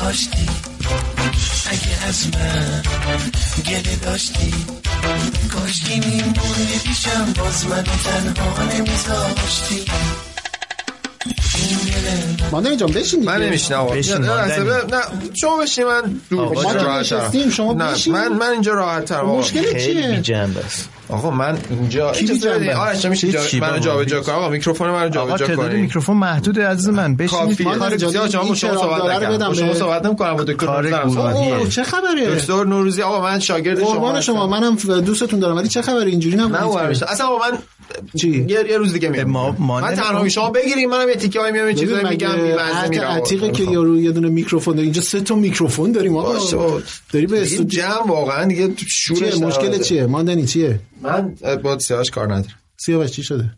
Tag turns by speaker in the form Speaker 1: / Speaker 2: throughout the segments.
Speaker 1: داشتی اگه از من گله داشتی کاشکی میموندی پیشم باز منو تنها نمیذاشتی این گله
Speaker 2: مانده جان بشین دیگه.
Speaker 3: من نمیشنم
Speaker 4: بشین،
Speaker 3: نه
Speaker 4: ماندنی.
Speaker 3: لحظه، نه شما بشین من دور
Speaker 4: آقا،
Speaker 3: باشم
Speaker 4: ما
Speaker 3: راحت ترم.
Speaker 2: نشستیم، شما
Speaker 3: نه
Speaker 2: بشین.
Speaker 3: من من اینجا راحت تر
Speaker 2: مشکل
Speaker 4: خیلی بی
Speaker 2: چیه
Speaker 4: جنب است
Speaker 3: آقا من اینجا
Speaker 2: کی
Speaker 3: اجازه
Speaker 2: بیجنبه؟
Speaker 3: بدید. آرش جان، میشه جا...
Speaker 4: هیچی
Speaker 3: منو
Speaker 4: بابا،
Speaker 3: جابجا
Speaker 4: هیچ.
Speaker 3: کن آقا میکروفون منو
Speaker 4: آقا
Speaker 3: جابجا
Speaker 4: تعداد
Speaker 3: کنید
Speaker 4: میکروفون محدود عزیز من بشینید
Speaker 3: کافیه
Speaker 2: ما
Speaker 3: من
Speaker 2: اجازه
Speaker 3: زیاد شما با
Speaker 2: این
Speaker 3: شما
Speaker 2: شراب
Speaker 3: صحبت
Speaker 2: داره
Speaker 3: نکردم
Speaker 2: آره، بدم
Speaker 3: با شما
Speaker 2: به-
Speaker 3: صحبت نمی‌کنم با دکتر
Speaker 4: کار
Speaker 3: نمی‌کنم.
Speaker 4: گناهی.
Speaker 2: اوه چه خبره
Speaker 3: دکتر نوروزی آقا من شاگرد شما
Speaker 2: قربان شما منم دوستتون دارم ولی چه خبره اینجوری
Speaker 3: من
Speaker 2: نبودید
Speaker 3: او همیشه اصلا آقا من
Speaker 2: چی؟
Speaker 3: یه, یه روز دیگه میام
Speaker 4: ما- ما
Speaker 3: من
Speaker 4: نمی‌کنم.
Speaker 3: تنها شما بگیریم منم یه تیکه های میام یه چیزایی
Speaker 2: ببین مگه
Speaker 3: میگم بی‌مزه
Speaker 2: عهد
Speaker 3: میرم آقا.
Speaker 2: عتیقه که
Speaker 3: نمی‌خوام.
Speaker 2: یارو یه دونه میکروفون داره اینجا سه تا میکروفون داریم آقا
Speaker 3: باشه، بابا.
Speaker 2: داری به
Speaker 3: این
Speaker 2: استودیو
Speaker 3: جمع واقعا دیگه شورش
Speaker 2: چیه مشکل
Speaker 3: درآمده.
Speaker 2: چیه ماندنی چیه
Speaker 3: من با سیاوش کار ندارم
Speaker 2: سیاوش چی شده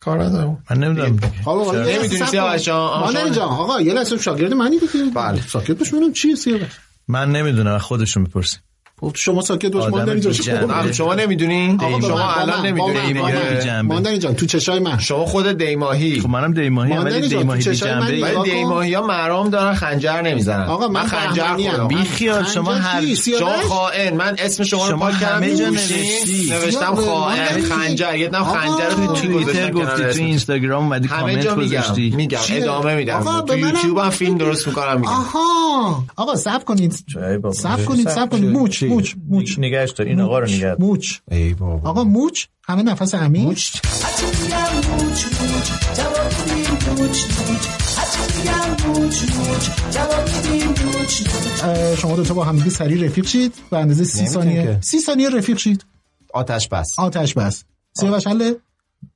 Speaker 3: کار ندارم
Speaker 4: من نمیدونم
Speaker 2: آقا آقا، یه لحظه
Speaker 3: نمی‌دونی
Speaker 2: صبر کن.
Speaker 3: سیاوش جان، آقا،
Speaker 2: ماندنی
Speaker 3: شما-
Speaker 2: جان آقا یه لحظه شاگرد منی دیگه
Speaker 3: بله.
Speaker 2: ساکت باش ببینم چی سیاوش
Speaker 4: من نمیدونم خودشون بپرسید
Speaker 2: خب شما ساکت باش
Speaker 4: آدم
Speaker 2: ماندنی جان
Speaker 4: بی جنبه.
Speaker 2: خب،
Speaker 3: نه، شما نمیدونی
Speaker 2: آقا، با
Speaker 3: شما
Speaker 2: من، با
Speaker 3: الان
Speaker 2: من، با
Speaker 3: نمیدونی
Speaker 2: من، با من.
Speaker 4: بی
Speaker 3: دیگه
Speaker 4: جنبه.
Speaker 2: ماندنی جان تو چشای من
Speaker 3: شما خود دیماهی
Speaker 4: خب منم دیماهی هم
Speaker 2: ماندنی
Speaker 4: ولی
Speaker 2: جان،
Speaker 4: دیماهی
Speaker 2: تو
Speaker 4: بی
Speaker 2: چشای من
Speaker 4: جنبه
Speaker 2: نگاه
Speaker 3: ولی
Speaker 2: کن.
Speaker 3: دیماهی ها مرام دارن خنجر نمیزنن
Speaker 2: آقا من یعنی.
Speaker 3: خنجر
Speaker 2: بهمنی
Speaker 3: خودم
Speaker 2: ام
Speaker 4: بی خیال، شما هر-
Speaker 3: شما خائن من اسم شما رو
Speaker 4: شما
Speaker 3: پاک کردم
Speaker 4: همه جا
Speaker 3: گوشی.
Speaker 4: نوشتی.
Speaker 3: نوشتم
Speaker 2: نه، به-
Speaker 3: خائن
Speaker 2: من نمی‌گی.
Speaker 3: خنجر یه دم
Speaker 2: آقا.
Speaker 3: خنجر رو تو چی گذاشتم
Speaker 4: توییتر
Speaker 3: کنار
Speaker 4: گفتی تو
Speaker 3: اسمش.
Speaker 4: اینستاگرام اومدی
Speaker 3: همه جا
Speaker 4: کامنت
Speaker 3: میگم
Speaker 4: گذاشتی
Speaker 3: میگم
Speaker 2: چیه؟
Speaker 3: ادامه
Speaker 2: آقا،
Speaker 3: میدم
Speaker 2: به
Speaker 3: تو
Speaker 2: منم-
Speaker 3: یوتیوب هم فیلم درست میکنم میگم
Speaker 2: آها آقا صبر کنید
Speaker 4: بابا.
Speaker 2: صبر کنید صبر کنید موچ موچ موچ
Speaker 4: نگهش دار این آقا رو نگه دار.
Speaker 2: موچ آقا موچ همه نفس
Speaker 5: حتی
Speaker 2: عمیق
Speaker 5: میگم موج موج جواب میدیم موج موج حتی میگم موج موج جواب میدیم موج موج
Speaker 2: اه، شما دوتا با همدیگه سریع رفیق شید به اندازه سی
Speaker 3: نمی‌تونیم
Speaker 2: ثانیه
Speaker 3: که.
Speaker 2: سی ثانیه رفیق شید
Speaker 3: آتش بس
Speaker 2: آتش بس سیاوش حله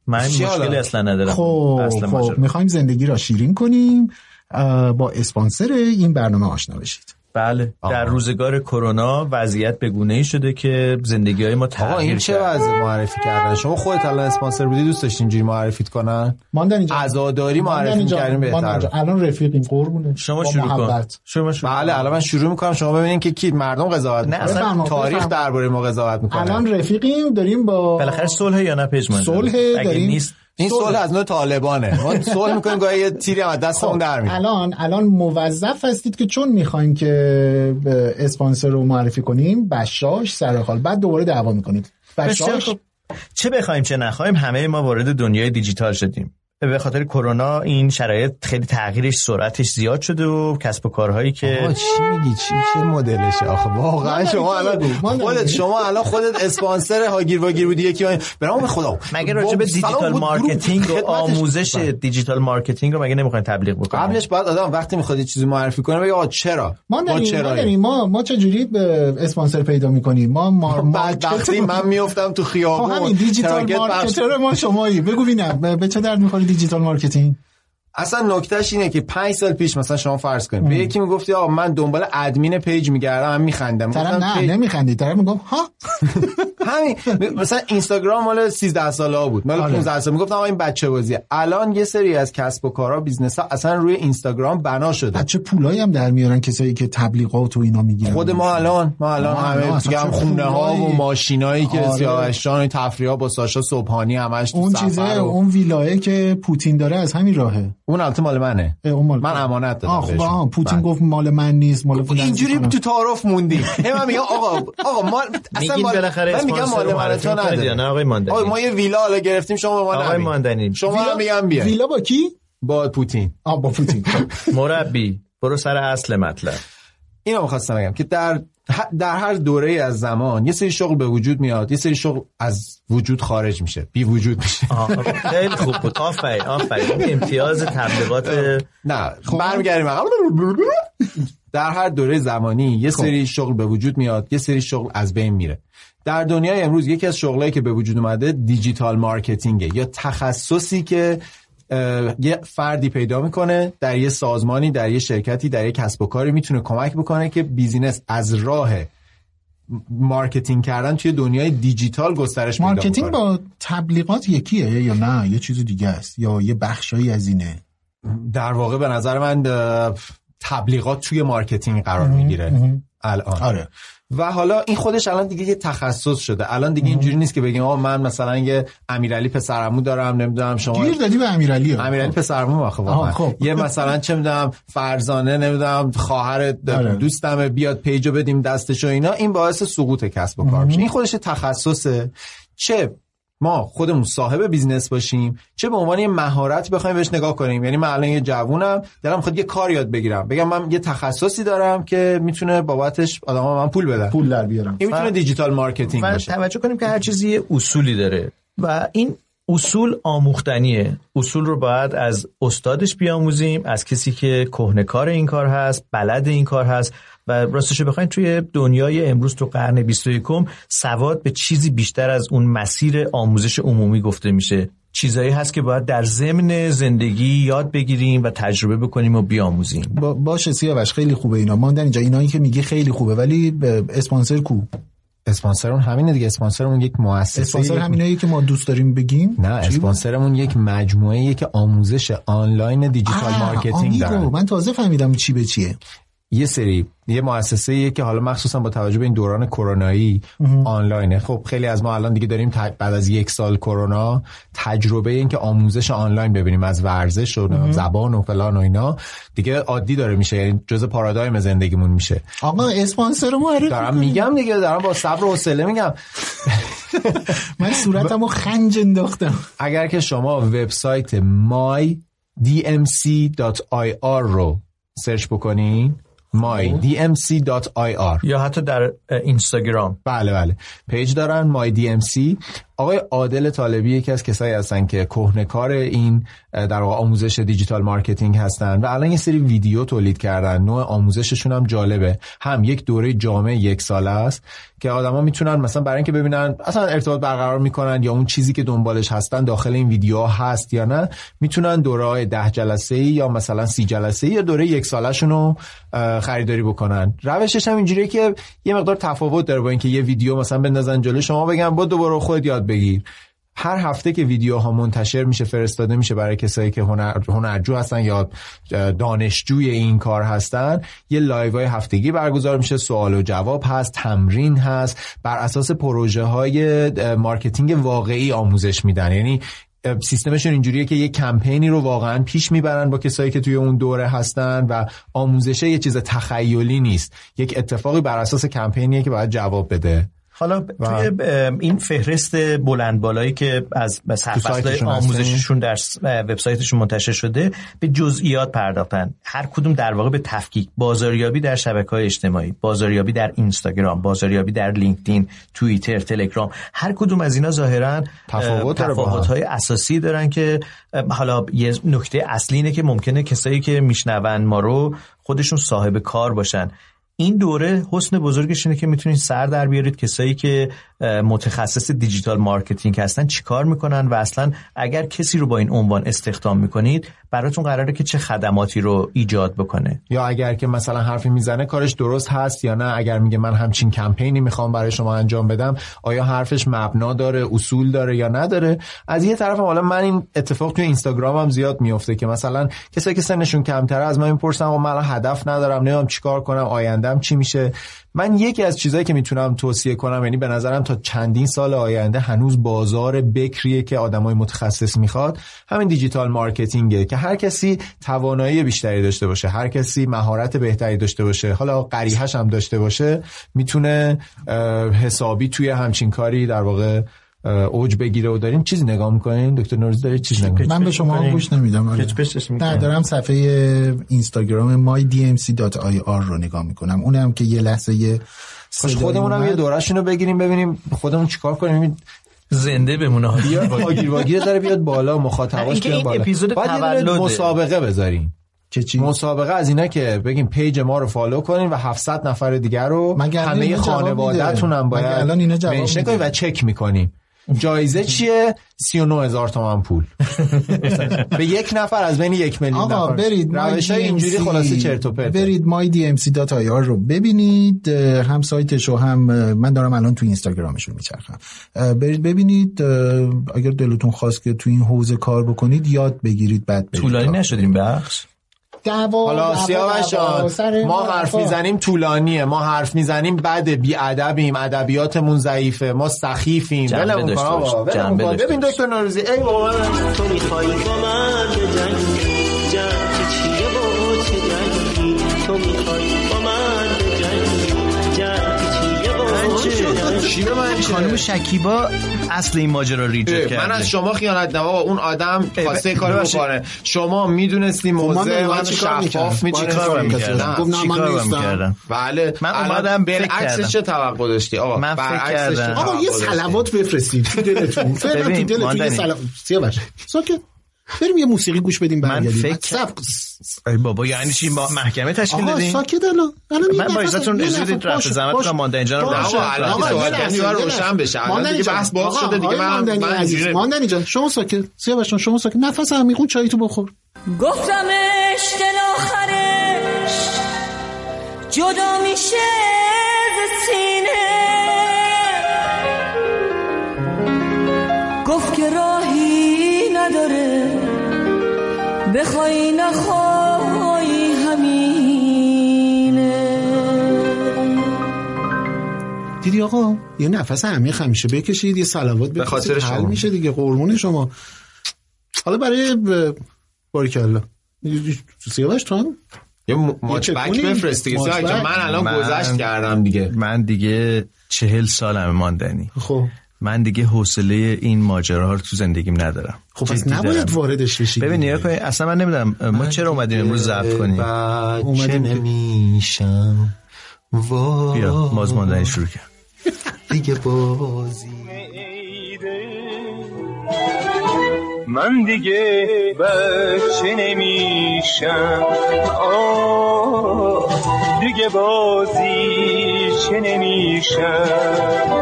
Speaker 4: من مشکلی اصلا ندارم
Speaker 2: خب
Speaker 4: اصلا ماجرا.
Speaker 2: خب میخوایم زندگی را شیرین کنیم اه، با اسپانسر این برنامه آشنا بشید
Speaker 4: بله در روزگار کرونا وضعیت به گونه ای شده که زندگی های ما تغییر
Speaker 3: آقا این چه
Speaker 4: کرد.
Speaker 3: وضع معرفی کردن شما خودت الان اسپانسر بودی دوست داشتی اینجوری معرفیت کنن
Speaker 2: ماندنی جان
Speaker 3: عزاداری معرفی
Speaker 2: ماندنی جان،
Speaker 3: می‌کردیم
Speaker 2: ماندنی
Speaker 3: بهتر
Speaker 2: جان، الان رفیقیم قربونه
Speaker 4: شما
Speaker 2: با
Speaker 4: شروع کن
Speaker 2: محبت.
Speaker 4: شما شروع
Speaker 3: بله الان من شروع میکنم شما ببینین که کی مردم قضاوت
Speaker 4: نه،
Speaker 3: میکنن
Speaker 4: اصلا
Speaker 2: بفرما،
Speaker 3: تاریخ
Speaker 2: بفرما.
Speaker 3: درباره ما قضاوت
Speaker 4: بله.
Speaker 3: میکنه
Speaker 2: الان رفیقیم داریم با
Speaker 4: بالاخره صلح یا نه پژمان
Speaker 2: صلح
Speaker 4: اگه
Speaker 2: داریم.
Speaker 4: نیست
Speaker 3: این صلح از نوع طالبانه ما صلح میکنیم گاهی یه تیری هم از دستمون در میاد
Speaker 2: الان الان موظف هستید که چون میخواین که به اسپانسر رو معرفی کنیم بشاش سر خال بعد دوباره دعوا میکنید
Speaker 4: بسیار
Speaker 2: بشاش
Speaker 4: خب. چه بخوایم چه نخوایم همه ما وارد دنیای دیجیتال شدیم به خاطر کرونا این شرایط خیلی تغییرش سرعتش زیاد شده و کسب و کارهایی که
Speaker 2: خب،
Speaker 3: آقا چی میگی چی چه مدلشه آخه واقعا
Speaker 2: ماندنی
Speaker 3: شما
Speaker 2: جان
Speaker 3: الان
Speaker 2: بگو، ماندنی.
Speaker 3: خودت شما الان خودت اسپانسر هاگیر واگیر بودی یکی من برام خدا
Speaker 4: مگه راجع به
Speaker 3: با- سلام
Speaker 4: دیجیتال
Speaker 3: بود، گروه.
Speaker 4: مارکتینگ و
Speaker 3: خدمتش- بله.
Speaker 4: آموزش دیجیتال مارکتینگ رو مگه نمیخواین تبلیغ بکنیم
Speaker 3: قبلش باید آدم وقتی میخواد یه چیزی معرفی کنه بگه آقا چرا
Speaker 2: ما داریم ما,
Speaker 3: چراییم؟
Speaker 2: داریم. ما ما چجوری به اسپانسر پیدا میکنیم ما ما
Speaker 3: خب، بدبختی من میفتم تو
Speaker 2: خب
Speaker 3: خیابون
Speaker 2: همین دیجیتال
Speaker 3: تراکت بخش.
Speaker 2: مارکتر ما شمایی بگو ببینم به- به چه درد میخوری دیجیتال مارکتینگ
Speaker 3: اصلا نکتهش اینه که پنج سال پیش مثلا شما فرض کنید به یکی میگفتی آقا من دنبال ادمین پیج میگردم من میخندم
Speaker 2: طرف نه نمیخندی طرف میگم ها
Speaker 3: همین م- مثلا اینستاگرام مال 13 ساله ها بود مال
Speaker 2: آره.
Speaker 3: 15 ساله میگفتم آقا این بچه بازیه الان یه سری از کسب و کارها بیزنس ها اصلا روی اینستاگرام بنا شده
Speaker 2: بچه پولایی هم در میارن کسایی که تبلیغات و اینا میگیرن
Speaker 3: خود ما الان ما الان
Speaker 2: ما الان
Speaker 3: همه
Speaker 2: اصلا
Speaker 3: دیگه هم
Speaker 2: چه
Speaker 3: خونه ها و
Speaker 2: پولایی.
Speaker 3: ماشینایی که
Speaker 2: آره.
Speaker 3: سیاوش جان و تفریحا با ساشا صبحانی همش تو
Speaker 2: اون
Speaker 3: سفر
Speaker 2: چیزه
Speaker 3: و-
Speaker 2: اون ویلایه که پوتین داره از همین راهه
Speaker 3: اون البته مال منه
Speaker 2: اه، اون مال
Speaker 3: من امانت دادم
Speaker 2: آه، خب،
Speaker 3: بهشون.
Speaker 2: آه، پوتین
Speaker 3: بله.
Speaker 2: گفت مال من نیست مال فلان
Speaker 3: اینجوری
Speaker 2: نیست.
Speaker 3: تو تعارف موندی هی من میگم آقا آقا ما اصلا
Speaker 4: میگین
Speaker 3: مال-
Speaker 4: بالاخره
Speaker 3: من میگم
Speaker 4: اسپانسر
Speaker 3: مال
Speaker 4: رو
Speaker 3: من
Speaker 4: معرفی
Speaker 3: تو
Speaker 4: می‌کنید یا نه،
Speaker 3: نداره
Speaker 4: آقای ماندنی؟
Speaker 3: آقا ما یه ویلا حالا گرفتیم شما به ما
Speaker 4: آقای
Speaker 3: نگین.
Speaker 4: ماندنی.
Speaker 3: شما
Speaker 2: ویلا-
Speaker 3: هم میگم بیا
Speaker 2: ویلا با کی
Speaker 3: با پوتین
Speaker 2: آه با پوتین خب،
Speaker 4: مربی برو سر اصل مطلب
Speaker 3: اینو میخواستم بگم که در در هر دوره از زمان یه سری شغل به وجود میاد یه سری شغل از وجود خارج میشه بی وجود میشه
Speaker 4: آه، خیلی خوب بود آفرین آفرین این امتیاز
Speaker 3: بله.
Speaker 4: تبلیغات
Speaker 3: نه برمیگردیم عقب. در هر دوره زمانی یه سری شغل به وجود میاد یه سری شغل از بین میره در دنیای امروز یکی از شغلایی که به وجود اومده دیجیتال مارکتینگه یا تخصصی که اه، یه فردی پیدا میکنه در یه سازمانی در یه شرکتی در یه کسب و کاری میتونه کمک بکنه که بیزینس از راه مارکتینگ کردن توی دنیای دیجیتال گسترش پیدا
Speaker 2: مارکتینگ
Speaker 3: می‌کنه.
Speaker 2: با تبلیغات یکیه یا نه یه چیز دیگه است یا یه بخشایی از اینه
Speaker 3: در واقع به نظر من اه، تبلیغات توی مارکتینگ قرار میگیره الان
Speaker 4: آره.
Speaker 3: و حالا این خودش الان دیگه یه تخصص شده الان دیگه اینجوری نیست که بگیم آقا من مثلا یه امیرعلی پسرمو دارم نمیدونم شما
Speaker 2: گیر دادی به امیرعلی ها.
Speaker 3: امیرعلی پسرمو آخه
Speaker 2: آها،
Speaker 3: واقعا
Speaker 2: خب.
Speaker 3: یه مثلا چه میدونم فرزانه نمیدونم خواهر
Speaker 2: آره.
Speaker 3: دوستمه بیاد پیجو بدیم دستش و اینا این باعث سقوط کسب و کار میشه این خودش یه تخصصه چه ما خودمون صاحب بیزنس باشیم چه به عنوان یه مهارت بخوایم بهش نگاه کنیم یعنی من الان یه جوونم دارم میخواد یه کار یاد بگیرم بگم من یه تخصصی دارم که میتونه بابتش آدما من پول بدن
Speaker 2: پول در بیارم
Speaker 3: این میتونه دیجیتال مارکتینگ
Speaker 4: و
Speaker 3: باشه
Speaker 4: توجه کنیم که هر چیزی یه اصولی داره و این اصول آموختنیه اصول رو باید از استادش بیاموزیم از کسی که کهنکار این کار هست بلد این کار هست و راستش بخواین توی دنیای امروز تو قرن 21 سواد به چیزی بیشتر از اون مسیر آموزش عمومی گفته میشه چیزایی هست که باید در ضمن زندگی یاد بگیریم و تجربه بکنیم و بیاموزیم
Speaker 2: با باشه سیاوش خیلی خوبه اینا ماندن اینجا اینایی که میگی خیلی خوبه ولی ب- اسپانسر کو
Speaker 3: اسپانسرمون همینه دیگه اسپانسرمون یک مؤسسه
Speaker 2: اسپانسر
Speaker 3: یک-
Speaker 2: همینایی که ما دوست داریم بگیم
Speaker 3: نه اسپانسرمون یک مجموعه که آموزش آنلاین دیجیتال
Speaker 2: آه،
Speaker 3: مارکتینگ
Speaker 2: آمیگو.
Speaker 3: دارن
Speaker 2: من تازه فهمیدم چی به چیه
Speaker 3: یه سری یه مؤسسه که حالا مخصوصا با توجه به این دوران کرونایی آنلاینه خب خیلی از ما الان دیگه داریم ت- بعد از یک سال کرونا تجربه این که آموزش آنلاین ببینیم از ورزش و نمیدونم زبان و فلان و اینا دیگه عادی داره میشه یعنی جزء پارادایم زندگیمون میشه
Speaker 2: آقا اسپانسر رو معرفی
Speaker 3: دارم
Speaker 2: کن.
Speaker 3: میگم دیگه دارم با صبر و حوصله میگم
Speaker 2: من صورتمو خنج انداختم
Speaker 3: اگر که شما وبسایت mydmc.ir رو سرچ بکنین mydmc.ir
Speaker 4: یا حتی در اه، اینستاگرام
Speaker 3: بله بله پیج دارن مای دی ام سی آقای عادل طالبی یکی از کسایی هستن که کهنکار این اه، در واقع آموزش دیجیتال مارکتینگ هستن و الان یه سری ویدیو تولید کردن نوع آموزششون هم جالبه هم یک دوره جامع یک ساله است که آدما میتونن مثلا برای اینکه ببینن اصلا ارتباط برقرار میکنن یا اون چیزی که دنبالش هستن داخل این ویدیو هست یا نه میتونن دوره های ده جلسه ای یا مثلا سی جلسه ای یا دوره یک سالشون رو اه، خریداری بکنن روشش هم اینجوریه که یه مقدار تفاوت داره با اینکه یه ویدیو مثلا بندازن جلو شما بگن با دوباره خود یاد بگیر هر هفته که ویدیوها منتشر میشه فرستاده میشه برای کسایی که هنر، هنرجو هستن یا اه، دانشجوی این کار هستن یه لایو های هفتگی برگزار میشه سوال و جواب هست تمرین هست بر اساس پروژه های اه، مارکتینگ واقعی آموزش میدن یعنی سیستمشون اینجوریه که یه کمپینی رو واقعا پیش میبرن با کسایی که توی اون دوره هستن و آموزشه یه چیز تخیلی نیست یک اتفاقی بر اساس کمپینیه که باید جواب بده
Speaker 4: حالا توی اه، این فهرست بلند بالایی که از سرفصل‌های
Speaker 3: سایتشون
Speaker 4: آموزششون در س- اه، وبسایتشون منتشر شده به جزئیات پرداختن هر کدوم در واقع به تفکیک بازاریابی در شبکه‌های اجتماعی بازاریابی در اینستاگرام بازاریابی در لینکدین توییتر تلگرام هر کدوم از اینا ظاهرا
Speaker 3: تفاوت داره با هم.
Speaker 4: تفاوت های اساسی دارن که اه، حالا یه نکته اصلی اینه که ممکنه کسایی که میشنون ما رو خودشون صاحب کار باشن این دوره حسن بزرگش اینه که میتونید سر در بیارید کسایی که اه، متخصص دیجیتال مارکتینگ هستن چیکار میکنن و اصلا اگر کسی رو با این عنوان استخدام میکنید براتون قراره که چه خدماتی رو ایجاد بکنه
Speaker 3: یا اگر که مثلا حرفی میزنه کارش درست هست یا نه اگر میگه من همچین کمپینی میخوام برای شما انجام بدم آیا حرفش مبنا داره اصول داره یا نداره از یه طرف حالا من این اتفاق توی اینستاگرامم زیاد میفته که مثلا کسایی که سنشون کمتره از من میپرسن آقا من الان هدف ندارم نمیدونم چیکار کنم آیندم چی میشه من یکی از چیزهایی که میتونم توصیه کنم یعنی به نظرم تا چندین سال آینده هنوز بازار بکریه که آدمای متخصص میخواد همین دیجیتال مارکتینگه که هر کسی توانایی بیشتری داشته باشه هر کسی مهارت بهتری داشته باشه حالا قریحش هم داشته باشه میتونه اه، حسابی توی همچین کاری در واقع اه، اوج بگیره و داریم چیز نگاه میکنین دکتر نوروزی داره چیز نگاه می‌کنین؟
Speaker 2: من به شما
Speaker 4: می‌کنی؟
Speaker 2: گوش نمیدم آره.
Speaker 4: پچ‌پچش می‌کنی؟
Speaker 2: نه دارم صفحه اینستاگرام mydmc.ir رو نگاه میکنم اونم که یه لحظه یه
Speaker 3: خوش
Speaker 2: صدایی
Speaker 3: خودمونم
Speaker 2: اومد.
Speaker 3: یه دورهشون رو بگیریم ببینیم خودمون چیکار کنیم
Speaker 4: زنده بمونه
Speaker 3: بیا واگیر واگیر داره بیاد بالا
Speaker 4: نه،
Speaker 3: مخاطباش
Speaker 4: اینکه
Speaker 3: بیاد
Speaker 4: این
Speaker 3: بالا
Speaker 4: اپیزود
Speaker 3: باید یه دونه
Speaker 4: تولده.
Speaker 3: مسابقه بذاریم
Speaker 2: که چی؟
Speaker 3: مسابقه از اینا که بگیم پیج ما رو فالو کنین و 700 نفر دیگر رو
Speaker 2: مگه الان
Speaker 3: همه
Speaker 2: اینا جواب
Speaker 3: خانوادهتون
Speaker 2: میده؟
Speaker 3: هم باید
Speaker 2: مگه الان اینا جواب
Speaker 3: منشن
Speaker 2: میده؟
Speaker 3: کنین و چک میکنیم جایزه چیه 39 هزار تومن پول به یک نفر از بین یک میلیون
Speaker 2: آقا
Speaker 3: نفر
Speaker 2: برید
Speaker 3: روش های
Speaker 2: MyDMC
Speaker 3: اینجوری خلاصه چرت و پرته.
Speaker 2: برید mydmc.ir رو ببینید اه، هم سایتش و هم اه، من دارم الان تو اینستاگرامشون میچرخم اه، برید ببینید اه، اگر دلتون خواست که تو این حوزه کار بکنید یاد بگیرید بعد برید
Speaker 4: طولانی
Speaker 2: کار
Speaker 4: نشدیم بخش
Speaker 2: کنید. دعوا
Speaker 3: حالا
Speaker 2: دعوا،
Speaker 3: سیاوش
Speaker 2: دعوا،
Speaker 3: جان،
Speaker 2: سر خب.
Speaker 3: ما
Speaker 2: این
Speaker 3: حرف
Speaker 2: حرفا.
Speaker 3: میزنیم طولانیه ما حرف میزنیم بد بی ادبیم ادبیاتمون ضعیفه ما سخیفیم
Speaker 4: جنبه
Speaker 3: ولمون کن
Speaker 4: داشته باش،
Speaker 3: آقا ولمون
Speaker 4: جنبه
Speaker 3: کن.
Speaker 4: داشته
Speaker 3: ببین
Speaker 4: باش.
Speaker 3: دکتر نوروزی ای بابا
Speaker 6: تو میخوای با من بجنگی جنگ که چیه و چه جنگی تو میخوای با من بجنگی جنگ که چیه و چه جنگی
Speaker 3: چی به من چه؟
Speaker 4: خانم شکیبا اصل این ماجرا رو ریجکت
Speaker 3: اه،
Speaker 4: کرده
Speaker 3: من از شما خیانت نم آقا اون آدم
Speaker 4: اه،
Speaker 3: خواسته
Speaker 4: ب-
Speaker 3: کار
Speaker 4: ببخشید.
Speaker 3: بکنه شما میدونستی موضع
Speaker 2: می‌دونم
Speaker 3: من
Speaker 2: چیکار
Speaker 3: شفاف
Speaker 2: می‌کردم.
Speaker 4: چی
Speaker 3: میدونی
Speaker 4: کار باید
Speaker 2: نه،
Speaker 4: میکردم
Speaker 2: گفت نه،
Speaker 4: چی
Speaker 2: من
Speaker 4: کار باید
Speaker 2: نیستم.
Speaker 4: میکردم
Speaker 3: بله
Speaker 4: من
Speaker 3: الان
Speaker 4: اومدم فکر کردم.
Speaker 3: بالعکسش چه توقع داشتی آقا
Speaker 4: من فکر
Speaker 3: برعکسش چه
Speaker 4: کردم.
Speaker 3: توقع
Speaker 2: آقا یه
Speaker 3: داشتی؟
Speaker 2: سلوات بفرستید تو دلتون فعلا تو
Speaker 4: بله، ببین،
Speaker 2: دلتون یه
Speaker 4: ماندنی.
Speaker 2: سلوات سیاوش ساکت بریم یه موسیقی گوش بدیم برگردیم
Speaker 4: فکر-
Speaker 2: سب-
Speaker 4: ای بابا یعنی چی ما محکمه تشکیل
Speaker 2: آقا
Speaker 4: دادیم
Speaker 2: ساکت الان الان یه
Speaker 4: من با
Speaker 2: نفس-
Speaker 4: اجازهتون
Speaker 2: یه
Speaker 4: اجازه
Speaker 2: نفس-
Speaker 4: بدید رفع
Speaker 2: باشه،
Speaker 4: زحمت
Speaker 2: باشه.
Speaker 4: کنم ماندنی جان رو
Speaker 2: باشه.
Speaker 4: رها
Speaker 3: آقا، الان
Speaker 4: کنم.
Speaker 3: که
Speaker 2: آقا، یه
Speaker 3: صحبت
Speaker 2: لحظه،
Speaker 3: کردیم، باید
Speaker 2: یه
Speaker 3: روشن
Speaker 2: لحظه.
Speaker 3: بشه. الان
Speaker 2: ماندنی
Speaker 3: دیگه
Speaker 2: جان،
Speaker 3: بحث باز
Speaker 2: آقا،
Speaker 3: شده دیگه.
Speaker 2: آقای
Speaker 3: من-
Speaker 2: ماندنی
Speaker 3: من
Speaker 2: عزیز،
Speaker 3: اینجوری-
Speaker 2: ماندنی جان شما ساکت سیاوش جان شما ساکت نفس عمیقون چایی تو بخور
Speaker 7: گفتمش دل آخرش جدا میشه ز سینه گفت که راهی نداره بخوای نخوای همینه
Speaker 2: دیدی آقا یه نفس عمیق همیشه بکشید یه سلوات به
Speaker 3: خاطر
Speaker 2: حل
Speaker 3: شما.
Speaker 2: میشه دیگه قربون شما حالا برای ب... باریکلا سیاوش تو هم
Speaker 3: یه م- ماچ
Speaker 2: یه
Speaker 3: بک
Speaker 2: چکونی.
Speaker 3: بفرست دیگه
Speaker 2: ماچ
Speaker 3: سیاوش جان،
Speaker 2: بک.
Speaker 3: من الان
Speaker 4: من-
Speaker 3: گذشت کردم دیگه
Speaker 4: من دیگه چهل سالم ماندنی
Speaker 2: خب
Speaker 4: من دیگه حوصله این ماجراها رو تو زندگیم ندارم
Speaker 2: خب پس
Speaker 4: جدی
Speaker 2: نباید
Speaker 4: دارم.
Speaker 2: واردش بشید
Speaker 4: ببین نیا کنی اصلا من نمیدونم ما چرا اومدیم امروز ضبط کنیم
Speaker 3: بچه نمیشم وای
Speaker 4: بیا باز ماندنی شروع کرد
Speaker 3: دیگه بازی
Speaker 1: من دیگه بچه نمیشم آه دیگه بازی چه نمیشم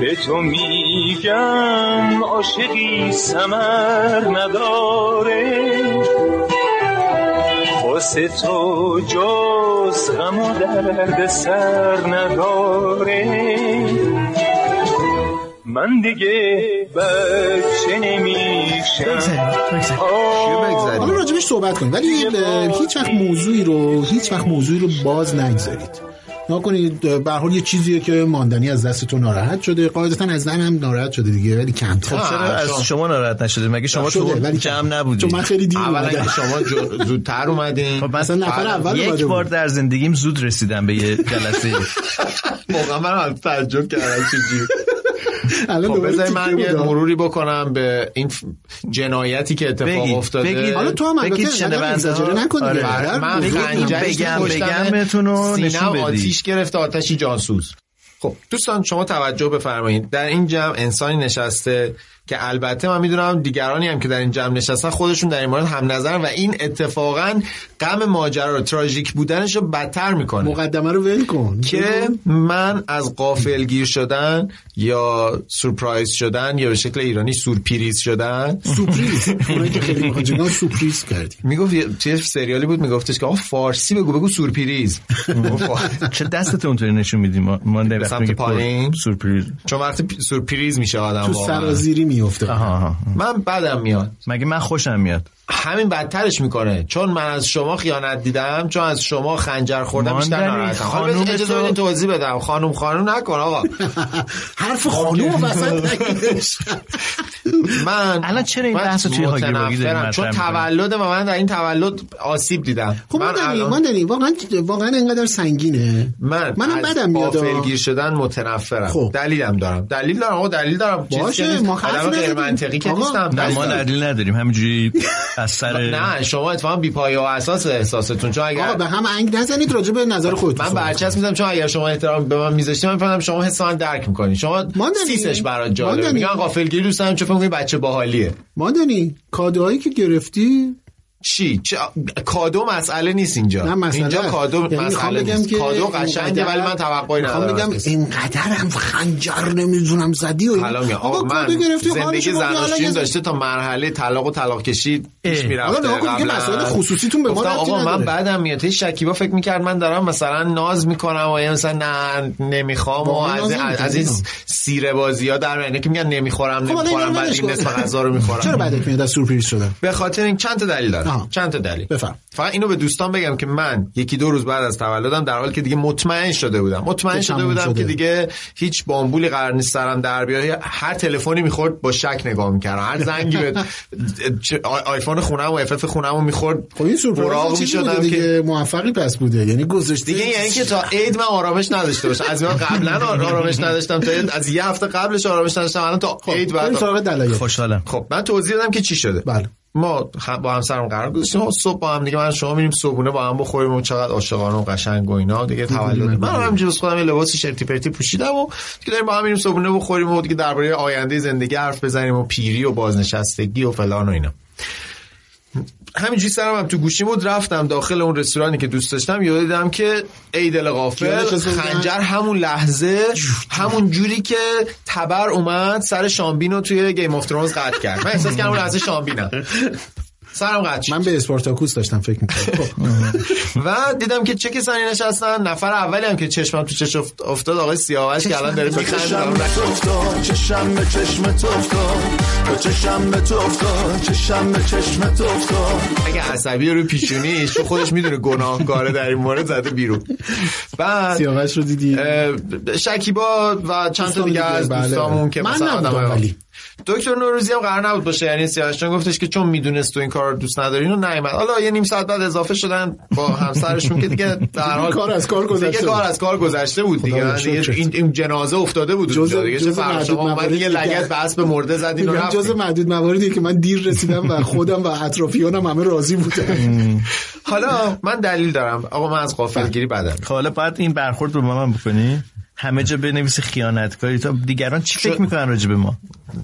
Speaker 1: به تو میگم عاشقی سمر نداره واسه تو جز غم و درد سر نداره من دیگه بچه نمیشم
Speaker 2: حالا راجبش صحبت کنیم ولی اه، هیچ وقت موضوعی رو هیچ وقت موضوعی رو باز نگذارید نها کنید اه، به هر حال یه چیزیه که ماندنی از دست تو ناراحت شده قاعدتا از من هم ناراحت شده دیگه ولی کمتر
Speaker 3: خب،
Speaker 4: چرا
Speaker 3: شما-
Speaker 4: از شما ناراحت نشده مگه
Speaker 3: خب،
Speaker 4: شما
Speaker 2: شده،
Speaker 4: تو
Speaker 2: ولی
Speaker 4: جمع
Speaker 2: کمتر.
Speaker 4: نبودی
Speaker 2: چون من خیلی دیر
Speaker 3: اولا که
Speaker 2: اومدم
Speaker 3: شما جو- زودتر اومدین
Speaker 4: خب من
Speaker 2: اصلا نفر اول
Speaker 4: یک
Speaker 2: اومده
Speaker 4: بار
Speaker 2: بود.
Speaker 4: در زندگیم زود رسیدم به یه جلسه
Speaker 3: موقع من هم تعجب کردم چیزی
Speaker 2: الان
Speaker 3: خب
Speaker 2: دوباره
Speaker 3: بذاری
Speaker 2: تیکه
Speaker 3: من یه
Speaker 2: بودم.
Speaker 3: مروری بکنم به این ف- جنایتی که اتفاق
Speaker 4: بگید،
Speaker 3: افتاده
Speaker 4: بگید.
Speaker 2: حالا تو هم
Speaker 4: بگید
Speaker 2: البته اینقدر
Speaker 4: شنونده
Speaker 2: اگزاجره
Speaker 4: ها.
Speaker 2: نکن دیگه.
Speaker 4: آره.
Speaker 2: هر
Speaker 3: من
Speaker 2: موضوعی
Speaker 4: بگید،
Speaker 3: خنجرش
Speaker 4: بگم،
Speaker 3: تو پشتمه،
Speaker 4: بگمتون رو
Speaker 3: سینم
Speaker 4: نشون بدی.
Speaker 3: آتیش گرفت آتشی جاسوس خب دوستان شما توجه بفرمایید در این جمع انسانی نشسته که البته من میدونم دیگرانی هم که در این جمع نشستن خودشون در این مورد هم نظر و این اتفاقا غم ماجرا رو تراژیک بودنش رو بدتر میکنه
Speaker 2: مقدمه رو ول کن
Speaker 3: که من از قافلگیر شدن یا سورپرایز شدن یا به شکل ایرانی سورپریز شدن
Speaker 2: سورپریز اونایی که خیلی میخوان جنگان سورپریز کردی
Speaker 3: میگفت یه- چه سریالی بود میگفتش که آقا فارسی بگو بگو سورپریز خب.
Speaker 4: چه دستت اونطوری نشون میدی ما ماندنی
Speaker 3: به
Speaker 4: وقتی
Speaker 3: سمت
Speaker 4: میگه پر-
Speaker 3: پایین.
Speaker 4: سورپریز
Speaker 3: چون وقتی پی- سورپریز میشه آدم
Speaker 2: تو
Speaker 3: واقعا.
Speaker 2: سرازیری میفته
Speaker 4: آها آها.
Speaker 3: من بدم میاد
Speaker 4: مگه من خوشم میاد
Speaker 3: همین بدترش میکنه چون من از شما خیانت دیدم چون از شما خنجر خوردم بیشتر
Speaker 4: ماندنی،
Speaker 3: ناراحتم حالا
Speaker 4: خانوم
Speaker 3: بذار اجازه
Speaker 4: تو-
Speaker 3: بدین توضیح بدم خانم خانم نکن آقا
Speaker 2: حرف خانوم وسط نگیرش
Speaker 3: من
Speaker 4: الان چرا این
Speaker 3: من
Speaker 4: بحث رو توی هاگیر
Speaker 3: متنفرم.
Speaker 4: واگیر داریم
Speaker 3: چون
Speaker 4: مطرح می‌کنیم؟
Speaker 3: تولد و من در این تولد آسیب دیدم
Speaker 2: خب
Speaker 3: من
Speaker 2: ماندنی
Speaker 3: الان-
Speaker 2: ماندنی واقعا واقعا انقدر سنگینه
Speaker 3: من
Speaker 2: منم
Speaker 3: از
Speaker 2: بدم میاد
Speaker 3: غافلگیر شدن متنفرم
Speaker 2: خب.
Speaker 3: دلیلم دارم دلیل دارم آقا دلیل دارم چیزی
Speaker 2: باشه،
Speaker 3: که نیست.
Speaker 2: ما حرف
Speaker 3: آدم غیر
Speaker 2: نداریم.
Speaker 3: منطقی که
Speaker 2: آقا،
Speaker 3: نیستم
Speaker 4: نه
Speaker 3: دلیل
Speaker 4: ما
Speaker 3: دارم.
Speaker 4: دلیل نداریم همینجوری از سر
Speaker 3: نه شما اتفاقا بی پایه و اساس احساستون چون اگر
Speaker 2: آقا به هم انگ نزنید راجع به نظر خودتون
Speaker 3: من
Speaker 2: صحبت کنید.
Speaker 3: برچسب میدم چون اگر شما احترام به من میذاشتین من فهمیدم شما حس من درک میکنین شما
Speaker 2: ماندنی.
Speaker 3: سیسش برات جالبه
Speaker 2: ماندنی.
Speaker 3: میگن غافلگیر دوست دارم چون فکر می‌کنی بچه باحالیه
Speaker 2: ماندنی کادوهایی که گرفتی
Speaker 3: چی چه- کادو مسئله نیست اینجا
Speaker 2: نه مسئله
Speaker 3: اینجا
Speaker 2: است.
Speaker 3: کادو
Speaker 2: یعنی میخوام
Speaker 3: مسئله
Speaker 2: بگم
Speaker 3: نیست
Speaker 2: که
Speaker 3: کادو قشنگه
Speaker 2: اینقدر-
Speaker 3: ولی من توقعی
Speaker 2: میخوام
Speaker 3: ندارم
Speaker 2: بگم
Speaker 3: ازش.
Speaker 2: اینقدرم خنجر نمیدونم زدی و این-
Speaker 3: حالا میگم
Speaker 2: آقا
Speaker 3: آقا من
Speaker 2: کادو گرفتی
Speaker 3: زندگی
Speaker 2: حالش خوبه، حالا یه
Speaker 3: زناشوییم
Speaker 2: زن-
Speaker 3: داشته تا مرحله طلاق و طلاق کشی پیش
Speaker 4: اه.
Speaker 3: میرفته
Speaker 2: حالا نگاه کن دیگه مسائل خصوصیتون به ما ربطی
Speaker 3: آقا من
Speaker 2: نداره.
Speaker 3: بعدم میاد هی شکیبا فکر میکرد من دارم مثلا ناز میکنم و یه مثلا نه نمیخوام و
Speaker 2: واقعا
Speaker 3: از
Speaker 2: ناز
Speaker 3: این,
Speaker 2: نمی‌کنی،
Speaker 3: از این
Speaker 2: اینا.
Speaker 3: سیره بازی ها در میانه که میگن نمیخورم
Speaker 2: خب، حالا اینا
Speaker 3: نمیخورم
Speaker 2: رو
Speaker 3: بعد
Speaker 2: ولش
Speaker 3: این
Speaker 2: کن.
Speaker 3: نصف غذا رو
Speaker 2: چرا
Speaker 3: میخورم
Speaker 2: بعدت میاد از سورپریز شدن
Speaker 3: به خاطر این چند تا دلیل داره
Speaker 2: آها.
Speaker 3: چند تا دلیل
Speaker 2: بفرم.
Speaker 3: فقط اینو به دوستان بگم که من یکی دو روز بعد از تولدم در حالی که دیگه مطمئن شده بودم مطمئن
Speaker 2: که
Speaker 3: شده
Speaker 2: تموم
Speaker 3: بودم
Speaker 2: شده.
Speaker 3: که دیگه هیچ بامبولی قرار نیست سرم در بیاره هر تلفنی میخورد با شک نگاه میکردم هر زنگی به چه- آی- آیفون خونم و اف خونم میخورد
Speaker 2: خب این سورپرایز چیزی بوده
Speaker 3: میشدم
Speaker 2: دیگه
Speaker 3: که
Speaker 2: موفقی پس بوده یعنی گذاشته
Speaker 3: دیگه یعنی که تا عید من آرامش نداشته باشم از من قبلا آرامش نداشتم تا عید- از یه هفته قبلش آرامش نداشتم الان تا عید
Speaker 2: بریم
Speaker 3: بعد
Speaker 2: خب سراغ دلایل
Speaker 8: خوشحالم
Speaker 3: خب من توضیح دادم که چی شده
Speaker 2: بله.
Speaker 3: ما هم- با همسرم قرار گذاشتیم و صبح با هم دیگه من و شما میریم صبحونه با هم بخوریم و چقدر عاشقانه و قشنگ و اینا دیگه تولد من هم جز خودم یه لباس شرتی پرتی پوشیدم و دیگه داریم با هم میریم صبحونه بخوریم و دیگه درباره آینده زندگی حرف بزنیم و پیری و بازنشستگی و فلان و اینا همینجوری سرم هم تو گوشی بود رفتم داخل اون رستورانی که دوست داشتم یاد دیدم که ای دل
Speaker 2: یادش
Speaker 3: غافل
Speaker 2: رسید بودن؟
Speaker 3: خنجر همون لحظه همون جوری که تبر اومد سر شامبین رو توی گیم آف ترونز قطع کرد من احساس کردم اون لحظه شامبینم سرم قطع شد
Speaker 2: من به اسپارتاکوس داشتم فکر می‌کردم خب.
Speaker 3: و دیدم که چه کسانی نشستن نفر اولی هم که چشمم تو چش افت- افتاد آقای سیاوش که الان داره میخنده
Speaker 9: چشم به چشم تو افتاد چشم به تو افتاد چشم به چشم تو افتاد
Speaker 3: اگه عصبی رو پیشونیش تو خودش میدونه گناهکاره در این مورد زده بیرون بعد
Speaker 2: سیاوش رو دیدی
Speaker 3: اه، شکیبا و چند تا
Speaker 2: دوستان
Speaker 3: دیگه
Speaker 2: دیگه،
Speaker 3: از
Speaker 2: بله.
Speaker 3: دوستامون که
Speaker 2: من
Speaker 3: مثلا
Speaker 2: نبودم
Speaker 3: آدمای-
Speaker 2: ولی.
Speaker 3: دکتر نوروزی هم قرار نبود باشه یعنی سیاوش جان گفتش که چون میدونست تو این کار رو دوست نداری اینو نیومد حالا یه نیم ساعت بعد اضافه شدن با همسرشون که دیگه در حال
Speaker 2: کار از کار گذشته
Speaker 3: دیگه کار
Speaker 2: بود.
Speaker 3: از کار گذشته بود دیگه
Speaker 2: خدا
Speaker 3: من دیگه
Speaker 2: شکرت.
Speaker 3: این این جنازه افتاده بود
Speaker 2: جزء-
Speaker 3: اونجا دیگه چه
Speaker 2: جزء
Speaker 3: فرق
Speaker 2: معدود
Speaker 3: شما اومد
Speaker 2: مواردی
Speaker 3: یه
Speaker 2: که-
Speaker 3: لگد بس به مرده زدین و
Speaker 2: میگم جز
Speaker 3: رفتین.
Speaker 2: معدود مواردی که من دیر رسیدم و خودم و اطرافیانم همه راضی بودن
Speaker 3: حالا من دلیل دارم آقا من
Speaker 2: بله.
Speaker 3: از غافلگیری بدم
Speaker 8: خب حالا باید این برخورد رو با من بکنی همه جا بنویسی خیانتکاری تا دیگران چی فکر میکنن راجع به ما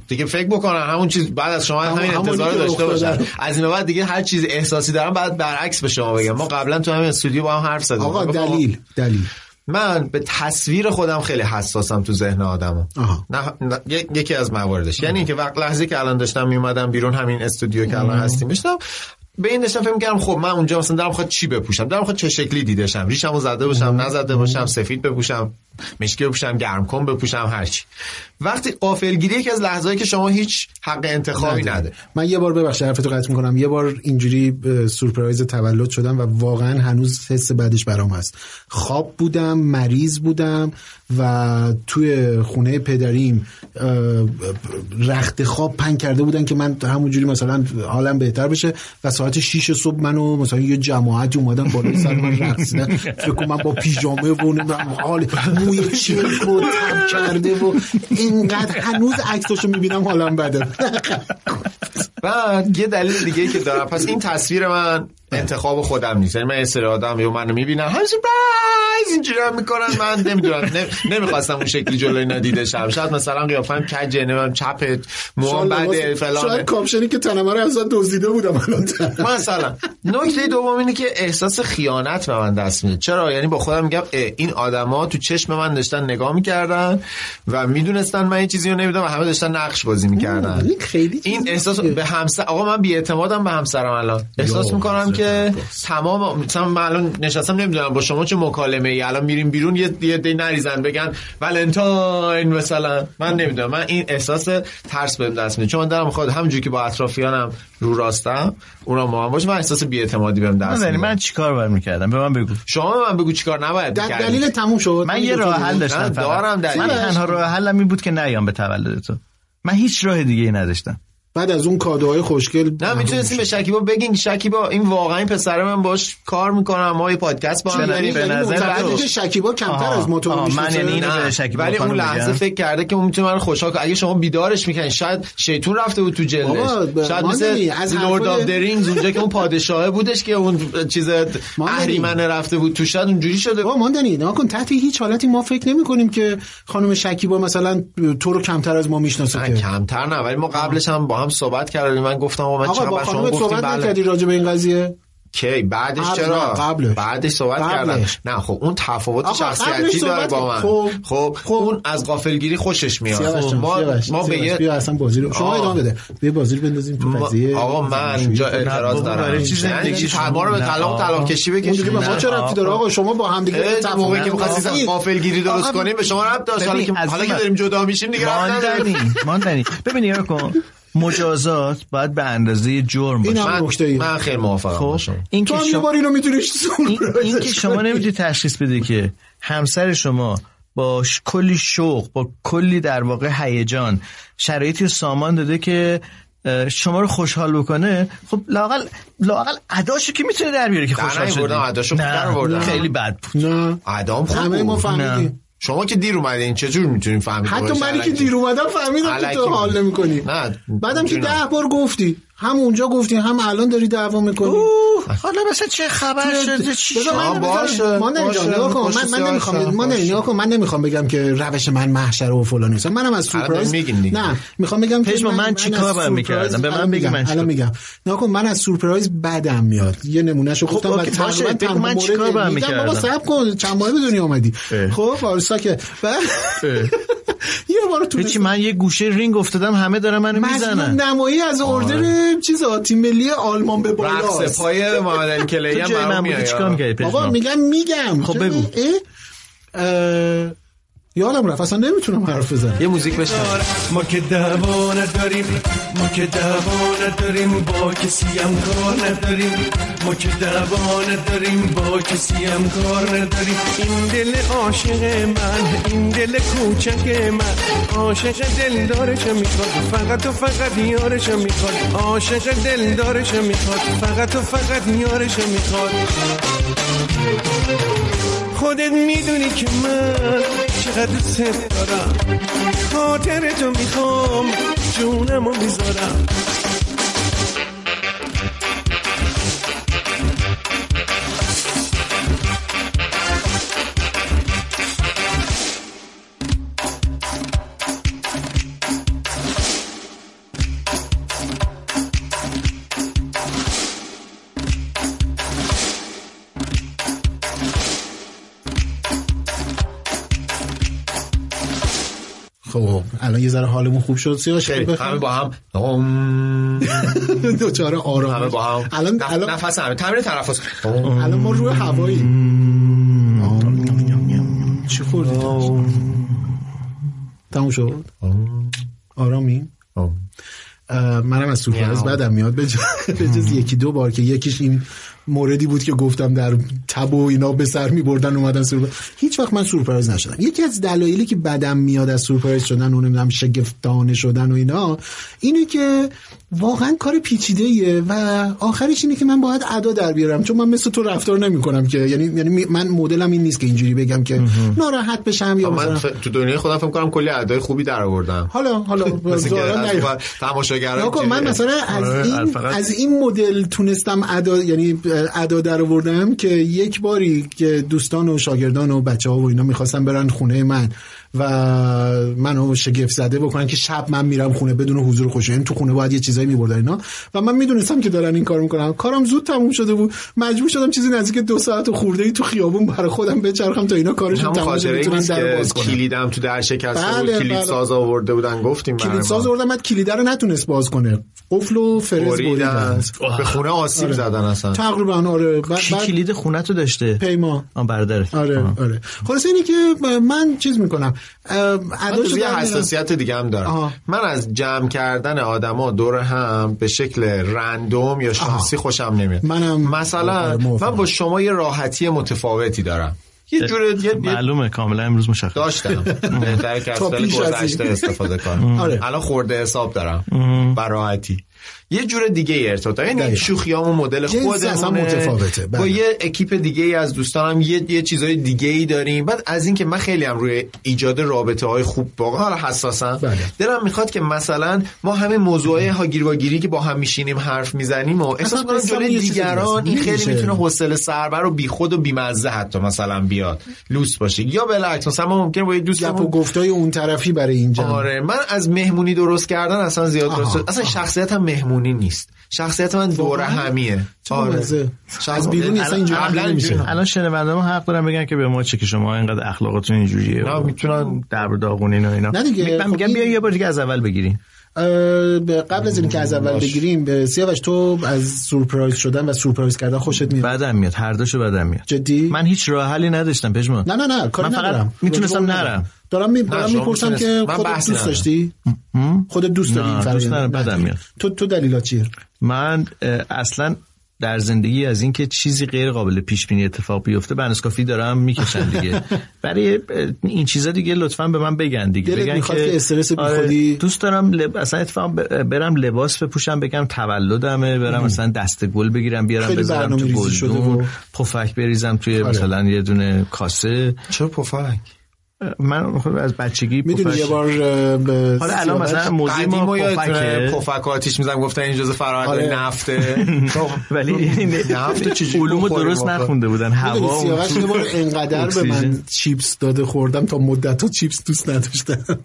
Speaker 3: دیگه فکر بکنم همون چیز بعد از شما همین
Speaker 2: همونی
Speaker 3: انتظار
Speaker 2: که
Speaker 3: داشته
Speaker 2: رخ داده
Speaker 3: باشن از این به بعد دیگه هر چیز احساسی دارم بعد برعکس به شما بگم ما قبلا تو همین استودیو با هم حرف زدیم
Speaker 2: آقا
Speaker 3: گفتم
Speaker 2: دلیل دلیل
Speaker 3: من به تصویر خودم خیلی حساسم تو ذهن آدمو
Speaker 2: آها.
Speaker 3: نه نه- ی- یکی از مواردش یعنی که وقت لحظه که الان داشتم میومدم بیرون همین استودیو که الان هستیم داشتم به این داشتم فکر می‌کردم خب من اونجا مثلا دارم خود چی بپوشم دارم خود چه شکلی دیده شم ریشمو زده باشم نزده باشم سفید بپوشم مشکی بپوشم گرم کن بپوشم هرچی وقتی قافلگیری یکی از لحظه‌ای که شما هیچ حق انتخابی نده
Speaker 2: من یه بار ببخشید حرفتو قطع میکنم یه بار اینجوری اه، سورپرایز تولد شدم و واقعا هنوز حس بعدش برام هست خواب بودم مریض بودم و توی خونه پدریم اه، رخت خواب پنگ کرده بودن که من همونجوری مثلا حالم بهتر بشه و ساعت 6 صبح منو مثلا یه جماعت اومدن بالای سر من رقصیدن فکر کنم من با پیژامه و نمیدونم حال موی چرک و تب کرده و اینقدر هنوز عکساشو میبینم حالم بده
Speaker 3: بعد یه دلیل دیگه که دارم پس این تصویر من انتخاب خودم نیست یعنی من یه سری آدم یا منو میبینم همیشه برایز اینجوری هم میکنن من نمیدونم نمیخواستم اون شکلی جلوی ندیده شم شاید مثلا قیافم کجه نمیدونم چپ موام
Speaker 2: شاید
Speaker 3: بده
Speaker 2: لباس-
Speaker 3: فلان
Speaker 2: شاید کاپشنی که تنمه رو ازت دزدیده بودم الان
Speaker 3: مثلا نکته دوم اینه که احساس خیانت به من دست میده چرا یعنی با خودم میگم اه، این آدما تو چشم من داشتن نگاه میکردن و میدونستن من یه چیزی رو نمیدونم و همه داشتن نقش بازی میکردن
Speaker 2: این خیلی
Speaker 3: این
Speaker 2: چیز
Speaker 3: احساس
Speaker 2: نیست که-
Speaker 3: به همسر آقا من بیاعتمادم به همسرم الان احساس میکنم که تمام مثلا من الان نشستم نمیدونم با شما چه مکالمه ای الان میریم بیرون یه یه دی نریزن بگن ولنتاین مثلا من نمیدونم من این احساس ترس بهم دست میده چون من دارم خود همونجوری که با اطرافیانم رو راستم اونا با من باشه من احساس بیاعتمادی بهم دست
Speaker 8: یعنی
Speaker 3: میده
Speaker 8: من چیکار برمیکردم به من بگو
Speaker 3: شما به من بگو چیکار نباید
Speaker 2: در
Speaker 3: می‌کردی.
Speaker 2: دلیل تموم شد
Speaker 8: من یه راه حل
Speaker 3: نه،
Speaker 8: داشتم فقط.
Speaker 3: دارم دلیل.
Speaker 8: من تنها راه حلم این بود که نیام به تولد تو من هیچ راه دیگه ای نداشتم
Speaker 2: بعد از اون کادوهای خوشگل
Speaker 3: نه میتونستیم به شکیبا بگین شکیبا این واقعا این پسر من باش کار میکنم ما یه پادکست با هم
Speaker 8: به
Speaker 3: داریم
Speaker 8: به نظر
Speaker 2: متوجه
Speaker 8: تو-
Speaker 2: که یعنی شکیبا کمتر
Speaker 8: آها،
Speaker 2: از ما تو رو
Speaker 8: آها، من
Speaker 2: می‌شناسه.
Speaker 8: یعنی اینو
Speaker 3: نه
Speaker 8: به شکیبا
Speaker 3: ولی
Speaker 8: خانم
Speaker 3: اون لحظه
Speaker 8: بگم.
Speaker 3: فکر کرده که اون میتونه من رو خوشحال کنه اگه شما بیدارش میکنین شاید شیطون رفته بود تو
Speaker 2: بابا،
Speaker 3: جلدش
Speaker 2: ب-
Speaker 3: شاید
Speaker 2: ما
Speaker 3: مثل
Speaker 2: نمی- از
Speaker 3: لورد
Speaker 2: حرفای-
Speaker 3: آف درینگز اونجا که اون پادشاهه بودش که اون چیز
Speaker 2: ما نمی-
Speaker 3: اهریمنه رفته بود تو شاید اونجوری شده
Speaker 2: بابا ماندنی نه کن تحت هیچ حالتی ما فکر نمی کنیم که خانم شکیبا مثلا تو رو کمتر از ما میشناسه
Speaker 3: نه،
Speaker 2: که
Speaker 3: کمتر نه ولی ما قبلش هم با هم صحبت کردیم من گفتم آقا من
Speaker 2: آقا
Speaker 3: چرا
Speaker 2: با
Speaker 3: به شما
Speaker 2: خانم
Speaker 3: گفتیم
Speaker 2: صحبت
Speaker 3: بله
Speaker 2: نکردی راجع به این قضیه
Speaker 3: کی بعدش
Speaker 2: قبل،
Speaker 3: چرا
Speaker 2: نه، قبلش.
Speaker 3: بعدش صحبت
Speaker 2: قبلش.
Speaker 3: کردن نه خب اون تفاوت
Speaker 2: آقا،
Speaker 3: شخصیتی
Speaker 2: قبلش
Speaker 3: داره
Speaker 2: صحبت
Speaker 3: با من
Speaker 2: خب،
Speaker 3: خب
Speaker 2: خب.
Speaker 3: اون از غافلگیری خوشش میاد
Speaker 2: سیاوش
Speaker 3: خب،
Speaker 2: جان،
Speaker 3: ما
Speaker 2: سیاوش،
Speaker 3: ما به
Speaker 2: سیاوش،
Speaker 3: یه
Speaker 2: بیا اصلا بازی رو شما
Speaker 3: آه.
Speaker 2: ادامه بده بیا بازی رو بندازیم تو
Speaker 3: ما-
Speaker 2: قضیه
Speaker 3: آقا من اینجا اعتراض
Speaker 8: بابا،
Speaker 3: دارم
Speaker 8: برای چی زندگی
Speaker 3: یعنی
Speaker 8: شما؟
Speaker 3: ما رو به
Speaker 8: نه،
Speaker 3: طلاق
Speaker 8: آقا.
Speaker 3: طلاق کشی
Speaker 2: اونجوری
Speaker 3: بکشیم
Speaker 2: به ما
Speaker 3: نه.
Speaker 2: چه ربطی داره آقا شما با هم دیگه
Speaker 3: اه، موقعی که
Speaker 2: تفاهم-
Speaker 3: می‌خواستی
Speaker 2: آقا،
Speaker 3: غافل گیری درست
Speaker 2: آقا،
Speaker 3: کنیم به شما ربط داشت حالا
Speaker 8: ببین،
Speaker 3: که
Speaker 8: از
Speaker 3: حالا
Speaker 8: این
Speaker 3: که
Speaker 8: ور-
Speaker 3: داریم جدا میشیم دیگه ربط نداره
Speaker 8: ماندنی ماندنی ببین نگاه کن
Speaker 4: مجازات باید به اندازه
Speaker 2: این
Speaker 4: جرم باشه
Speaker 2: هم
Speaker 3: من,
Speaker 2: نکته
Speaker 3: من خیلی موافقم
Speaker 4: خب
Speaker 3: باشم
Speaker 4: این
Speaker 2: تو
Speaker 4: که
Speaker 2: هم یه
Speaker 4: شما-
Speaker 2: بار اینو میتونی
Speaker 4: این, این که شما نمیتونی تشخیص بده که همسر شما با ش- کلی شوق با کلی در واقع هیجان شرایطی رو سامان داده که اه، شما رو خوشحال بکنه خب لاقل لاقل اداشو که میتونه در بیاره که
Speaker 3: در
Speaker 4: خوشحال شدی
Speaker 3: نیاوردم، اداشو خوب در آوردم.
Speaker 4: نه خیلی بد بود
Speaker 2: نه
Speaker 3: ادام خوب
Speaker 2: همه ما
Speaker 3: بود.
Speaker 2: فهمیدیم
Speaker 3: شما که دیر اومدین چجور میتونیم فهمید
Speaker 2: حتی
Speaker 3: باشه؟
Speaker 2: منی که
Speaker 3: علکی.
Speaker 2: دیر اومدم فهمیدم که
Speaker 3: علکی
Speaker 2: تو حال
Speaker 3: بود.
Speaker 2: نمیکنی
Speaker 3: نه
Speaker 2: بعدم که
Speaker 3: جونم.
Speaker 2: ده بار گفتی هم اونجا گفتی هم الان داری دعوا میکنی
Speaker 4: اوه، حالا مثلا چه خبر شده چی
Speaker 2: بذار
Speaker 4: شد؟
Speaker 2: من
Speaker 3: آه، باشه،
Speaker 2: نمی‌ذارم. ما نمی‌ذارم.
Speaker 3: باشه،
Speaker 2: نگاه کن.
Speaker 3: باشه،
Speaker 2: من من
Speaker 3: سیاوش
Speaker 2: نمیخوام
Speaker 3: جان،
Speaker 2: من
Speaker 3: باشه.
Speaker 2: نگاه کن من نمیخوام بگم که روش من محشر و فلان نیست منم از
Speaker 3: الان
Speaker 2: سورپرایز
Speaker 3: میگین دیگه.
Speaker 2: نه میخوام بگم که
Speaker 4: پژمان، من
Speaker 2: از
Speaker 4: چی کار باید
Speaker 2: سورپرایز-
Speaker 4: می‌کردم؟ به من
Speaker 2: الان
Speaker 4: بگی
Speaker 2: میگم.
Speaker 4: من چی
Speaker 2: الان
Speaker 4: کار-
Speaker 2: میگم نگاه کن من از سورپرایز بدم میاد یه نمونهشو
Speaker 4: خب،
Speaker 2: گفتم و
Speaker 4: اوکی، باشه.
Speaker 2: تقریباً
Speaker 4: بگو
Speaker 2: تنها
Speaker 4: من چی
Speaker 2: مورد-
Speaker 4: کار باید
Speaker 2: میگم
Speaker 4: می‌کردم؟
Speaker 2: بابا صبر کن چند ماه به دنیا آمدی
Speaker 4: اه.
Speaker 2: خب وارسا که بعد- یه بار تو
Speaker 4: هیچی من یه گوشه رینگ افتادم همه دارن منو
Speaker 2: مظلوم
Speaker 4: میزنن
Speaker 2: نمایی از اردر چیزا تیم ملی آلمان به بالا
Speaker 3: رقص پای محمد علی کلی
Speaker 4: تو
Speaker 3: هم
Speaker 4: جای
Speaker 3: برام
Speaker 4: من
Speaker 3: میاد
Speaker 4: بودی چیکار میکردی
Speaker 2: بابا
Speaker 4: پژمان؟
Speaker 2: میگم میگم
Speaker 4: خب
Speaker 2: چرا-
Speaker 4: بگو.
Speaker 2: اه؟ اه، یادم رفت اصلا نمیتونم حرف بزنم
Speaker 3: یه موزیک بشنویم
Speaker 1: ما که دعوا نداریم ما که دعوا نداریم با کسی هم کار نداریم ما که دعوا نداریم با کسی هم کار نداریم این دل عاشق من این دل کوچک من عاشق دلدارشم میخواد فقط و فقط یارشم میخواد عاشق دلدارشم میخواد فقط و فقط یارشم میخواد خودت میدونی که من چقدر دوست دارم خاطر تو میخوام جونمو میذارم
Speaker 2: خب الان یه ذره حالمون خوب شد سیاوش
Speaker 3: خیلی. همه با هم هم.
Speaker 2: دوچاره آرام
Speaker 3: همه با هم
Speaker 2: الان
Speaker 3: نف-
Speaker 2: الان
Speaker 3: نفس همه تمرین تنفس
Speaker 2: الان ما روی هوایی چی خوردی تموم شد آرامی اه، منم از سورپرایز
Speaker 3: میام.
Speaker 2: بدم میاد به جز- به جز یکی دو بار که یکیش این موردی بود که گفتم در تب و اینا به سر می بردن اومدن سورپرایز هیچ وقت من سورپرایز نشدم یکی از دلایلی که بدم میاد از سورپرایز شدن و نمیدونم شگفتانه شدن و اینا اینه که واقعا کار پیچیده و آخرش اینه که من باید ادا در بیارم چون من مثل تو رفتار نمی کنم که یعنی یعنی می- من مدلم این نیست که اینجوری بگم که ناراحت بشم یا
Speaker 3: من
Speaker 2: مثلا
Speaker 3: ف... تو دنیای خودم فکر کنم کلی ادای خوبی در آوردم
Speaker 2: حالا حالا ظاهراً نیا.
Speaker 3: تماشاگران
Speaker 2: نکن من مثلا از
Speaker 4: آره،
Speaker 2: این,
Speaker 4: فقط-
Speaker 2: از این مدل تونستم ادا یعنی ادا در آوردم که یک باری که دوستان و شاگردان و بچه ها و اینا میخواستن برن خونه من و منو شگفت زده بکنن که شب من میرم خونه بدون حضور خوشایند تو خونه باید یه چیزایی میبردن اینا و من میدونستم که دارن این کار میکنن کارم زود تموم شده بود مجبور شدم چیزی نزدیک دو ساعت و خورده ای تو خیابون برای خودم بچرخم تا اینا کارشون
Speaker 3: همون
Speaker 2: تموم شه
Speaker 3: خاطره
Speaker 2: بتونن
Speaker 3: نیست
Speaker 2: در
Speaker 3: که
Speaker 2: باز کنن
Speaker 3: کلیدم تو در شکسته
Speaker 2: بله،
Speaker 3: بود کلید
Speaker 2: بله.
Speaker 3: ساز آورده بودن گفتیم
Speaker 2: کلید
Speaker 3: برای
Speaker 2: ساز
Speaker 3: ما.
Speaker 2: آوردن بعد کلیده رو نتونست باز کنه قفل و فرز
Speaker 3: بریدن
Speaker 2: بریدن
Speaker 3: به خونه آسیب
Speaker 2: آره.
Speaker 3: زدن اصلا
Speaker 2: تقریبا آره بعد
Speaker 4: کی
Speaker 2: بعد
Speaker 4: کلید خونه تو داشته
Speaker 2: پیما
Speaker 4: آن برادر
Speaker 2: آره آره خلاص اینه که من چیز میکنم
Speaker 3: من
Speaker 2: اداشو
Speaker 3: تازه یه
Speaker 2: در میارم.
Speaker 3: حساسیت دیگه هم دارم
Speaker 2: آها.
Speaker 3: من از جمع کردن آدما دور هم به شکل رندوم یا شانسی خوشم نمیاد
Speaker 2: منم- آره،
Speaker 3: مثلا
Speaker 2: موافقم.
Speaker 3: من با شما یه راحتی متفاوتی دارم یه جور یه- یه
Speaker 4: معلومه کاملا امروز مشخص
Speaker 3: داشتم بهتره که از
Speaker 2: تا
Speaker 3: سال
Speaker 2: پیش از این.
Speaker 3: گذشته استفاده کنم
Speaker 2: آره.
Speaker 3: الان خورده حساب دارم و راحتی یه جور دیگه ای ارتباط دارم. یعنی
Speaker 2: دقیقاً.
Speaker 3: شوخیامون مدل
Speaker 2: جنس
Speaker 3: خودمونه
Speaker 2: اصلا متفاوته. بله.
Speaker 3: با یه اکیپ دیگه ای از دوستانم یه یه چیزای دیگه ای داریم بعد از اینکه من خیلی هم روی ایجاد رابطه های خوب واقعا حالا حساسم
Speaker 2: بله.
Speaker 3: دلم میخواد که مثلا ما همه موضوع هاگیر واگیری که با هم میشینیم حرف میزنیم و احساس
Speaker 2: اصلا
Speaker 3: کنم
Speaker 2: قصه‌مون
Speaker 3: جلوی
Speaker 2: یه چیز
Speaker 3: دیگران
Speaker 2: دیگه
Speaker 3: این
Speaker 2: است.
Speaker 3: خیلی
Speaker 2: نمیشه.
Speaker 3: میتونه حوصله سربر و بیخود و بیمزه حتی مثلا بیاد لوس باشه یا بالعکس مثلا ما ممکنه با یه دوست
Speaker 2: گپ و گفتای اون طرفی برای اینجا
Speaker 3: آره من از مهمونی درست کردن اصلا زیاد
Speaker 2: آها،
Speaker 3: درست اصلا شخصیتم مهمونی نیست شخصیت من دوره همیه
Speaker 2: چه مزه. از بیرون اصلا اینجوری
Speaker 3: قبلا
Speaker 2: حمله نمیشه.
Speaker 3: اینجوری-
Speaker 4: الان شنونده ما حق دارن بگن که به ما چه که شما اینقدر اخلاقتون اینجوریه
Speaker 3: نه، میتونن-
Speaker 4: در داغونین و اینا
Speaker 2: نه دیگه،
Speaker 4: من
Speaker 2: خب
Speaker 4: میگم
Speaker 2: این-
Speaker 4: بیا یه بار دیگه از اول بگیریم
Speaker 2: اه، به- قبل از اینکه از اول بگیریم به سیاوش تو از سورپرایز شدن و سورپرایز کردن خوشت میاد
Speaker 4: بدم میاد هر دوشو بدم میاد
Speaker 2: جدی
Speaker 4: من هیچ راه حلی نداشتم پژمان
Speaker 2: نه نه نه کاری
Speaker 4: من فقط
Speaker 2: ندارم
Speaker 4: میتونستم
Speaker 2: راجع به اون
Speaker 4: نرم.
Speaker 2: ندارم. دارم می دارم
Speaker 3: شما
Speaker 2: میپرسم
Speaker 3: میتونست-
Speaker 2: که
Speaker 3: من
Speaker 2: خودت
Speaker 3: بحث
Speaker 2: دوست
Speaker 3: ندارم.
Speaker 2: داشتی خودت دوست داری
Speaker 4: نه،
Speaker 2: این فرآیند
Speaker 4: دوست ندارم،
Speaker 2: نه،
Speaker 4: بدم
Speaker 2: دیگه.
Speaker 4: میاد.
Speaker 2: تو تو دلیلات چیه
Speaker 4: من اه، اصلا در زندگی از اینکه چیزی غیر قابل پیش بینی اتفاق بیفته بنس کافی دارم میکشم دیگه برای اه، این چیزا دیگه لطفا به من بگن دیگه
Speaker 2: دلت
Speaker 4: بگن
Speaker 2: میخواد که استرس بیخودی-
Speaker 4: آره، دوست دارم لب... اصلا اتفاق ب- برم لباس بپوشم بگم تولدمه برم مثلا دست گل بگیرم بیارم
Speaker 2: خیلی
Speaker 4: بذارم تو
Speaker 2: برنامه‌ریزی شده و- آره.
Speaker 4: گلدون پفک بریزم توی مثلا یه دونه کاسه
Speaker 3: چرا پفرک
Speaker 4: اه، من خب از بچگی
Speaker 2: میدونی
Speaker 4: پفک-
Speaker 2: یه بار اه، به
Speaker 4: حالا الان
Speaker 2: سیاوش-
Speaker 4: مثلا موضوع
Speaker 3: قدیم
Speaker 4: ما
Speaker 3: و
Speaker 4: پفکه
Speaker 3: یادتونه پفک و آتیش میزن گفتن این جزء
Speaker 2: آره.
Speaker 3: فرآیند نفته خب،
Speaker 4: ولی این
Speaker 3: نفت چجوری
Speaker 4: علوم
Speaker 3: بخوریم
Speaker 4: درست
Speaker 3: آخه؟
Speaker 4: نخونده بودن
Speaker 2: می‌دونی
Speaker 4: هوا اون
Speaker 2: سیاوش
Speaker 4: تو-
Speaker 2: یه بار انقدر به من
Speaker 4: اکسیژن.
Speaker 2: چیپس داده خوردم تا مدت چیپس دوست نداشتم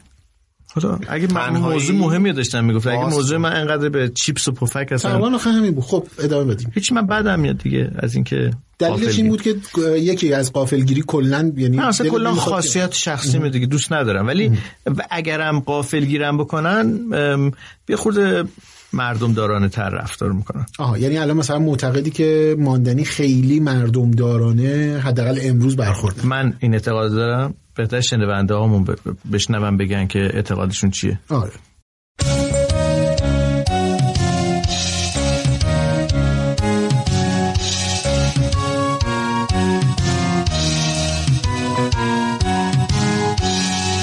Speaker 4: خدا اگه من
Speaker 3: تنهایی-
Speaker 4: موضوع مهمی رو داشتم میگفت اگه
Speaker 3: باز.
Speaker 4: موضوع من انقدر به چیپس و پفک اصلا
Speaker 2: تقریبا آخه همین بود خب ادامه بدیم
Speaker 4: هیچ من بدم میاد دیگه از اینکه
Speaker 2: دلیلش این بود که اه، یکی از قافلگیری کلا یعنی
Speaker 4: من اصلا
Speaker 2: دلت
Speaker 4: کلا
Speaker 2: نمی‌خواد که-
Speaker 4: خاصیت شخصی می دیگه دوست ندارم ولی و اگرم قافل گیرم بکنن ام، یه خورده مردم دارانه تر رفتار میکنن
Speaker 2: آها یعنی الان مثلا معتقدی که ماندنی خیلی مردم دارانه حداقل امروز برخورد
Speaker 4: من این اعتقاد دارم بهتر شنونده هامون ب- بشنون بگن که اعتقادشون چیه
Speaker 2: آره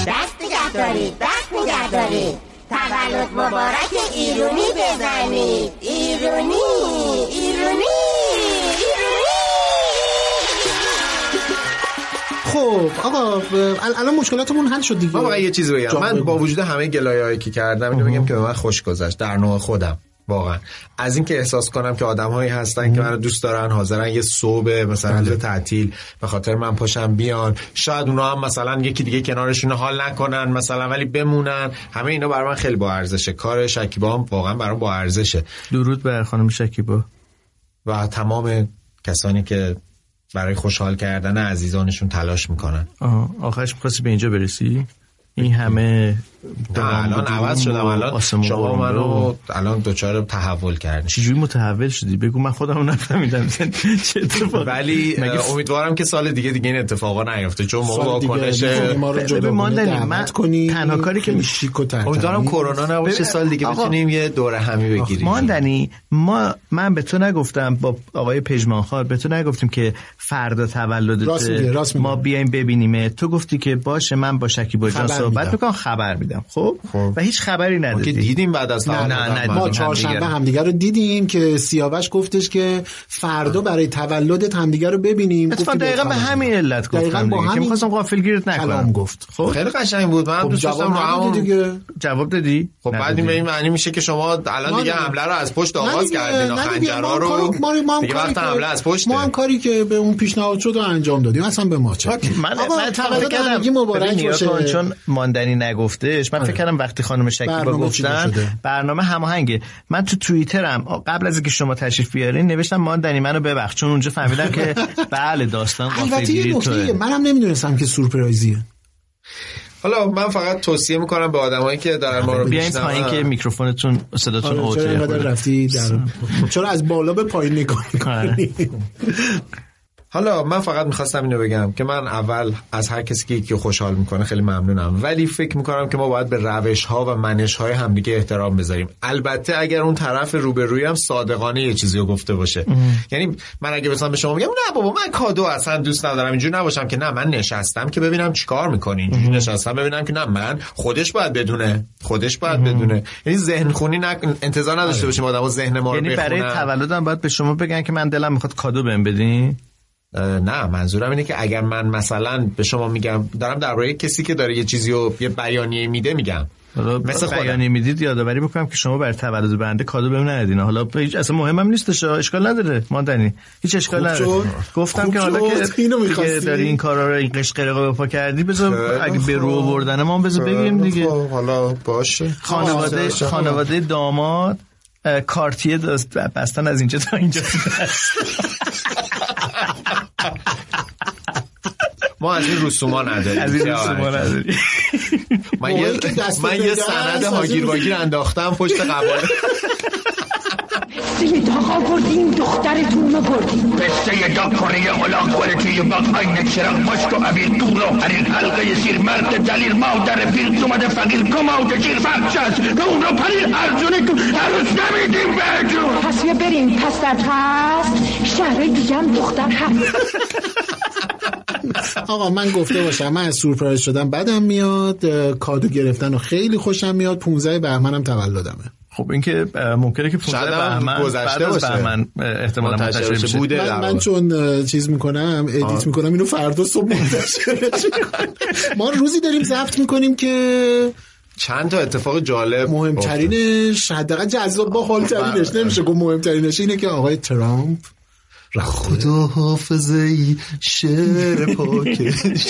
Speaker 1: دست نگه دارید دست نگه دارید تولد مبارک ایرونی بزنید ایرونی ایرونی
Speaker 2: خب آقا اه، ال- الان مشکلاتمون حل شد دیگه
Speaker 3: من واقعا یه چیز بگم
Speaker 2: جان
Speaker 3: من
Speaker 2: بگو.
Speaker 3: با وجود همه گلایه‌ای که کردم اینو بگم که به من خوش گذشت در نوع خودم واقعا از اینکه احساس کنم که آدمهایی هستن که منو دوست دارن حاضرن یه صبح مثلا روز تعطیل به خاطر من پاشم بیان شاید اونا هم مثلا یکی دیگه کنارشون رو حال نکنن مثلا ولی بمونن همه اینا برای من خیلی با ارزشه کار شکیبا هم واقعا برام با ارزشه
Speaker 4: درود به خانم شکیبا
Speaker 3: و تمام کسانی که برای خوشحال کردن عزیزانشون تلاش میکنن
Speaker 4: آها، آخرش میخواستی به اینجا برسی این همه
Speaker 3: نه، الان عوض شدم الان شما منو الان دوچار تحول کردی
Speaker 4: چجوری متحول شدی بگو من خودم نفهمیدم چه اتفاقی
Speaker 3: ولی
Speaker 4: مگه
Speaker 3: اه، امیدوارم که سال دیگه دیگه این اتفاقا نیفته چون موقع
Speaker 2: سال دیگه
Speaker 3: واکنش
Speaker 2: می‌خوای ما رو جدا
Speaker 4: ببین،
Speaker 2: کنی،
Speaker 4: ماندنی،
Speaker 2: دعوت
Speaker 4: من
Speaker 2: کنی
Speaker 4: تنها کاری که
Speaker 2: خیلی
Speaker 4: می-
Speaker 2: شیک و ترتمیز.
Speaker 3: امیدوارم کرونا نباشه
Speaker 4: ببین،
Speaker 3: سال دیگه
Speaker 4: آقا،
Speaker 3: بتونیم یه دوره همی بگیریم
Speaker 4: ماندنی ما من به تو نگفتم با آقای پژمانخوار به تو نگفتیم که فردا
Speaker 2: راست میگه،
Speaker 4: تولدت
Speaker 2: راست میگه.
Speaker 4: ما بیایم ببینیم تو گفتی که باشه من با شکیبا جان
Speaker 2: خبر
Speaker 4: صحبت
Speaker 2: میدم.
Speaker 4: میکنم خبر میدم خب
Speaker 3: خب.
Speaker 4: و هیچ خبری
Speaker 3: ما که
Speaker 4: ندادی
Speaker 3: دیدیم بعد از
Speaker 4: نه،
Speaker 3: تولد
Speaker 4: نه،
Speaker 3: هم.
Speaker 2: ما
Speaker 4: دیدیم
Speaker 2: چهارشنبه
Speaker 4: همدیگه رو.
Speaker 2: همدیگه رو دیدیم که سیاوش گفتش که فردا برای تولدت همدیگه رو ببینیم
Speaker 4: اتفاقا
Speaker 2: گفتی بهت
Speaker 4: دقیقا به
Speaker 2: خبر
Speaker 4: همین
Speaker 2: میدم.
Speaker 4: علت
Speaker 2: دقیقاً
Speaker 4: گفتم
Speaker 2: با
Speaker 4: دیگه که
Speaker 2: همین
Speaker 4: میخواستم غافلگیرت
Speaker 2: کلام
Speaker 4: نکنم
Speaker 2: گفت
Speaker 4: خب
Speaker 3: خیلی قشنگ بود من
Speaker 2: خب
Speaker 3: دوست
Speaker 2: جواب
Speaker 3: داشتم رو
Speaker 2: ندادی
Speaker 3: همون
Speaker 2: دیگه
Speaker 4: جواب دادی
Speaker 3: خب بعد این به این معنی میشه که شما الان دیگه
Speaker 2: نه دیگه.
Speaker 3: حمله رو از پشت
Speaker 2: نه
Speaker 3: آغاز
Speaker 2: دیگه،
Speaker 3: کردین و
Speaker 2: نه دیگه، ما
Speaker 3: خنجرها
Speaker 2: هم
Speaker 3: رو
Speaker 2: کاری- ما- ما هم
Speaker 3: دیگه
Speaker 2: کاری
Speaker 3: وقت
Speaker 2: که-
Speaker 3: حمله از
Speaker 2: ما هم
Speaker 3: پشته
Speaker 2: کاری که به اون پیشنهاد شد و انجام دادیم اصلا به ما چه
Speaker 4: من
Speaker 2: آقا،
Speaker 4: من
Speaker 2: تولد
Speaker 4: فکر کردم
Speaker 2: همگی مبارک
Speaker 4: ببین نیا
Speaker 2: باشه. آره.
Speaker 4: کن، چون ماندنی نگفتش من فکر کردم وقتی خانم شکیبا
Speaker 2: برنامه چیده
Speaker 4: گفتن
Speaker 2: شده.
Speaker 4: برنامه هماهنگه من تو توییترم قبل از اینکه شما تشریف بیارین نوشتم ماندنی منو ببخش چون اونجا فهمیدم که بله داستان
Speaker 2: البته یه
Speaker 4: قافلگیری
Speaker 2: نکته
Speaker 4: توه
Speaker 2: منم نمیدونستم که سورپرایزیه
Speaker 3: حالا من فقط توصیه میکنم به آدمایی که دارن ما رو
Speaker 4: خب، بیاین پایین که
Speaker 3: میشنون
Speaker 4: میکروفونتون صداتون
Speaker 2: آره، چرا اینقدر
Speaker 4: اوجه
Speaker 2: رفتی در چرا از بالا به پایین نگاه می‌کنی؟
Speaker 3: حالا من فقط میخواستم اینو بگم که من اول از هر کسی که یکی رو خوشحال میکنه خیلی ممنونم ولی فکر میکنم که ما باید به روش ها و منش های همدیگه احترام بذاریم البته اگر اون طرف روبروی هم صادقانه یه چیزی رو گفته باشه یعنی من اگه بتونم به شما بگم نه بابا من کادو اصلا دوست ندارم اینجوری نباشم که نه من نشستم که ببینم چیکار میکنی اینجوری نشستم ببینم که نه من خودش باید بدونه خودش باید بدونه یعنی ذهن خونی نکن- انتظار نداشته باشیم آدمو ذهن ما رو
Speaker 4: آره. یعنی برای
Speaker 3: بخونن.
Speaker 4: تولدم باید به شما بگن که من دلم میخواد کادو بهم بدین
Speaker 3: اه، نه منظورم اینه که اگر من مثلا به شما میگم دارم درباره کسی که داره یه چیزی رو یه بیانیه میده میگم
Speaker 4: حالا
Speaker 3: مثل خودم.
Speaker 4: بیانیه میدید یادآوری میکنم که شما برای تولد بنده کادو بهم ندین حالا هیچ اصلا مهمم نیستش اشکال نداره ماندنی هیچ اشکال نداره
Speaker 2: شد.
Speaker 4: گفتم
Speaker 2: خوب
Speaker 4: که حالا
Speaker 2: شد.
Speaker 4: که
Speaker 2: اینو
Speaker 4: دیگه
Speaker 2: می‌خواستی؟
Speaker 4: داری این کارا رو این قشقرقه به پا کردی بذار اگه به رو آوردن ما
Speaker 2: خب،
Speaker 4: بذار بگیریم دیگه
Speaker 3: حالا باشه
Speaker 4: خانواده خانواده داماد اه، کارتیه داست بستن از اینجا تا اینجا
Speaker 3: ما از این رسوما نداریم
Speaker 4: از این
Speaker 3: سیاوش.
Speaker 4: رسوما نداری.
Speaker 3: من
Speaker 2: موقعی
Speaker 3: یه
Speaker 2: که دست به
Speaker 3: من
Speaker 2: دل
Speaker 3: یه
Speaker 2: است،
Speaker 3: سند
Speaker 2: از اون
Speaker 3: هاگیر واگیر انداختم پشت قباله
Speaker 10: قصه داغا بردیم دخترتون رو بردیم
Speaker 11: قصه داغ کنه غلام گل توی باغ آینه چراغ مشک و عبیر دور و حریر حلقه سیر مرد دلیر مادر پیر اومده فقیر گماده شیر فرچه است نور و پریر ارزونه تو هنوز نمیدیم بهتون
Speaker 10: پس بیا بریم پس در پس شهر دیگه هم دختر هست
Speaker 2: آقا من گفته باشم من از سورپرایز شدم بدم میاد اه، کادو گرفتن و خیلی خوشم میاد 15 بهمنم تولدمه
Speaker 4: خب اینکه اه، ممکنه که 15
Speaker 2: شاید هم
Speaker 4: بهمن
Speaker 2: گذشته
Speaker 4: بعد از
Speaker 2: باشه.
Speaker 4: بهمن اه، احتمالاً
Speaker 2: منتشر
Speaker 4: منتشر
Speaker 2: بشه.
Speaker 4: میشه
Speaker 2: من, من چون اه، چیز میکنم ادیت
Speaker 4: آه.
Speaker 2: میکنم اینو فردا صبح منتشرش می‌کنم. ما روزی داریم ضبط میکنیم که
Speaker 3: چند تا اتفاق جالب
Speaker 2: مهمترینش حداقل جذاب با حالترینش نمیشه گفت مهمترینش اینه که آقای ترامپ
Speaker 3: خدا حافظه ای شعر پاک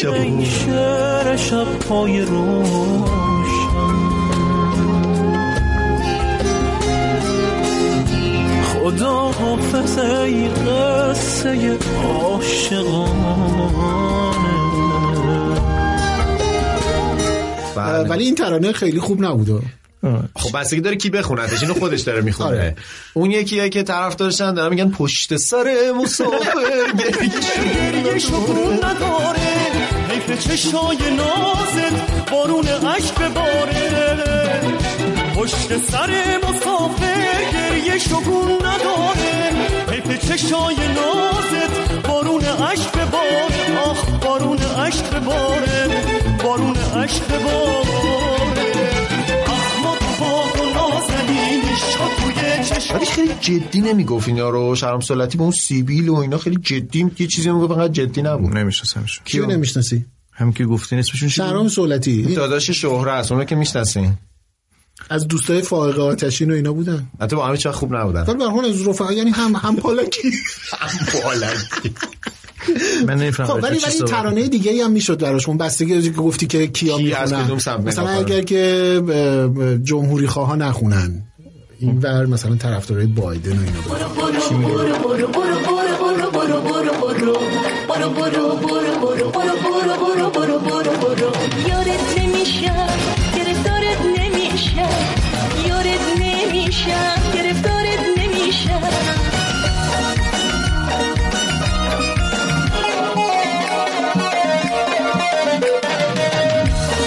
Speaker 1: این شعر شب پای روشن خدا حافظ ای قصه عاشقانه
Speaker 2: اه، ولی این ترانه خیلی خوب نبوده
Speaker 3: بله. خب بستگی داره کی بخونتش اینو خودش داره میخونه
Speaker 4: آره.
Speaker 3: اون یکیه که طرف دارشن دارن میگن پشت سر مسافر
Speaker 1: گریش بکن نداره حیف چشای نازت بارون عشق بباره پشت سر مسافر گریه شگون نداره حیف چشای نازت بارون عشق بباره آخ بارون عشق بباره بارون عشق بباره احمد با نازنینی شد توی چشم
Speaker 3: ولی خیلی جدی نمیگفت اینا رو شرم سلطی با اون سیبیل و اینا خیلی جدی یه چیزی میگفت فقط جدی نبود
Speaker 4: نمیشناسمش
Speaker 2: کیو نمیشناسی
Speaker 4: هم که گفتین اسمشون چی بود؟
Speaker 2: شهرام سولتی
Speaker 3: داداش شهره است اونو که میشناسین
Speaker 2: از دوستای فائق آتشین و اینا بودن
Speaker 3: حتی با همه چقدر خوب نبودن
Speaker 2: ولی برخون از رفقا یعنی هم هم پالکی
Speaker 4: من نمیفهمم
Speaker 2: خب ولی ولی ترانه دیگه ای هم میشد براش اون بستگی داره که گفتی که کیا میخونن
Speaker 3: کدوم سمت
Speaker 2: مثلا
Speaker 3: نگاه کنن.
Speaker 2: اگر که اه، اه، جمهوری خواه نخونن این ور مثلا طرفدارای بایدن و اینا باشن. چی می‌گه؟
Speaker 7: یارت نمیشم گرفتارت نمیشم یارت نمیشم گرفتارت نمیشم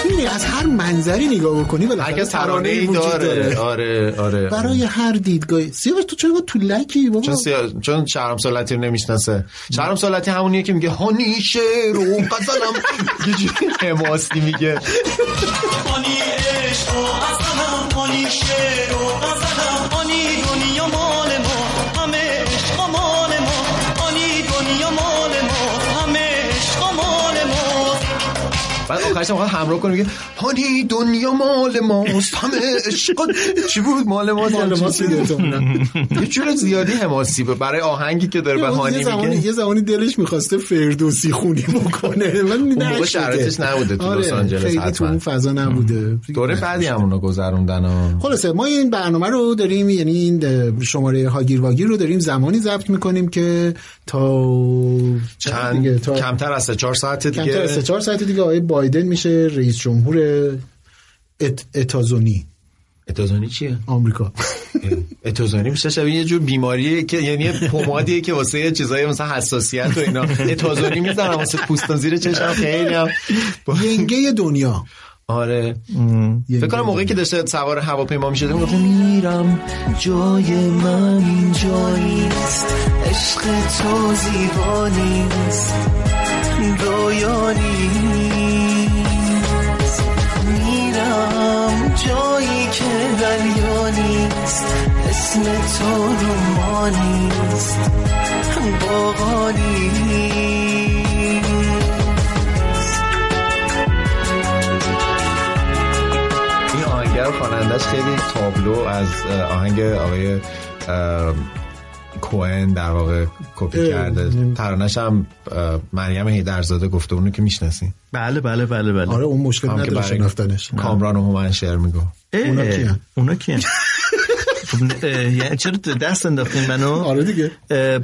Speaker 2: می‌بینی، از هر منظری نگاه بکنی بالاخره
Speaker 3: هرکس ترانه ای
Speaker 2: وجود
Speaker 3: داره آره آره
Speaker 2: برای هر دیدگاهی سیاوش تو چرا تو لکی بابا
Speaker 3: چون سیا... چون شهرام سالتی رو نمیشناسه شهرام سالتی همونیه که میگه هانی شعر و قزلم یه جوری حماسی میگه
Speaker 1: آنی عشق و غزلم آنی شعر و غزلم آنی دنیا مال ما همه عشق و مال ما آنی دنیا مال ما همه عشق و مال ما
Speaker 3: بعد آخرش هم همراه کنه میگه هانی دنیا مال ماست همه عشق چی بود مال ماست
Speaker 2: مال ماست
Speaker 3: چی بود؟
Speaker 2: دیگه.
Speaker 3: یه جور زیادی حماسی به- برای آهنگی که داره به هانی
Speaker 2: یه زمانی
Speaker 3: میگه
Speaker 2: یه زمانی دلش میخواسته فردوسی خونی بکنه من
Speaker 3: موقع شرایطش نبوده تو لس آنجلس
Speaker 2: آره، خیلی تو
Speaker 3: حتما.
Speaker 2: اون فضا نبوده
Speaker 3: دوره بعدی همونو گذروندن و
Speaker 2: خلاصه ما این برنامه رو داریم یعنی این شماره هاگیر واگیر رو داریم زمانی ضبط میکنیم که تا
Speaker 3: چند- کمتر از سه چهار ساعت دیگه
Speaker 2: کمتر از سه چهار ساعت دیگه آقای بایدن میشه رئیس جمهور ات... اتازونی
Speaker 3: اتازونی چیه؟
Speaker 2: آمریکا
Speaker 3: اتوزانی میشه شبیه یه جور بیماریه که یعنی یه پمادیه که واسه یه چیزای مثلا حساسیت و اینا اتوزانی میزنم واسه پوستان زیر چشم خیلی هم
Speaker 2: ینگه دنیا
Speaker 3: آره فکر کنم موقعی که داشته سوار هواپیما میشه میگفت میرم جای من
Speaker 1: جایی نیست عشق تو زیبا نیست رویا نیست میرم جایی که دریا نیست اسم تو رو ما نیست باغانی نیست
Speaker 3: این آهنگر و خوانندش خیلی تابلو از آهنگ آقای اه، کوهن در واقع کپی کرده ترانش هم اه، مریم هیدرزاده گفته اونو که میشناسین
Speaker 4: بله بله بله بله
Speaker 2: آره اون مشکل
Speaker 3: هم که
Speaker 2: نداره
Speaker 3: برای
Speaker 2: شناختنش
Speaker 3: کامران و هومن شعر میگو
Speaker 4: اه،
Speaker 2: اونا کیان؟
Speaker 4: اونا کیان خب، اه، یعنی چرا دست انداختین منو آره
Speaker 2: دیگه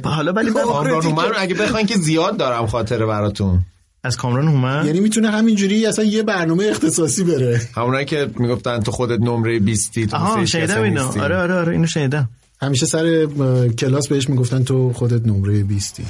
Speaker 4: حالا ولی
Speaker 2: خب،
Speaker 3: کامران و هومن رو اگه بخواین که زیاد دارم خاطره براتون
Speaker 4: از کامران اومد
Speaker 2: یعنی میتونه همینجوری اصلا یه برنامه اختصاصی بره
Speaker 3: همونایی که میگفتن تو خودت نمره 20 تو
Speaker 4: آها شنیدم اینو آره آره آره اینو شنیدم
Speaker 2: همیشه سر اه، کلاس بهش میگفتن تو خودت نمره 20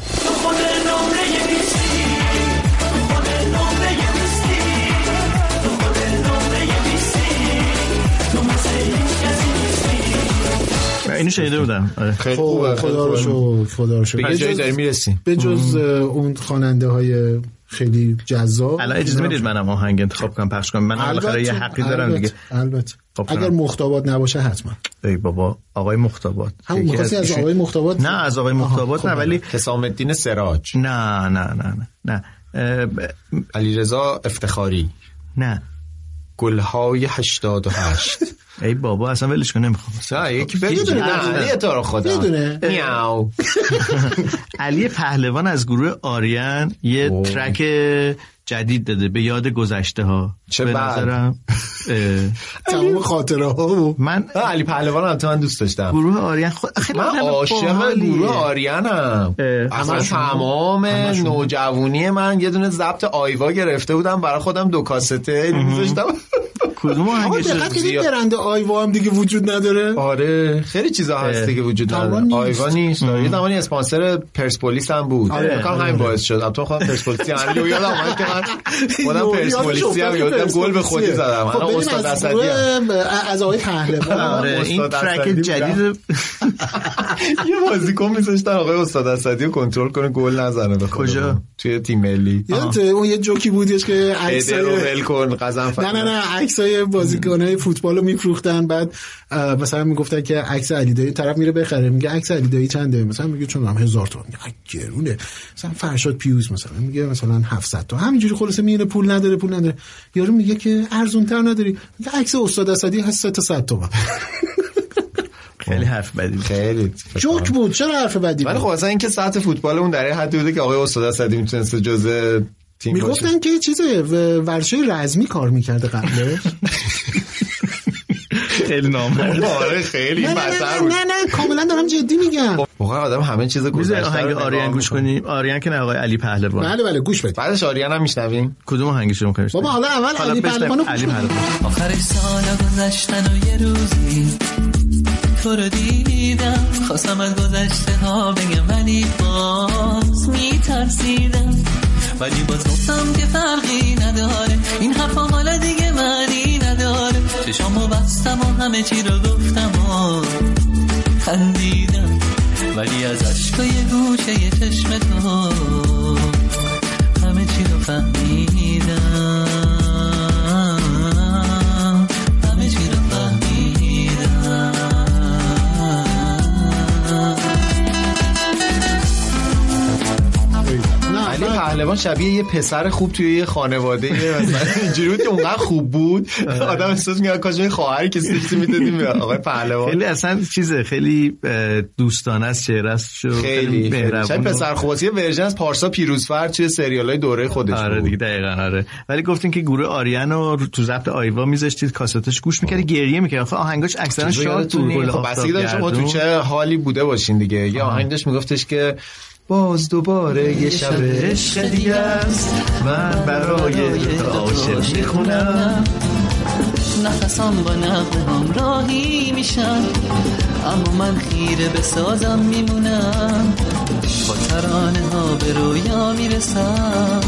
Speaker 4: اینو
Speaker 2: خب.
Speaker 4: شنیده بودم آره
Speaker 3: خیلی
Speaker 2: خوبه خدا رو شکر خدا رو شکر
Speaker 3: به یه جایی داری میرسیم
Speaker 2: به جز اه، اون خواننده های خیلی جذاب
Speaker 4: الان اجازه میدید منم آهنگ انتخاب کنم پخش کنم من بالاخره یه حقی دارم
Speaker 2: خب. البته،
Speaker 4: دیگه
Speaker 2: البته
Speaker 4: خب،
Speaker 2: اگر
Speaker 4: نه.
Speaker 2: مختابات نباشه حتما
Speaker 4: ای بابا آقای مختبات
Speaker 2: هم
Speaker 4: یکی
Speaker 2: می‌خواستی از
Speaker 4: ایشون-
Speaker 2: آقای مختبات
Speaker 4: نه از آقای مختبات
Speaker 2: خب،
Speaker 4: نه ولی
Speaker 3: حسام الدین سراج
Speaker 4: نه نه نه نه نه اه، ب-
Speaker 3: علیرضا افتخاری
Speaker 4: نه
Speaker 3: گلهای 88
Speaker 4: ای بابا اصلا ولش کن نمیخوام
Speaker 3: سا یکی
Speaker 4: یه
Speaker 3: بگی
Speaker 4: دونه
Speaker 3: خب، نه
Speaker 4: نمی‌دونم.
Speaker 3: یه تو رو
Speaker 2: یه
Speaker 3: خدا
Speaker 2: دونه.
Speaker 3: میاو
Speaker 4: علی پهلوان از گروه آریان یه ترک جدید داده به یاد گذشته ها
Speaker 3: چه
Speaker 4: به
Speaker 3: بد.
Speaker 4: نظرم اه،
Speaker 2: تمام خاطره ها و
Speaker 4: من
Speaker 3: آه، علی پهلوان هم تو من دوست داشتم
Speaker 4: گروه آریان خود خیلی
Speaker 3: من
Speaker 4: آدم
Speaker 3: عاشق
Speaker 4: باحالیه.
Speaker 3: گروه آریانم
Speaker 4: اه،
Speaker 3: اصلا
Speaker 4: همشون.
Speaker 3: تمام نوجوانی من یه دونه ضبط آیوا گرفته بودم برای خودم دو کاسته میذاشتم
Speaker 4: کدوم
Speaker 2: آقا
Speaker 4: آهنگش
Speaker 2: دقت کردید
Speaker 3: زیاد.
Speaker 2: برند آیوا هم دیگه وجود نداره
Speaker 3: آره خیلی چیزا هست
Speaker 4: اه.
Speaker 3: دیگه وجود
Speaker 2: آیوا
Speaker 3: نداره
Speaker 2: نیست.
Speaker 3: آیوا نیست آره. یه زمانی اسپانسر پرسپولیس هم بود
Speaker 2: آره.
Speaker 3: فکر کنم همین باعث شد البته خودم پرسپولیسی هم یعنی یادم اومد که من خودم
Speaker 2: یهو یادش
Speaker 3: پرسپولیسی هم
Speaker 2: افتاد
Speaker 3: یادم
Speaker 2: پرسپولیسیه.
Speaker 3: گل به خودی زدم
Speaker 2: خب
Speaker 3: من
Speaker 2: بریم
Speaker 3: استاد
Speaker 2: از
Speaker 3: اسدی هم.
Speaker 2: گروه، اه، از آقای پهلوان
Speaker 4: آره این
Speaker 3: استاد
Speaker 4: ترک
Speaker 3: اسدی
Speaker 4: جدید
Speaker 3: یه بازیکن میذاشتن آقای استاد اسدی رو کنترل کنه گل نزنه به خدا.
Speaker 4: کجا؟
Speaker 3: توی تیم ملی
Speaker 2: یادت اون یه جوکی بودش که
Speaker 3: بده رو
Speaker 2: عکسای
Speaker 3: ول کن قزم
Speaker 2: نه نه نه عکسای بازیکنای فوتبال رو میفروختن بعد اه، مثلا میگفتن که عکس علیدایی طرف میره بخره میگه عکس علیدایی چنده مثلا میگه چون هم هزار تومن میگه آی، گرونه مثلا فرشاد پیوز مثلا میگه مثلا 700 تا همینجوری خلاصه میره پول نداره پول نداره یارو میگه که ارزون تر نداری میگه عکس استاد اسدی هست 3 تا 100 تومن
Speaker 4: خیلی حرف بدی
Speaker 3: خیلی
Speaker 2: جوک بود چرا حرف بدی
Speaker 3: ولی خب اصلا اینکه سطح فوتبال اون در یه حدی بوده که آقای استاد اسدی میتونست جزء تیم باشه
Speaker 2: میگفتن که چیزه و- ورشه رزمی کار میکرده قبله
Speaker 4: خیلی نامرد
Speaker 3: آره خیلی
Speaker 2: نه نه
Speaker 3: بدتر
Speaker 2: نه
Speaker 3: بود خب،
Speaker 2: نه نه کاملا دارم جدی میگم
Speaker 3: واقعا آدم همه چیز
Speaker 4: می‌ذاری
Speaker 3: گذشته
Speaker 4: آهنگ
Speaker 3: رو نگاه
Speaker 4: آریان گوش
Speaker 3: می‌کنه.
Speaker 4: کنیم آریان که نه آقای علی پهلوان
Speaker 2: بله بله گوش بدید
Speaker 3: بعدش آریان هم میشنویم
Speaker 4: کدوم آهنگش رو می‌خوای
Speaker 2: بابا، حالا اول علی پهلوان رو گوش
Speaker 4: علی
Speaker 2: کن.
Speaker 4: پهلوان
Speaker 1: آخرش سالا گذشتن و یه روزی تو رو دیدم خواستم از گذشته ها بگم ولی باز میترسیدم ولی باز گفتم که فرقی نداره این حرفا حالا دیگه معنی نداره چشامو بستم و همه چی رو گفتم و خندیدم ولی از عشقای گوشه ی چشم تو همه چی رو فهمیدم همه چی رو فهمیدم
Speaker 2: نه
Speaker 3: علی
Speaker 2: نه.
Speaker 3: پهلوان شبیه یه پسر خوب توی یه خانواده مثلا اینجوری بود که اونقدر خوب بود
Speaker 4: آره.
Speaker 3: آدم احساس می‌کنه کاش یه خواهری که سیستی میدادیم به آقای پهلوان
Speaker 4: خیلی اصلا چیزه خیلی اه، دوستانه است چهره است
Speaker 3: خیلی
Speaker 4: و
Speaker 3: خیلی
Speaker 4: مهربون
Speaker 3: شاید
Speaker 4: و-
Speaker 3: پسر خوب است. یه ورژن از پارسا پیروزفر توی سریال های دوره خودش
Speaker 4: آره
Speaker 3: بود
Speaker 4: دیگه دقیقا آره ولی گفتین که گروه آریان رو تو ضبط آیوا میذاشتید کاستش گوش میکردی گریه میکرد آخه آهنگاش اکثرا
Speaker 3: چیزا
Speaker 4: شاد
Speaker 3: یادتون
Speaker 4: بود
Speaker 3: نیست؟
Speaker 4: گل
Speaker 3: خب
Speaker 4: آفتاب
Speaker 3: بستگی داره شما تو
Speaker 4: گردون.
Speaker 3: چه حالی بوده باشین دیگه یه آهنگ داشت میگفتش که باز دوباره یه شب عشق دیگه است من برای تو عاشق میخونم
Speaker 1: نفسم با نقمه راهی میشم اما من خیره به سازم میمونم با ترانه ها به رویا میرسم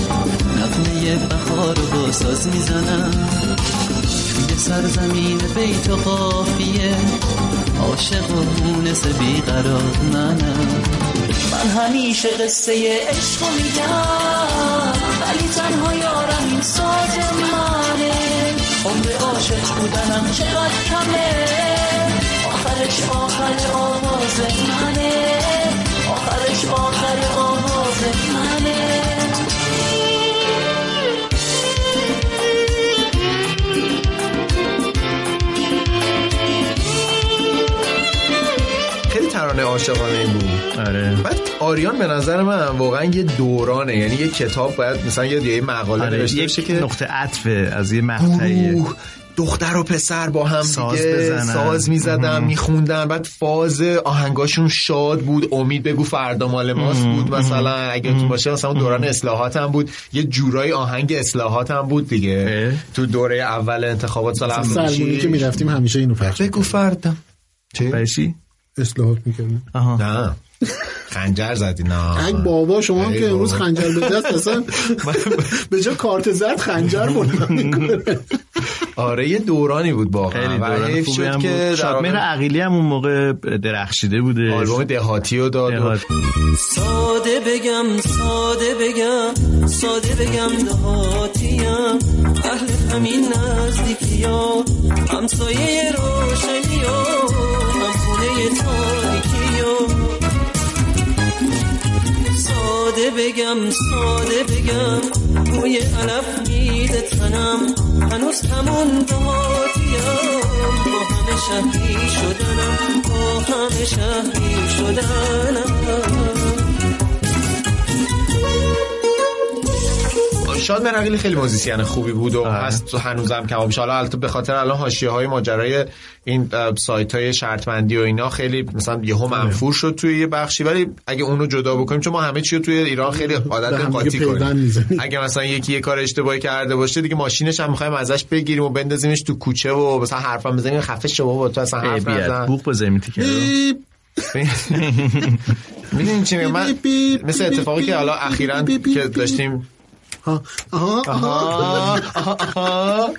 Speaker 1: نقمه بخار رو با ساز میزنم توی سرزمین بیت و قافیه عاشق و مونس بیقرار منم من همیشه قصه عشق رو میگم ولی تنها یارم این ساز منه عمر عاشق بودنم چقدر کمه آخرش آخر آواز منه آخرش آخر آواز منه
Speaker 3: خیلی ترانه عاشقانه این بود
Speaker 4: آره
Speaker 3: بعد آریان به نظر من واقعا یه دورانه یعنی یه کتاب باید مثلا یه یه مقاله
Speaker 4: آره
Speaker 3: نوشته
Speaker 4: یک
Speaker 3: بشه که
Speaker 4: نقطه عطف از یه مقطعی
Speaker 3: گروه دختر و پسر با هم
Speaker 4: ساز
Speaker 3: دیگه
Speaker 4: بزنن.
Speaker 3: ساز میزدن
Speaker 4: مهم.
Speaker 3: میخوندن بعد فاز آهنگاشون شاد بود امید بگو فردا مال ماست
Speaker 4: مهم.
Speaker 3: بود مثلا اگه تو باشه مثلا اون دوران اصلاحات هم بود یه جورایی آهنگ اصلاحات هم بود دیگه تو دوره اول انتخابات سال
Speaker 2: سلمونی که
Speaker 3: 76
Speaker 2: میرفتیم همیشه اینو پخش
Speaker 3: بگو فردا چه
Speaker 4: بشی
Speaker 2: اصلاحات میکردیم
Speaker 3: نه خنجر زدی نه
Speaker 2: ای بابا شما هم
Speaker 3: ای
Speaker 2: که امروز
Speaker 3: بابا.
Speaker 2: خنجر به دست اصلا به جا کارت زرد خنجر بلند
Speaker 3: آره یه دورانی بود واقعا
Speaker 4: خیلی
Speaker 3: و
Speaker 4: دوران
Speaker 3: حیف
Speaker 4: خوبی
Speaker 3: شد
Speaker 4: هم
Speaker 3: که
Speaker 4: بود
Speaker 3: در
Speaker 4: شادمهر
Speaker 3: واقع
Speaker 4: عقیلی هم اون موقع درخشیده بوده
Speaker 3: آلبوم دهاتی رو داد و-
Speaker 12: ساده بگم ساده بگم ساده بگم دهاتیم اهل همین نزدیکی ها همسایه روشنی ها همخونه تاریکی ها ساده بگم ساده بگم بوی علف میده تنم هنوز همون دهاتیم با همه شهری شدنم با همه شهری شدنم
Speaker 3: آره، شاد مرقیلی خیلی موزیسین خوبی بود
Speaker 4: آره.
Speaker 3: و هست تو هنوزم کما میشه حالا البته به خاطر الان حاشیه های ماجرای این سایت های شرطمندی و اینا خیلی مثلا یه
Speaker 4: آره.
Speaker 3: هم منفور شد توی یه بخشی ولی اگه اونو جدا بکنیم چون ما همه چی رو توی ایران خیلی
Speaker 2: به
Speaker 3: عادت
Speaker 2: هم دیگه
Speaker 3: قاطی
Speaker 2: پیوند
Speaker 3: کنیم
Speaker 2: می‌زنیم.
Speaker 3: اگه مثلا یکی یه کار اشتباهی کرده باشه دیگه ماشینش هم میخوایم ازش بگیریم و بندازیمش تو کوچه و مثلا حرفم بزنیم خفه شو با تو اصلا حرف
Speaker 4: بیاد
Speaker 3: نزن
Speaker 4: بوق بزنی میتیکه رو.
Speaker 3: خب. میدونی چی میگم؟ من مثل اتفاقی که حالا اخیرا که داشتیم آها، آها.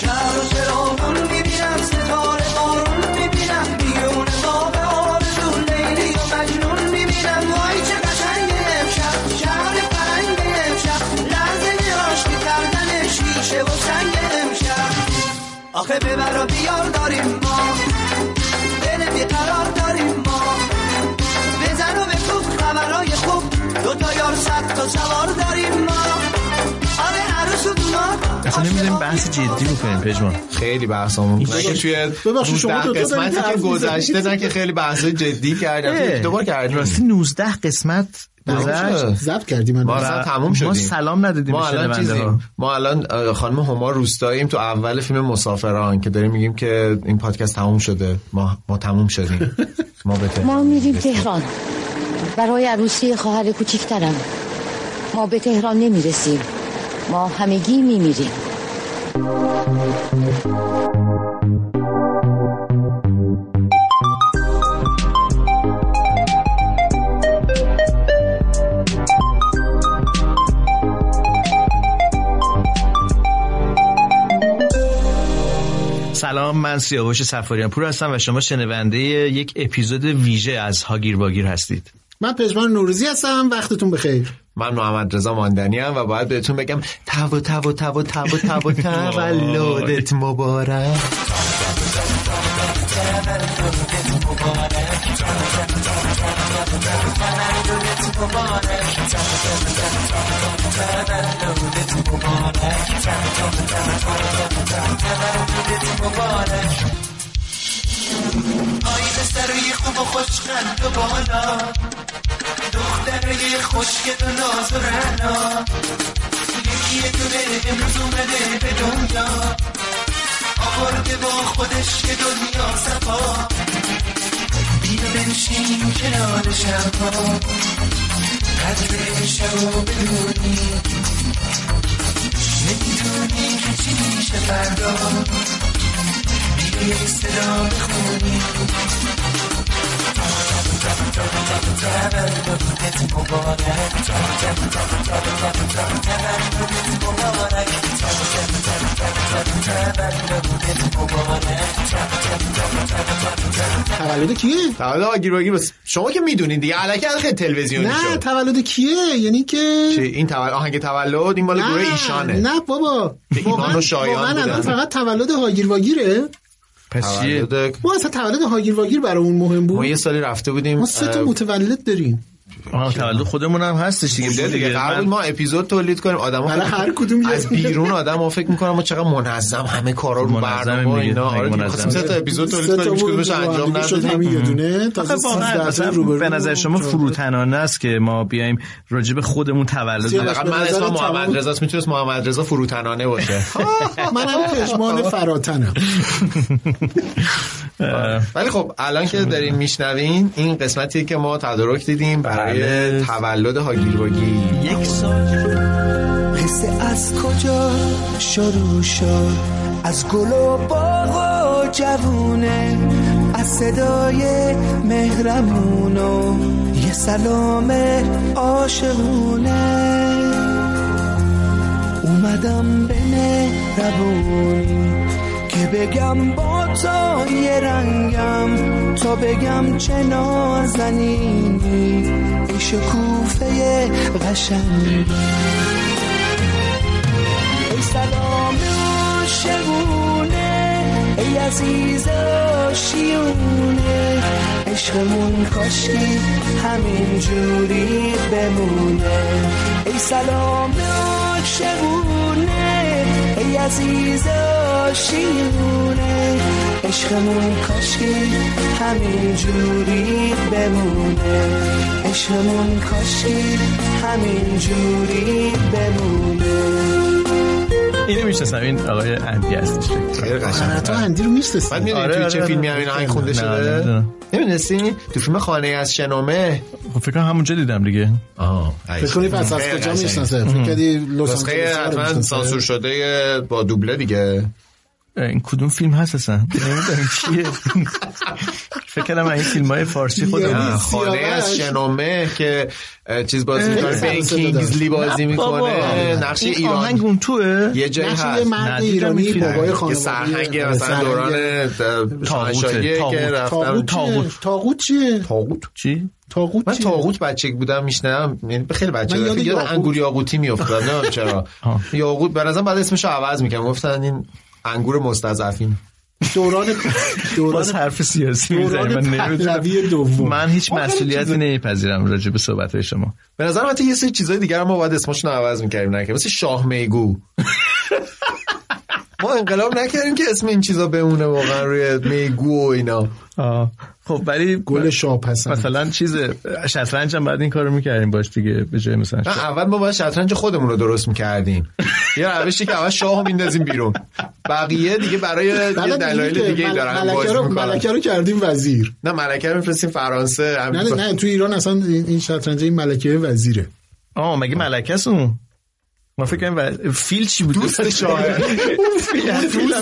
Speaker 1: شهر و چراغون میبینم ستاره بارون میبینم دیون باب آرزو لیلی و مجنون میبینم وای چه قشنگ امشب شهر فرنگ امشب لحظه آشتی کردن شیشه و سنگ امشب آخه ببر و بیار داریم ما دل بیقرار داریم ما بزن و بکوب خبرهای خوب دو تا یار صد تا سوار داریم ما آره عروس و دونات
Speaker 4: اصلا نمیدونیم بحث جدی بکنیم پژمان
Speaker 3: خیلی بحثمون
Speaker 4: این
Speaker 3: که
Speaker 4: چی؟
Speaker 3: توی
Speaker 4: ببخشید، شما
Speaker 3: 19
Speaker 4: دوتا دارید
Speaker 3: قسمتی
Speaker 4: حرف
Speaker 3: که
Speaker 4: می‌زنید.
Speaker 3: گذشته نه که خیلی بحث جدی کردیم دوباره کردیم
Speaker 4: راستی 19 قسمت
Speaker 3: تموم شد.
Speaker 4: گذشت
Speaker 2: زب کردیم
Speaker 3: ما اصلا تموم شدیم
Speaker 4: ما سلام ندادیم
Speaker 3: ما
Speaker 4: به
Speaker 3: الان
Speaker 4: شنونده
Speaker 3: چیزیم.
Speaker 4: ها.
Speaker 3: ما الان اه، خانم هما روستاییم تو اول فیلم مسافران که داریم میگیم که این پادکست تموم شده ما ما تموم شدیم ما به تهران
Speaker 13: ما میریم تهران برای عروسی خواهر کوچیکترم ما به تهران نمیرسیم ما همگی میمیریم
Speaker 4: سلام من سیاوش سفاریان پور هستم و شما شنونده یک اپیزود ویژه از هاگیر باگیر هستید
Speaker 2: من پژمان نوروزی هستم وقتتون بخیر
Speaker 3: من محمد رضا ماندنی ام و باید بهتون بگم تو تو تو تو تو تولدت مبارک
Speaker 1: آی پسرای خوب و خوشقند و بالا دخترای خوشگل و نازورنا یکی یه دونه امروز اومده به دنیا آورده با خودش که دنیا صفا بیا بنشین کنار شبا قدر شبا بدونی نمیدونی که چی میشه فردا یک صدا بخونی تولدت مبارک تولدت مبارک تولدت مبارک
Speaker 2: تولد کیه؟
Speaker 3: تولد هاگیر باگیر بس شما که میدونید دیگه الکی الکی تلویزیونی
Speaker 2: نه
Speaker 3: شد
Speaker 2: تولد کیه یعنی که
Speaker 3: چه این تولد آهنگ تولد این مال
Speaker 2: نه،
Speaker 3: گروه ایشانه
Speaker 2: نه بابا
Speaker 3: ایمان و شایان
Speaker 2: واقعاً
Speaker 3: بودن.
Speaker 2: الان فقط تولد هاگیر واگیره
Speaker 4: پس چیه؟
Speaker 3: تولد
Speaker 2: ما اصلا تولد هاگیر واگیر برامون مهم بود
Speaker 3: ما یه سالی رفته بودیم
Speaker 2: ما سه تا
Speaker 3: اه،
Speaker 2: متولد داریم
Speaker 4: آها تولد خودمون هم هستش دیگه
Speaker 3: بوده دیگه قرار بود ما اپیزود تولید کنیم آدم
Speaker 4: برای هر کدوم یه-
Speaker 3: از بیرون آدم ها فکر میکنم ما چقدر منظم همه کارا رو
Speaker 4: منظمیم
Speaker 3: برنامه و
Speaker 4: دیگه.
Speaker 3: اینا آره دیگه
Speaker 4: منظم.
Speaker 3: خواستیم سه تا اپیزود
Speaker 2: سه
Speaker 3: تولید کنیم هیچ
Speaker 2: تامون
Speaker 3: کدومش
Speaker 2: با هم
Speaker 3: انجام خب،
Speaker 2: دیگه شد
Speaker 3: ندادیم
Speaker 2: همین یه دونه تازه
Speaker 4: آخه واقعاً
Speaker 2: 13 تا
Speaker 4: مثلا
Speaker 2: روبرو
Speaker 4: به نظر شما فروتنانه است که ما بیایم راجب خودمون تولد
Speaker 3: حداقل من اسمم محمد رضا میتونست محمد رضا فروتنانه باشه
Speaker 2: منم پشمان فراتنم
Speaker 3: ولی خب الان که دارین میشنوین این قسمتیه که ما تدارک دیدیم برای
Speaker 4: بله.
Speaker 3: تولد هاگیر واگیر
Speaker 1: یک سال قصه از کجا شروع شد از گل و باغ و جوونه از صدای مهرمون و یه سلام عاشقونه اومدم به مهربونی که بگم با تو یه رنگم تا بگم چه نازنینی این شکوفه قشنگی ای سلام شبونه ای عزیز شیونه عشقمون کاشکی همین جوری بمونه ای سلام شبونه ای عزیز شیونه عشقمون کاشکی همین جوری بمونه عشقمون کاشکی همین جوری بمونه
Speaker 4: اینو میشناسم این آقای اندی هستش
Speaker 3: خیلی قشنگه
Speaker 2: تو اندی رو میشناسی
Speaker 3: بعد میدونی
Speaker 4: آره،
Speaker 3: توی
Speaker 4: آره،
Speaker 3: چه
Speaker 4: آره.
Speaker 3: فیلمی هم این آهنگ خونده
Speaker 4: نه،
Speaker 3: شده
Speaker 4: نمیدونم.
Speaker 3: نمیدونستی تو فیلم خانه از شنومه
Speaker 4: خب، فکر کنم همونجا دیدم دیگه
Speaker 3: آه
Speaker 2: فکر کنی پس از
Speaker 3: خیلی
Speaker 2: کجا
Speaker 3: قشنگه.
Speaker 2: میشناسه فکر کردی لس
Speaker 3: نسخه
Speaker 2: آنجلس رو
Speaker 3: حتما
Speaker 2: می‌شناسه؟
Speaker 3: سانسور شده با دوبله دیگه
Speaker 4: این کدوم فیلم هست اصلا نمیدونم چیه فکر کردم این فیلم های فارسی خب. خود
Speaker 3: نه، خانه از شنومه که اه، چیز بازی
Speaker 4: اه.
Speaker 3: میکنه بین
Speaker 4: سر صدا
Speaker 3: کینگزلی
Speaker 4: داره.
Speaker 3: بازی
Speaker 4: نه بابا.
Speaker 3: میکنه نقش
Speaker 4: این
Speaker 3: ایران
Speaker 4: آهنگ اون توه
Speaker 3: یه جایی
Speaker 4: نقش یه
Speaker 3: هست
Speaker 4: مرد ندیدم ایرانی، این فیلم. بابای
Speaker 3: که
Speaker 4: خانوادگی.
Speaker 3: سرهنگ
Speaker 4: آره،
Speaker 3: مثلا
Speaker 4: سرهنگ.
Speaker 3: دوران اه، شاهنشاهیه
Speaker 4: تاغوته.
Speaker 3: که رفتن
Speaker 2: تاغوت چیه؟ تاغوت چیه
Speaker 3: تاغوت
Speaker 4: چی
Speaker 2: تاغوت
Speaker 3: من
Speaker 2: چیه؟
Speaker 3: تاغوت بچه بودم میشنم یعنی خیلی بچه
Speaker 2: من
Speaker 3: بودم
Speaker 2: یاد
Speaker 3: یاد
Speaker 2: یاقوت.
Speaker 3: انگور یاقوتی میافتاد نه چرا یاقوت به نظرم بعد اسمش عوض میکنم گفتن این انگور مستضعفین
Speaker 2: دوران
Speaker 4: باز حرف سیاسی
Speaker 3: دوران
Speaker 4: میزنی من
Speaker 3: پهلوی
Speaker 4: نمیدونم
Speaker 2: دوم
Speaker 4: من هیچ
Speaker 3: ما خیلی
Speaker 4: مسئولیتی
Speaker 3: چیزا-
Speaker 4: نمیپذیرم راجع به صحبت های شما
Speaker 3: به نظرم حتی یه سری چیزای دیگر هم ما باید اسمشون رو عوض میکردیم نکردیم مثل شاه میگو ما انقلاب نکردیم که اسم این چیزا بمونه واقعا روی میگو و اینا
Speaker 4: آه. خب ولی
Speaker 2: گل شاپسند
Speaker 4: مثلا چیز شطرنج هم بعد این کارو میکردیم باش دیگه به جای مثلا
Speaker 3: نه اول ما باید شطرنج خودمون رو درست میکردیم یه روشی که اول شاه رو میندازیم بیرون بقیه دیگه برای یه
Speaker 2: بلد
Speaker 3: دلایل
Speaker 2: دیگه
Speaker 3: دیگه
Speaker 2: مل-
Speaker 3: دارن
Speaker 2: ملکه
Speaker 3: باز
Speaker 2: رو
Speaker 3: میکنن
Speaker 2: ملکه رو کردیم وزیر
Speaker 3: نه ملکه رو میفرستیم فرانسه
Speaker 2: نه نه, نه تو ایران اصلا این این شطرنج این ملکه وزیره
Speaker 4: آه مگه ملکس اون ما فکر کنیم و... فیل چی بود
Speaker 3: دوست شاهه.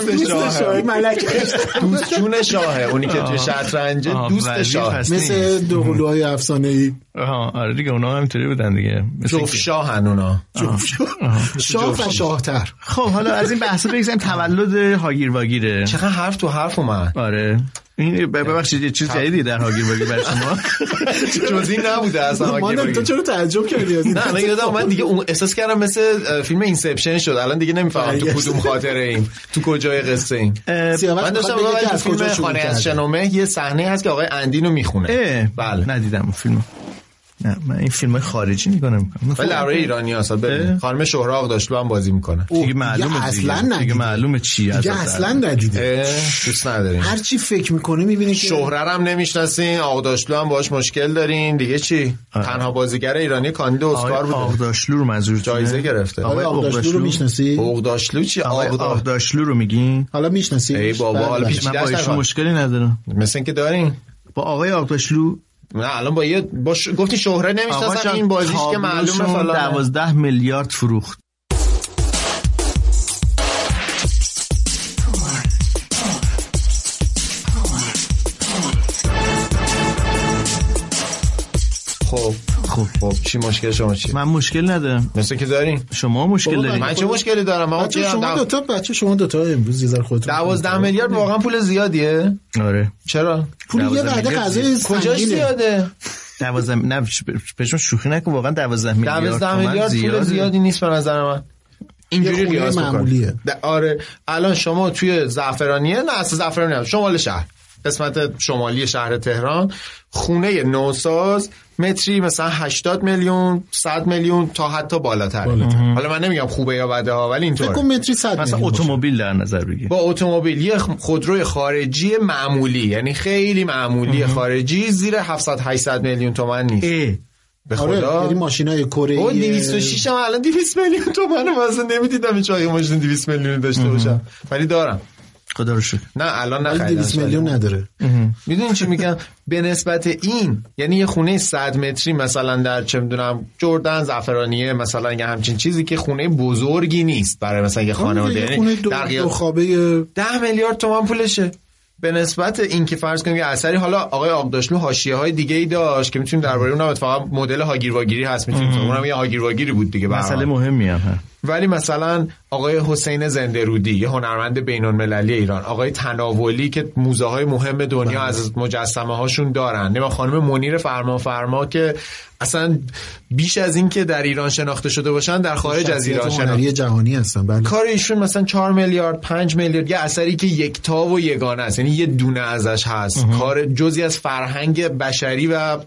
Speaker 3: دوست شاهه
Speaker 2: ملکه
Speaker 3: دوست جون شاهه اونی که توی
Speaker 4: آه.
Speaker 3: شطرنج
Speaker 4: آه،
Speaker 3: دوست
Speaker 4: وزیر
Speaker 3: شاه
Speaker 4: پس
Speaker 2: مثل
Speaker 4: نیست.
Speaker 2: دو قلوهای افسانه ای
Speaker 4: آها آره دیگه اونا هم اینطوری بودن دیگه مثل
Speaker 3: جفت
Speaker 4: که-
Speaker 3: شاهن اونا
Speaker 2: شاه و شاهتر
Speaker 4: خب حالا از این بحث بگذاریم تولد هاگیر واگیره
Speaker 3: چقدر حرف تو حرف اومد
Speaker 4: آره این ب- ببخشید یه چیز جدیدی در هاگیر واگیر برای شما
Speaker 3: جز این نبوده اصلا
Speaker 2: مادر تو چرا تعجب کردی از این
Speaker 3: نه من یادم من دیگه اون احساس کردم مثل اه، فیلم اینسپشن شد الان دیگه نمیفهمم تو
Speaker 2: برگشت.
Speaker 3: کدوم خاطره این تو کجای قصه این
Speaker 2: سیاوش
Speaker 3: من داشتم
Speaker 2: می‌خواد بگه
Speaker 3: واقعا
Speaker 2: که
Speaker 3: تو
Speaker 2: از کجا
Speaker 3: فیلم
Speaker 2: شروع
Speaker 3: خانه از
Speaker 2: کرده
Speaker 3: شنومه یه صحنه هست که آقای اندین رو میخونه
Speaker 4: اه
Speaker 3: بله
Speaker 4: ندیدم اون فیلمو نه من این فیلم خارجی نگاه نمی‌کنم
Speaker 3: ولی درباره ایرانی هست ببین. خانم شهراغ داشت با هم بازی میکنه
Speaker 4: دیگه معلومه
Speaker 2: دیگه اصلاً
Speaker 4: دیگه. دیگه
Speaker 2: ندیده.
Speaker 4: معلومه چی از
Speaker 2: دیگه
Speaker 4: نظر.
Speaker 2: اصلا ندیده
Speaker 3: دوست نداریم
Speaker 2: هر چی فکر میکنه میبینه که
Speaker 3: شهره رو هم نمیشناسین آقا داشتلو هم باهاش مشکل دارین دیگه چی تنها بازیگر ایرانی کاندید اسکار
Speaker 4: آقای
Speaker 3: بوده
Speaker 4: آقداشلو رو منظور
Speaker 3: جایزه گرفته
Speaker 2: آقای
Speaker 4: آقای
Speaker 2: آبداشلو رو
Speaker 4: آبداشلو.
Speaker 2: میشناسی
Speaker 3: آقا داشتلو چی
Speaker 4: آقای
Speaker 3: آقا
Speaker 4: آقداشلو رو میگین
Speaker 2: حالا میشناسی بله،
Speaker 3: ای بابا حالا پیچ
Speaker 4: من با ایشون مشکلی ندارم
Speaker 3: مثل اینکه دارین
Speaker 4: با آقای آقداشلو
Speaker 3: نه الان با یه با ش... گفتی شهره نمیشناسن
Speaker 4: آقاشم
Speaker 3: این بازیش که معلومه
Speaker 4: تابلوشون
Speaker 3: فلان
Speaker 4: 12 میلیارد فروخت
Speaker 3: خب خب خب چی مشکل شما چی
Speaker 4: من مشکل ندارم
Speaker 3: مثل که دارین
Speaker 4: شما مشکل
Speaker 2: بابا،
Speaker 4: دارید
Speaker 3: من چه مشکلی دارم من
Speaker 2: بچه شما
Speaker 3: دو...
Speaker 2: دوتا بچه شما دوتا امروز یه ذره خودتون
Speaker 3: دوازده میلیارد واقعا پول زیادیه
Speaker 4: آره
Speaker 3: چرا
Speaker 2: پول یه
Speaker 4: دوازده
Speaker 2: وعده
Speaker 4: میلیارد
Speaker 2: غذای
Speaker 3: کجاش
Speaker 2: خب سنگینه
Speaker 3: زیاده
Speaker 4: 12 نه پشم شوخی نکن واقعا 12 میلیارد
Speaker 3: دوازده
Speaker 4: تومن
Speaker 3: میلیارد پول
Speaker 4: زیاده.
Speaker 3: زیادی نیست به نظر من اینجوری
Speaker 2: یه خونه
Speaker 3: قیاس بکن
Speaker 2: معمولیه.
Speaker 3: د- آره الان شما توی زعفرانیه نه اصلا زعفرانی هم شمال شهر قسمت شمالی شهر تهران خونه نوساز متری مثلا 80 میلیون 100 میلیون تا حتی بالاتر
Speaker 2: بالاتر.
Speaker 3: حالا من نمیگم خوبه یا بده ها ولی اینطور
Speaker 2: فکر کن متری 100
Speaker 3: مثلا
Speaker 2: میلیون باشه.
Speaker 3: اتومبیل در نظر بگیر با اتومبیل یه خودروی خارجی معمولی یعنی خیلی معمولی خارجی زیر 700 800 میلیون تومن نیست به
Speaker 2: آره
Speaker 3: خدا
Speaker 2: یعنی ماشینای کره
Speaker 3: او 206 هم الان 200 میلیون تومنه واسه نمیدیدم هیچ وقت یه ماشین 200 میلیون داشته باشم ولی دارم
Speaker 4: خدا رو شکر
Speaker 3: نه الان
Speaker 2: ولی
Speaker 3: نخریدم
Speaker 2: 200 میلیون نداره
Speaker 3: میدونی چی میگم به نسبت این یعنی یه خونه 100 متری مثلا در چه میدونم جردن زعفرانیه مثلا یه همچین چیزی که خونه بزرگی نیست برای مثلا یه خانواده
Speaker 2: آره، یه
Speaker 3: یعنی
Speaker 2: خونه دو,
Speaker 3: در قیاس-
Speaker 2: دو خوابه
Speaker 3: 10 میلیارد تومن پولشه به نسبت این که فرض کنیم یه اثری حالا آقای آبداشلو حاشیه های دیگه ای داشت که میتونیم درباره اونم اتفاقا مدل هاگیرواگیری هست میتونیم
Speaker 4: مم.
Speaker 3: اونم یه هاگیرواگیری بود دیگه به هر
Speaker 4: مسئله
Speaker 3: حال.
Speaker 4: مهمی هم هست.
Speaker 3: ولی مثلا آقای حسین زندرودی یه هنرمند بین المللی ایران آقای تناولی که موزه های مهم دنیا از مجسمه هاشون دارن نمی‌دونم خانم منیر فرما فرما که اصلا بیش از این که در ایران شناخته شده باشن در خارج از ایران
Speaker 2: شخصیت
Speaker 3: شناخته
Speaker 2: هنری جهانی هستن بله
Speaker 3: کار ایشون مثلا 4 میلیارد 5 میلیارد یه اثری که یکتا و یگانه است یعنی یه دونه ازش هست کار جزی از فرهنگ بشری و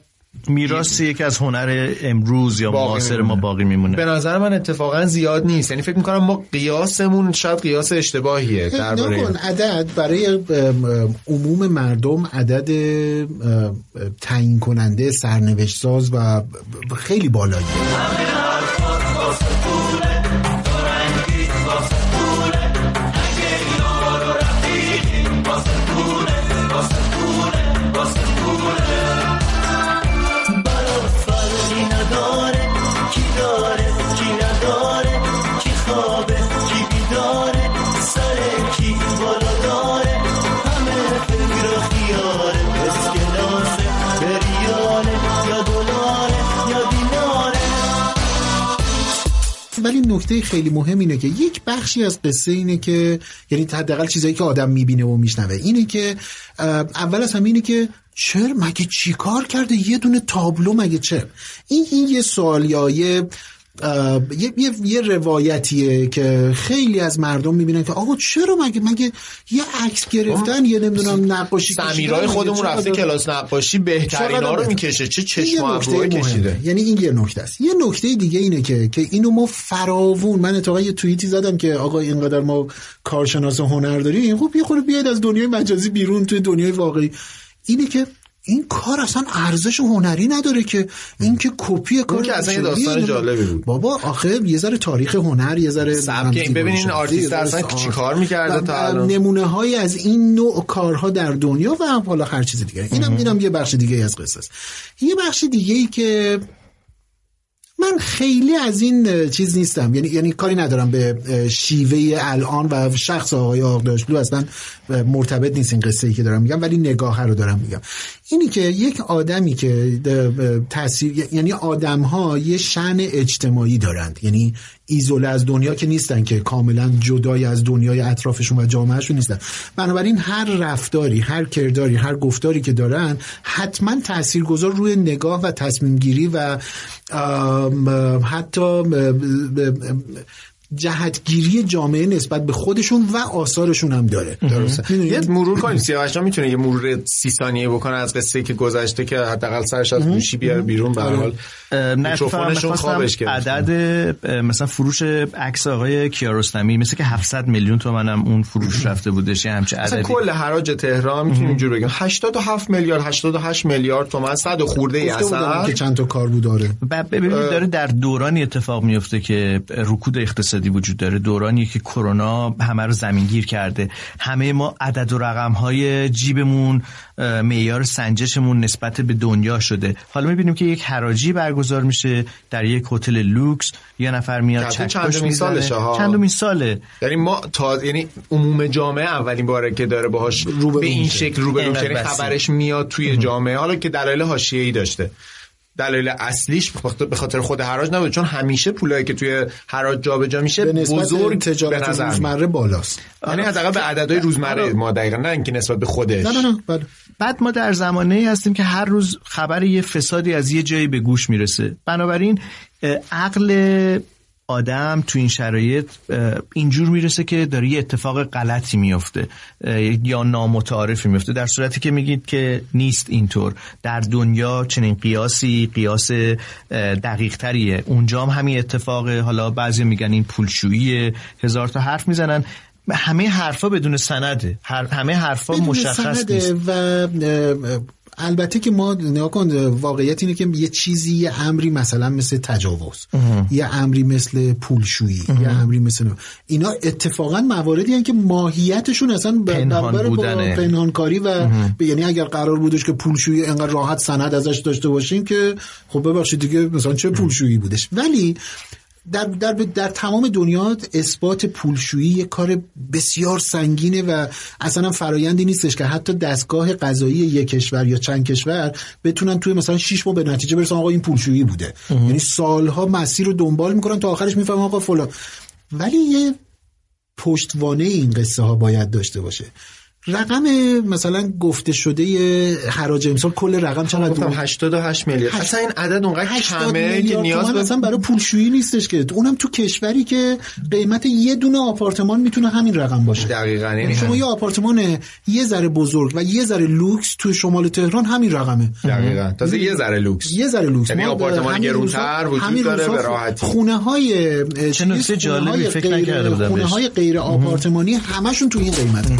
Speaker 4: میراثیه که از هنر امروز یا
Speaker 3: باقی
Speaker 4: معاصر ما
Speaker 3: میمونه.
Speaker 4: باقی میمونه
Speaker 3: به نظر من اتفاقا زیاد نیست یعنی فکر میکنم ما قیاسمون شاید قیاس اشتباهیه درباره
Speaker 2: خب، نکن
Speaker 3: این.
Speaker 2: عدد برای ام، عموم مردم عدد ام، تعیین کننده سرنوشت ساز و خیلی بالایی
Speaker 1: فرقی نداره کی داره کی نداره کی خوابه کی بیداره سر کی بالا داره همه فکر و خیاره اسکناسه بریاله یا دلاره یا دیناره
Speaker 2: ولی نکته خیلی مهم اینه که یک بخشی از قصه اینه که یعنی حداقل چیزایی که آدم میبینه و میشنوه اینه که اه، اول از همه اینه که چرا مگه چیکار کرده یه دونه تابلو مگه چرا این این یه سوال یا یه اه، یه, یه, یه روایتیه که خیلی از مردم میبینن که آقا چرا مگه مگه یه عکس گرفتن یه نمیدونم نقاشی کشیدن،
Speaker 3: سمیرای
Speaker 2: مگه
Speaker 3: خودمون
Speaker 2: چقدر-
Speaker 3: رفته کلاس نقاشی بهترینا
Speaker 2: چقدر
Speaker 3: رو
Speaker 2: بهتر؟
Speaker 3: میکشه چه
Speaker 2: این یه
Speaker 3: چشم و
Speaker 2: نکته
Speaker 3: ابروه
Speaker 2: مهمه.
Speaker 3: کشیده
Speaker 2: یعنی این یه نکته است یه نکته دیگه اینه که که اینو ما فراوون من اتفاقا یه توییتی زدم که آقا اینقدر ما کارشناس هنر داریم خب یه خورده بیاید از دنیای مجازی بیرون توی دنیای واقعی اینه که این کار اصلا ارزش هنری نداره که این که کپی کار
Speaker 3: که اصلا یه
Speaker 2: بشریه،
Speaker 3: داستان
Speaker 2: اینو-
Speaker 3: جالبی بود.
Speaker 2: بابا آخه یه ذره تاریخ هنر یه ذره
Speaker 3: سبک این ببینین
Speaker 2: همزیبایی
Speaker 3: آرتیست
Speaker 2: شناسی،
Speaker 3: اصلا
Speaker 2: یه ذره
Speaker 3: چی
Speaker 2: آرت.
Speaker 3: کار میکرده
Speaker 2: و-
Speaker 3: تا
Speaker 2: و
Speaker 3: الان؟
Speaker 2: نمونه های از این نوع کارها در دنیا و هم حالا هر چیز دیگه اینم اینم یه بخش دیگه از قصه است یه بخش دیگه ای که من خیلی از این اه، چیز نیستم یعنی یعنی کاری ندارم به اه، شیوه الان و شخص آقای آقداشلو اصلا اه، مرتبط نیست این قصه ای که دارم میگم ولی نگاه رو دارم میگم اینی که یک آدمی که ده- تاثیر یعنی آدم ها یه شن اجتماعی دارند یعنی ایزوله از دنیا که نیستن که کاملا جدای از دنیای اطرافشون و جامعهشون نیستن بنابراین هر رفتاری هر کرداری هر گفتاری که دارن حتما تاثیرگذار روی نگاه و تصمیم گیری و ام، حتی ام، ام، جهتگیری جامعه نسبت به خودشون و آثارشون هم داره درسته
Speaker 3: یه مرور کنیم سیاوش میتونه یه مرور سی ثانیه بکنه از قصه که گذشته که حداقل سرش از گوشی بیاره بیرون به هر
Speaker 2: آره.
Speaker 3: حال میکروفونشون خوابش
Speaker 4: میخواستم
Speaker 3: کرد
Speaker 4: عدد اه، مثلا فروش عکس آقای کیارستمی مثل که 700 میلیون تومن هم اون فروش رفته بودش یه همچه
Speaker 3: اصلا
Speaker 4: عددی
Speaker 3: کل حراج تهران میتونیم اینجور بگیم 87 میلیارد 88 میلیارد تومن 100 و خورده ای
Speaker 2: گفته بودم
Speaker 3: اثر
Speaker 2: که چند تا کار بود داره
Speaker 4: و ببینید
Speaker 3: اه.
Speaker 4: داره در دورانی اتفاق میفته که رکود اقتصادی وجود داره دورانی که کرونا همه رو زمینگیر کرده همه ما عدد و رقم های جیبمون اه، معیار سنجشمون نسبت به دنیا شده حالا میبینیم که یک حراجی برگزار میشه در یک هتل لوکس یه نفر میاد
Speaker 3: که
Speaker 4: چکش
Speaker 3: چندمین
Speaker 4: میزنه
Speaker 3: سالشه ها.
Speaker 4: چندمین ساله
Speaker 3: یعنی ما تا یعنی عموم جامعه اولین باره که داره باهاش به این
Speaker 4: میشه.
Speaker 3: شکل روبرو
Speaker 4: اینقدر
Speaker 3: میشه یعنی
Speaker 4: بسیط.
Speaker 3: خبرش میاد توی جامعه حالا که دلایل حاشیه‌ای داشته دلایل اصلیش بخاط- به خاطر خود حراج نبود چون همیشه پولایی که توی حراج جابجا میشه
Speaker 2: به نسبت
Speaker 3: بزرگ به
Speaker 2: تجارت
Speaker 3: نظر میاد.
Speaker 2: روزمره بالاست
Speaker 3: یعنی حداقل به عددهای روزمره ما دقیقا نه اینکه نسبت به خودش
Speaker 4: نه، نه،
Speaker 2: بله.
Speaker 4: بعد ما در زمانه ای هستیم که هر روز خبر یه فسادی از یه جایی به گوش میرسه بنابراین اه، عقل آدم تو این شرایط اه، اینجور میرسه که داره یه اتفاق غلطی میفته اه، یا نامتعارفی میفته در صورتی که میگید که نیست اینطور در دنیا چنین قیاسی قیاس دقیق تریه اونجا هم همین اتفاقه حالا بعضی میگن این پولشوییه هزار تا حرف میزنن همه حرفا بدون سنده هر همه حرفا
Speaker 2: بدون
Speaker 4: مشخص
Speaker 2: سنده
Speaker 4: نیست
Speaker 2: و اه، البته که ما نگاه کن واقعیت اینه که یه چیزی یه امری مثلا مثل تجاوز
Speaker 4: اه.
Speaker 2: یه امری مثل پولشویی
Speaker 4: اه.
Speaker 2: یه امری مثل اینا اتفاقا مواردی هستن که ماهیتشون اصلا ب-
Speaker 4: پنهان
Speaker 2: برابر با
Speaker 4: بودنه.
Speaker 2: پنهانکاری و
Speaker 4: اه.
Speaker 2: به- یعنی اگر قرار بودش که پولشویی انقدر راحت سند ازش داشته باشیم که خب ببخشید دیگه مثلا چه پولشویی بودش ولی در, در, در تمام دنیا اثبات پولشویی یک کار بسیار سنگینه و اصلا هم فرایندی نیستش که حتی دستگاه قضایی یک کشور یا چند کشور بتونن توی مثلا 6 ماه به نتیجه برسن آقا این پولشویی بوده یعنی سالها مسیر رو دنبال میکنن تا آخرش میفهمن آقا فلان ولی یه پشتوانه این قصه ها باید داشته باشه رقم مثلا گفته شده حراج امسال کل رقم چقدر
Speaker 3: گفتم
Speaker 2: بود؟
Speaker 3: 88 میلیارد
Speaker 2: هشت-
Speaker 3: اصلا این عدد اونقدر
Speaker 2: 80
Speaker 3: کمه که
Speaker 2: میلیارد
Speaker 3: نیاز
Speaker 2: تومن
Speaker 3: به
Speaker 2: اصلا برای پولشویی نیستش که اونم تو کشوری که قیمت یه دونه آپارتمان میتونه همین رقم باشه
Speaker 3: دقیقاً یعنی
Speaker 2: یعنی شما
Speaker 3: همین.
Speaker 2: یه آپارتمان یه ذره بزرگ و یه ذره لوکس تو شمال تهران همین رقمه
Speaker 3: دقیقاً تازه یه ذره لوکس
Speaker 2: یه ذره لوکس
Speaker 3: یعنی
Speaker 2: ما به
Speaker 3: آپارتمان
Speaker 2: همین
Speaker 3: گرونتر
Speaker 2: روزها-
Speaker 3: وجود
Speaker 2: همین
Speaker 3: داره
Speaker 2: روزها
Speaker 3: به راحتی
Speaker 2: خونه های چه
Speaker 4: نکته جالبی فکر نکرده بودم
Speaker 2: خونه
Speaker 4: بهش.
Speaker 2: های غیر آپارتمانی همشون تو این قیمته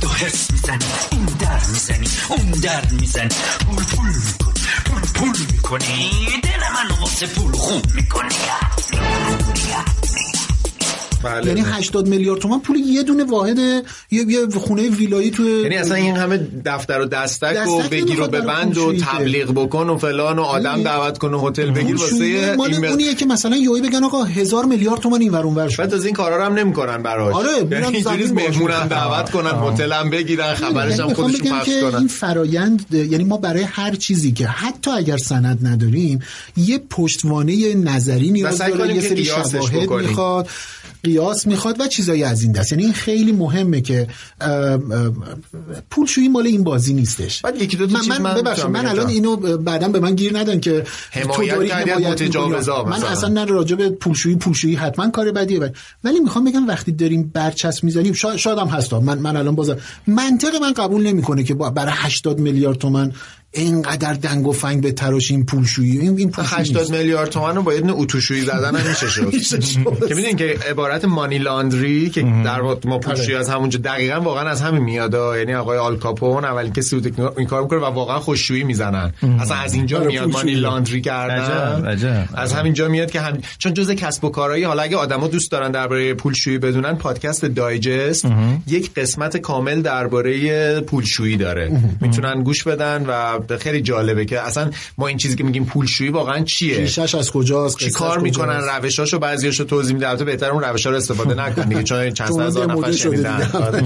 Speaker 14: تو حس میزنی این در میزنی اون در میزنی پول پول میکنی پول پول میکنی دل من واسه پول خون میکنی
Speaker 2: یعنی
Speaker 3: بله.
Speaker 2: 80 میلیارد تومن پول یه دونه واحد یه, یه خونه ویلایی تو
Speaker 3: یعنی اصلا این همه دفتر و دستک و
Speaker 2: دستک
Speaker 3: بگیر و
Speaker 2: نمیخواد برای
Speaker 3: ببند و
Speaker 2: پولشویی که.
Speaker 3: تبلیغ بکن و فلان و آدم دعوت کن و هتل بگیر واسه
Speaker 2: پولشویی
Speaker 3: این
Speaker 2: آره. مال
Speaker 3: مقدار
Speaker 2: اونیه که مثلا یوهی بگن آقا هزار میلیارد تومن اینور اونور شد
Speaker 3: بعد از این کارا رو هم نمیکنن براش
Speaker 2: آره، میرن
Speaker 3: یعنی اینجوری
Speaker 2: زمین باهاش
Speaker 3: مهمونم
Speaker 2: می‌کنن.
Speaker 3: دعوت کنن
Speaker 2: آه.
Speaker 3: هتل هم بگیرن خبرش
Speaker 2: یعنی
Speaker 3: هم
Speaker 2: میخوام
Speaker 3: خودشون
Speaker 2: بگم
Speaker 3: پخش
Speaker 2: که
Speaker 3: کنن
Speaker 2: این فرایند یعنی ما برای هر چیزی که حتی اگر سند نداریم یه پشتوانه نظری
Speaker 3: و
Speaker 2: نیاز
Speaker 3: سعی
Speaker 2: داره
Speaker 3: کنیم
Speaker 2: یه
Speaker 3: که
Speaker 2: سری
Speaker 3: قیاسش
Speaker 2: شواهد
Speaker 3: بکنیم.
Speaker 2: میخواد قیاس میخواد و چیزایی از این دست یعنی این خیلی مهمه که ام، ام، پولشویی مال این بازی نیستش
Speaker 3: بعد یکی دو تا
Speaker 2: من,
Speaker 3: چیز
Speaker 2: من,
Speaker 3: من
Speaker 2: ببخشید،
Speaker 3: میتونم
Speaker 2: من
Speaker 3: بگم.
Speaker 2: الان اینو بعدا به من گیر ندن که
Speaker 3: حمایت
Speaker 2: تو داری
Speaker 3: کردی از
Speaker 2: حمایت می‌کنی.
Speaker 3: متجاوزا
Speaker 2: من
Speaker 3: مثلا.
Speaker 2: اصلا نه راجع به پولشویی پولشویی حتما کار بدیه ولی- ولی میخوام بگم وقتی داریم برچسب میزنیم شا... شاید هم هستا من من الان بازم منطق من قبول نمیکنه که با برای 80 میلیارد تومن اینقدر دنگ و فنگ به تراشیم پولشویی این این پولشویی
Speaker 3: 80
Speaker 2: نیست.
Speaker 3: میلیارد تومن رو با یه دونه اتوشویی زدن هم میشه
Speaker 2: میشه
Speaker 3: شد
Speaker 2: شد.
Speaker 3: که میدونین که عبارت مانی لاندری که در واقع
Speaker 4: آره.
Speaker 3: ما پولشویی از همونجا دقیقا واقعا از همین میاد آه. یعنی آقای آل کاپون اولین کسی بود که این کار میکنه و واقعا خوششویی میزنن
Speaker 4: ام.
Speaker 3: اصلا از اینجا
Speaker 4: آره،
Speaker 3: میاد مانی
Speaker 4: پولشویی.
Speaker 3: لاندری
Speaker 4: عجب،
Speaker 3: کردن
Speaker 4: عجب.
Speaker 3: از همینجا میاد که هم... چون جزء کسب و کارهایی حالا اگه آدما دوست دارن درباره پولشویی بدونن پادکست دایجست یک قسمت کامل درباره پولشویی داره میتونن گوش بدن و خیلی جالبه که اصلا ما این چیزی که میگیم پولشویی واقعا چیه
Speaker 2: ریشش از کجاست
Speaker 3: چی
Speaker 2: قصه‌اش
Speaker 3: کار میکنن
Speaker 2: کجاست؟
Speaker 3: روشاشو بعضیاشو توضیح میده البته بهتر اون روشا رو استفاده نکن دیگه چون چند
Speaker 2: چون
Speaker 3: هزار
Speaker 2: دیگه
Speaker 3: نفر
Speaker 2: مدل شده
Speaker 3: شنیدن
Speaker 2: دیگه.
Speaker 3: آره.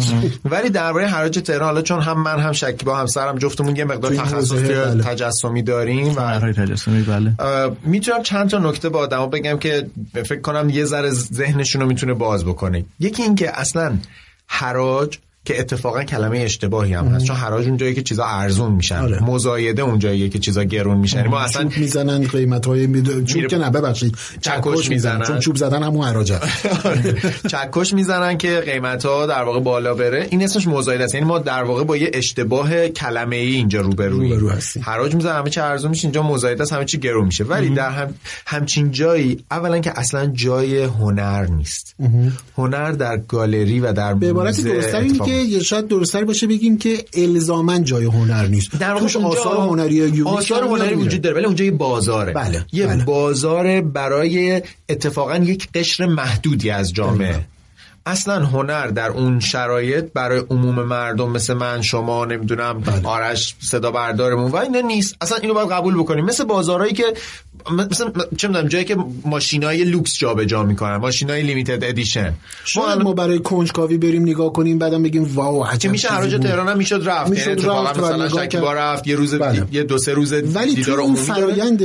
Speaker 3: ولی درباره حراج تهران حالا چون هم من هم شکیبا همسرم جفتمون یه مقدار
Speaker 4: توی این
Speaker 3: تخصص
Speaker 4: حوزه،
Speaker 3: توی
Speaker 4: بله.
Speaker 3: تجسمی داریم و
Speaker 4: برای تجسمی بله
Speaker 3: اه، میتونم چند تا نکته با آدما بگم که فکر کنم یه ذره ذهنشون رو میتونه باز بکنه یکی این که اصلا حراج که اتفاقا کلمه اشتباهی هم هست چون حراج اون جایی که چیزا ارزون میشن مزایده اون جاییه که چیزا گرون میشن یعنی ما اصلا
Speaker 2: چوب میزنن قیمت های چوب
Speaker 3: میره-
Speaker 2: که نه ببخشید چکش میزنن
Speaker 3: میزنن.
Speaker 2: چون چوب زدن همون حراج است.
Speaker 3: چکش میزنن که قیمت ها در واقع بالا بره این اسمش مزایده است یعنی ما در واقع با یه اشتباه کلمه ای اینجا روبروی
Speaker 2: روبرو هستیم.
Speaker 3: حراج میزنن همه چی ارزون میشه اینجا مزایده است همه چی گرون میشه ولی در هم... همچین جایی اولا که اصلا جای هنر نیست هنر در گالری و در
Speaker 2: به عبارت
Speaker 3: موزه
Speaker 2: درستتر اینه
Speaker 3: اتفاق
Speaker 2: که یه شاید درستتر باشه بگیم که الزامن جای هنر نیست در
Speaker 3: واقع اونجا
Speaker 2: آثار هنری یونیک
Speaker 3: آثار
Speaker 2: هم
Speaker 3: هنری
Speaker 2: میاد
Speaker 3: وجود
Speaker 2: میره.
Speaker 3: داره ولی اونجا یه بازاره
Speaker 2: بله،
Speaker 3: یه
Speaker 2: بله.
Speaker 3: بازار برای اتفاقا یک قشر محدودی از جامعه اصلا هنر در اون شرایط برای عموم مردم مثل من شما نمیدونم
Speaker 2: بله.
Speaker 3: آرش صدا بردارمون و اینا نیست اصلا اینو باید قبول بکنیم مثل بازارهایی که م- مثل م- چه میدونم جایی که ماشینای لوکس جابجا میکنن ماشینای لیمیتد ادیشن
Speaker 2: شاید ما برای کنجکاوی بریم نگاه کنیم بعدم بگیم واو
Speaker 3: که
Speaker 2: عجب
Speaker 3: میشه
Speaker 2: چیزی
Speaker 3: حراج
Speaker 2: بود.
Speaker 3: تهران هم میشد رفت
Speaker 2: میشد
Speaker 3: یعنی اتفاقا
Speaker 2: رفت و
Speaker 3: مثلا
Speaker 2: نگاه
Speaker 3: شکیبا
Speaker 2: کرد. بله.
Speaker 3: رفت یه روز یه دو سه روز
Speaker 2: ولی
Speaker 3: دیدار
Speaker 2: توی اون
Speaker 3: عمومی داره.
Speaker 2: فرایند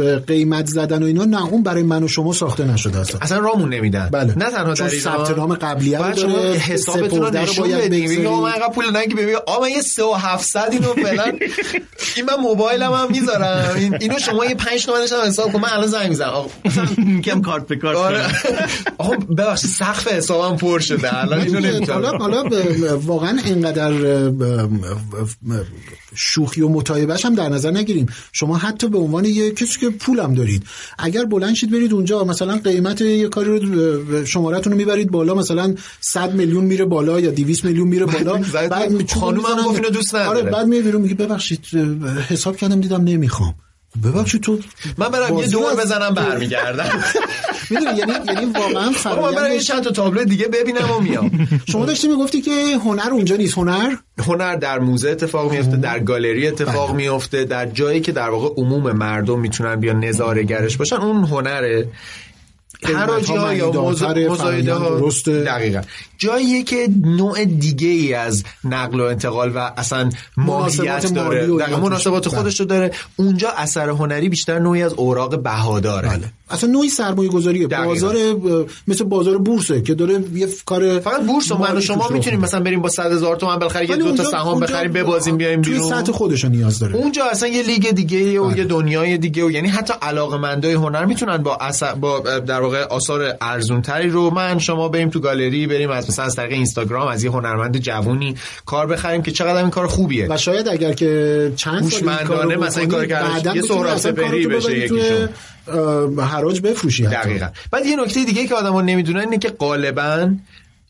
Speaker 2: اه، قیمت زدن و اینا نه اون برای من و شما ساخته نشده اصلا
Speaker 3: اصلا رامون نمیدن
Speaker 2: بله
Speaker 3: نه تنها
Speaker 2: چون
Speaker 3: در ایران
Speaker 2: ثبت نام قبلیه رو
Speaker 3: بعد شما
Speaker 2: داره
Speaker 3: حسابتون رو
Speaker 2: سپرده رو
Speaker 3: نشون
Speaker 2: باید
Speaker 3: بدین بگی
Speaker 2: بذاری.
Speaker 3: آقا من اینقدر پول نگی ببین آقا من یه 3 و 700 اینو فعلا این من موبایلم هم میذارم این اینو شما یه 5 تومنش هم حساب کن من الان زنگ میزنم آقا
Speaker 4: آره.
Speaker 3: آره.
Speaker 4: کم کارت به کارت
Speaker 3: آقا ببخشید سقف حسابم پر شده الان اینو
Speaker 2: ولی
Speaker 3: نمیتونم
Speaker 2: حالا حالا ب- واقعا اینقدر ب- ب- شوخی و متایبش هم در نظر نگیریم شما حتی به عنوان یه کسی که پولم دارید اگر بلند شید برید اونجا مثلا قیمت یه کاری رو شمارتون رو میبرید بالا مثلا 100 میلیون میره بالا یا 200 میلیون میره بالا
Speaker 3: زدن،
Speaker 2: می-
Speaker 3: خانومم
Speaker 2: می‌زنن-
Speaker 3: گفت اینو دوست نداره.
Speaker 2: آره بعد میره بیرون میگه ببخشید حساب کردم دیدم نمیخوام ببخشید تو
Speaker 3: من برم یه
Speaker 2: بازی
Speaker 3: دور
Speaker 2: از-
Speaker 3: بزنم برمیگردم
Speaker 2: میدونی یعنی یعنی واقعا
Speaker 3: آقا من برم یه
Speaker 2: فرآیندش-
Speaker 3: چند تا تابلو دیگه ببینم و میام
Speaker 2: شما داشتی میگفتی که هنر اونجا نیست هنر
Speaker 3: هنر در موزه اتفاق میفته در گالری اتفاق میفته در جایی که در واقع عموم مردم میتونن بیا نظارگرش باشن اون هنره حراجی ها یا
Speaker 2: معنیدارتر،
Speaker 3: مزایده ها
Speaker 2: فرآیند درسته.
Speaker 3: دقیقا جاییه که نوع دیگه ای از نقل و انتقال و اصلا ماهیت
Speaker 2: مناسبات مالی
Speaker 3: داره
Speaker 2: و
Speaker 3: دقیقا
Speaker 2: اینا
Speaker 3: مناسبات
Speaker 2: توش.
Speaker 3: خودش رو داره اونجا اثر هنری بیشتر نوعی از اوراق بهاداره
Speaker 2: اصلا نوعی سرمایه گذاریه بازار ب- مثل بازار بورسه که داره یه ف- کار فقط
Speaker 3: بورس و من و شما میتونیم مثلا بریم با 100 هزار تومن بخریم یه
Speaker 2: ولی
Speaker 3: دو تا
Speaker 2: اونجا-
Speaker 3: سهام
Speaker 2: اونجا
Speaker 3: بخریم ببازیم بیایم
Speaker 2: توی
Speaker 3: بیرون
Speaker 2: سطح آره. خودش نیاز داره
Speaker 3: اونجا اصلا یه لیگ دیگه و یه دنیای دیگه و یعنی حتی علاقمندای هنر میتونن با اثر با در واقع آثار ارزونتری رو من شما بریم تو گالری بریم از مثلا از طریق اینستاگرام از یه هنرمند جوونی کار بخریم که چقدر این کار خوبیه
Speaker 2: و شاید اگر که چند سال این
Speaker 3: هوشمندانه
Speaker 2: کارو
Speaker 3: مثلا این
Speaker 2: بکنی،
Speaker 3: کار کردن.
Speaker 2: بعداً
Speaker 3: یه
Speaker 2: بتونی
Speaker 3: سهراب
Speaker 2: اصلا
Speaker 3: سپهری
Speaker 2: کارتو
Speaker 3: بشه
Speaker 2: ببری توی، اه، حراج بفروشی حتی.
Speaker 3: دقیقا بعد یه نکته دیگه که آدما نمیدونن اینه که غالبا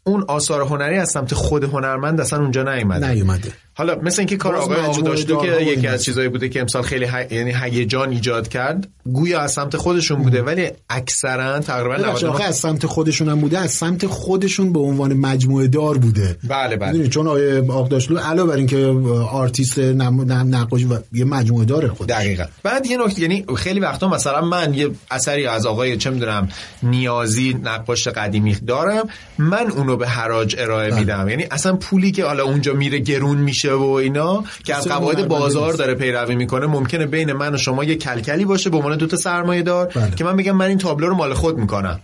Speaker 3: اون آثار هنری از سمت خود هنرمند اصلا اونجا نیومده
Speaker 2: نیومده
Speaker 3: حالا مثل اینکه کار
Speaker 2: باز
Speaker 3: آقای
Speaker 2: مجموعه
Speaker 3: آقداشتو
Speaker 2: دارها
Speaker 3: که
Speaker 2: و
Speaker 3: یکی
Speaker 2: اینا.
Speaker 3: از چیزایی بوده که امسال خیلی ه... یعنی هیجان ایجاد کرد گویا از سمت خودشون بوده ولی اکثرا تقریبا
Speaker 2: ببخشید،
Speaker 3: 99
Speaker 2: آخه از سمت خودشون هم بوده از سمت خودشون به عنوان مجموعه دار بوده
Speaker 3: بله بله
Speaker 2: میدونی چون آقای آقداشلو علاوه بر اینکه آرتیست نم- نم- نقاش و یه مجموعه داره خود
Speaker 3: دقیقا بعد یه نکته یعنی خیلی وقتا مثلا من یه اثری از آقای چه میدونم نیازی نقاش قدیمی دارم من اونو به حراج
Speaker 2: بله.
Speaker 3: ارائه میدم یعنی اصلا پولی که حالا اونجا میره گرون میشه و اینا که از
Speaker 2: کسی
Speaker 3: قواعد
Speaker 2: هنرمنده
Speaker 3: بازار
Speaker 2: نیست.
Speaker 3: داره پیروی میکنه ممکنه بین من و شما یه کلکلی باشه به عنوان دوتا سرمایه دار
Speaker 2: بله.
Speaker 3: که من بگم من این تابلو رو مال خود میکنم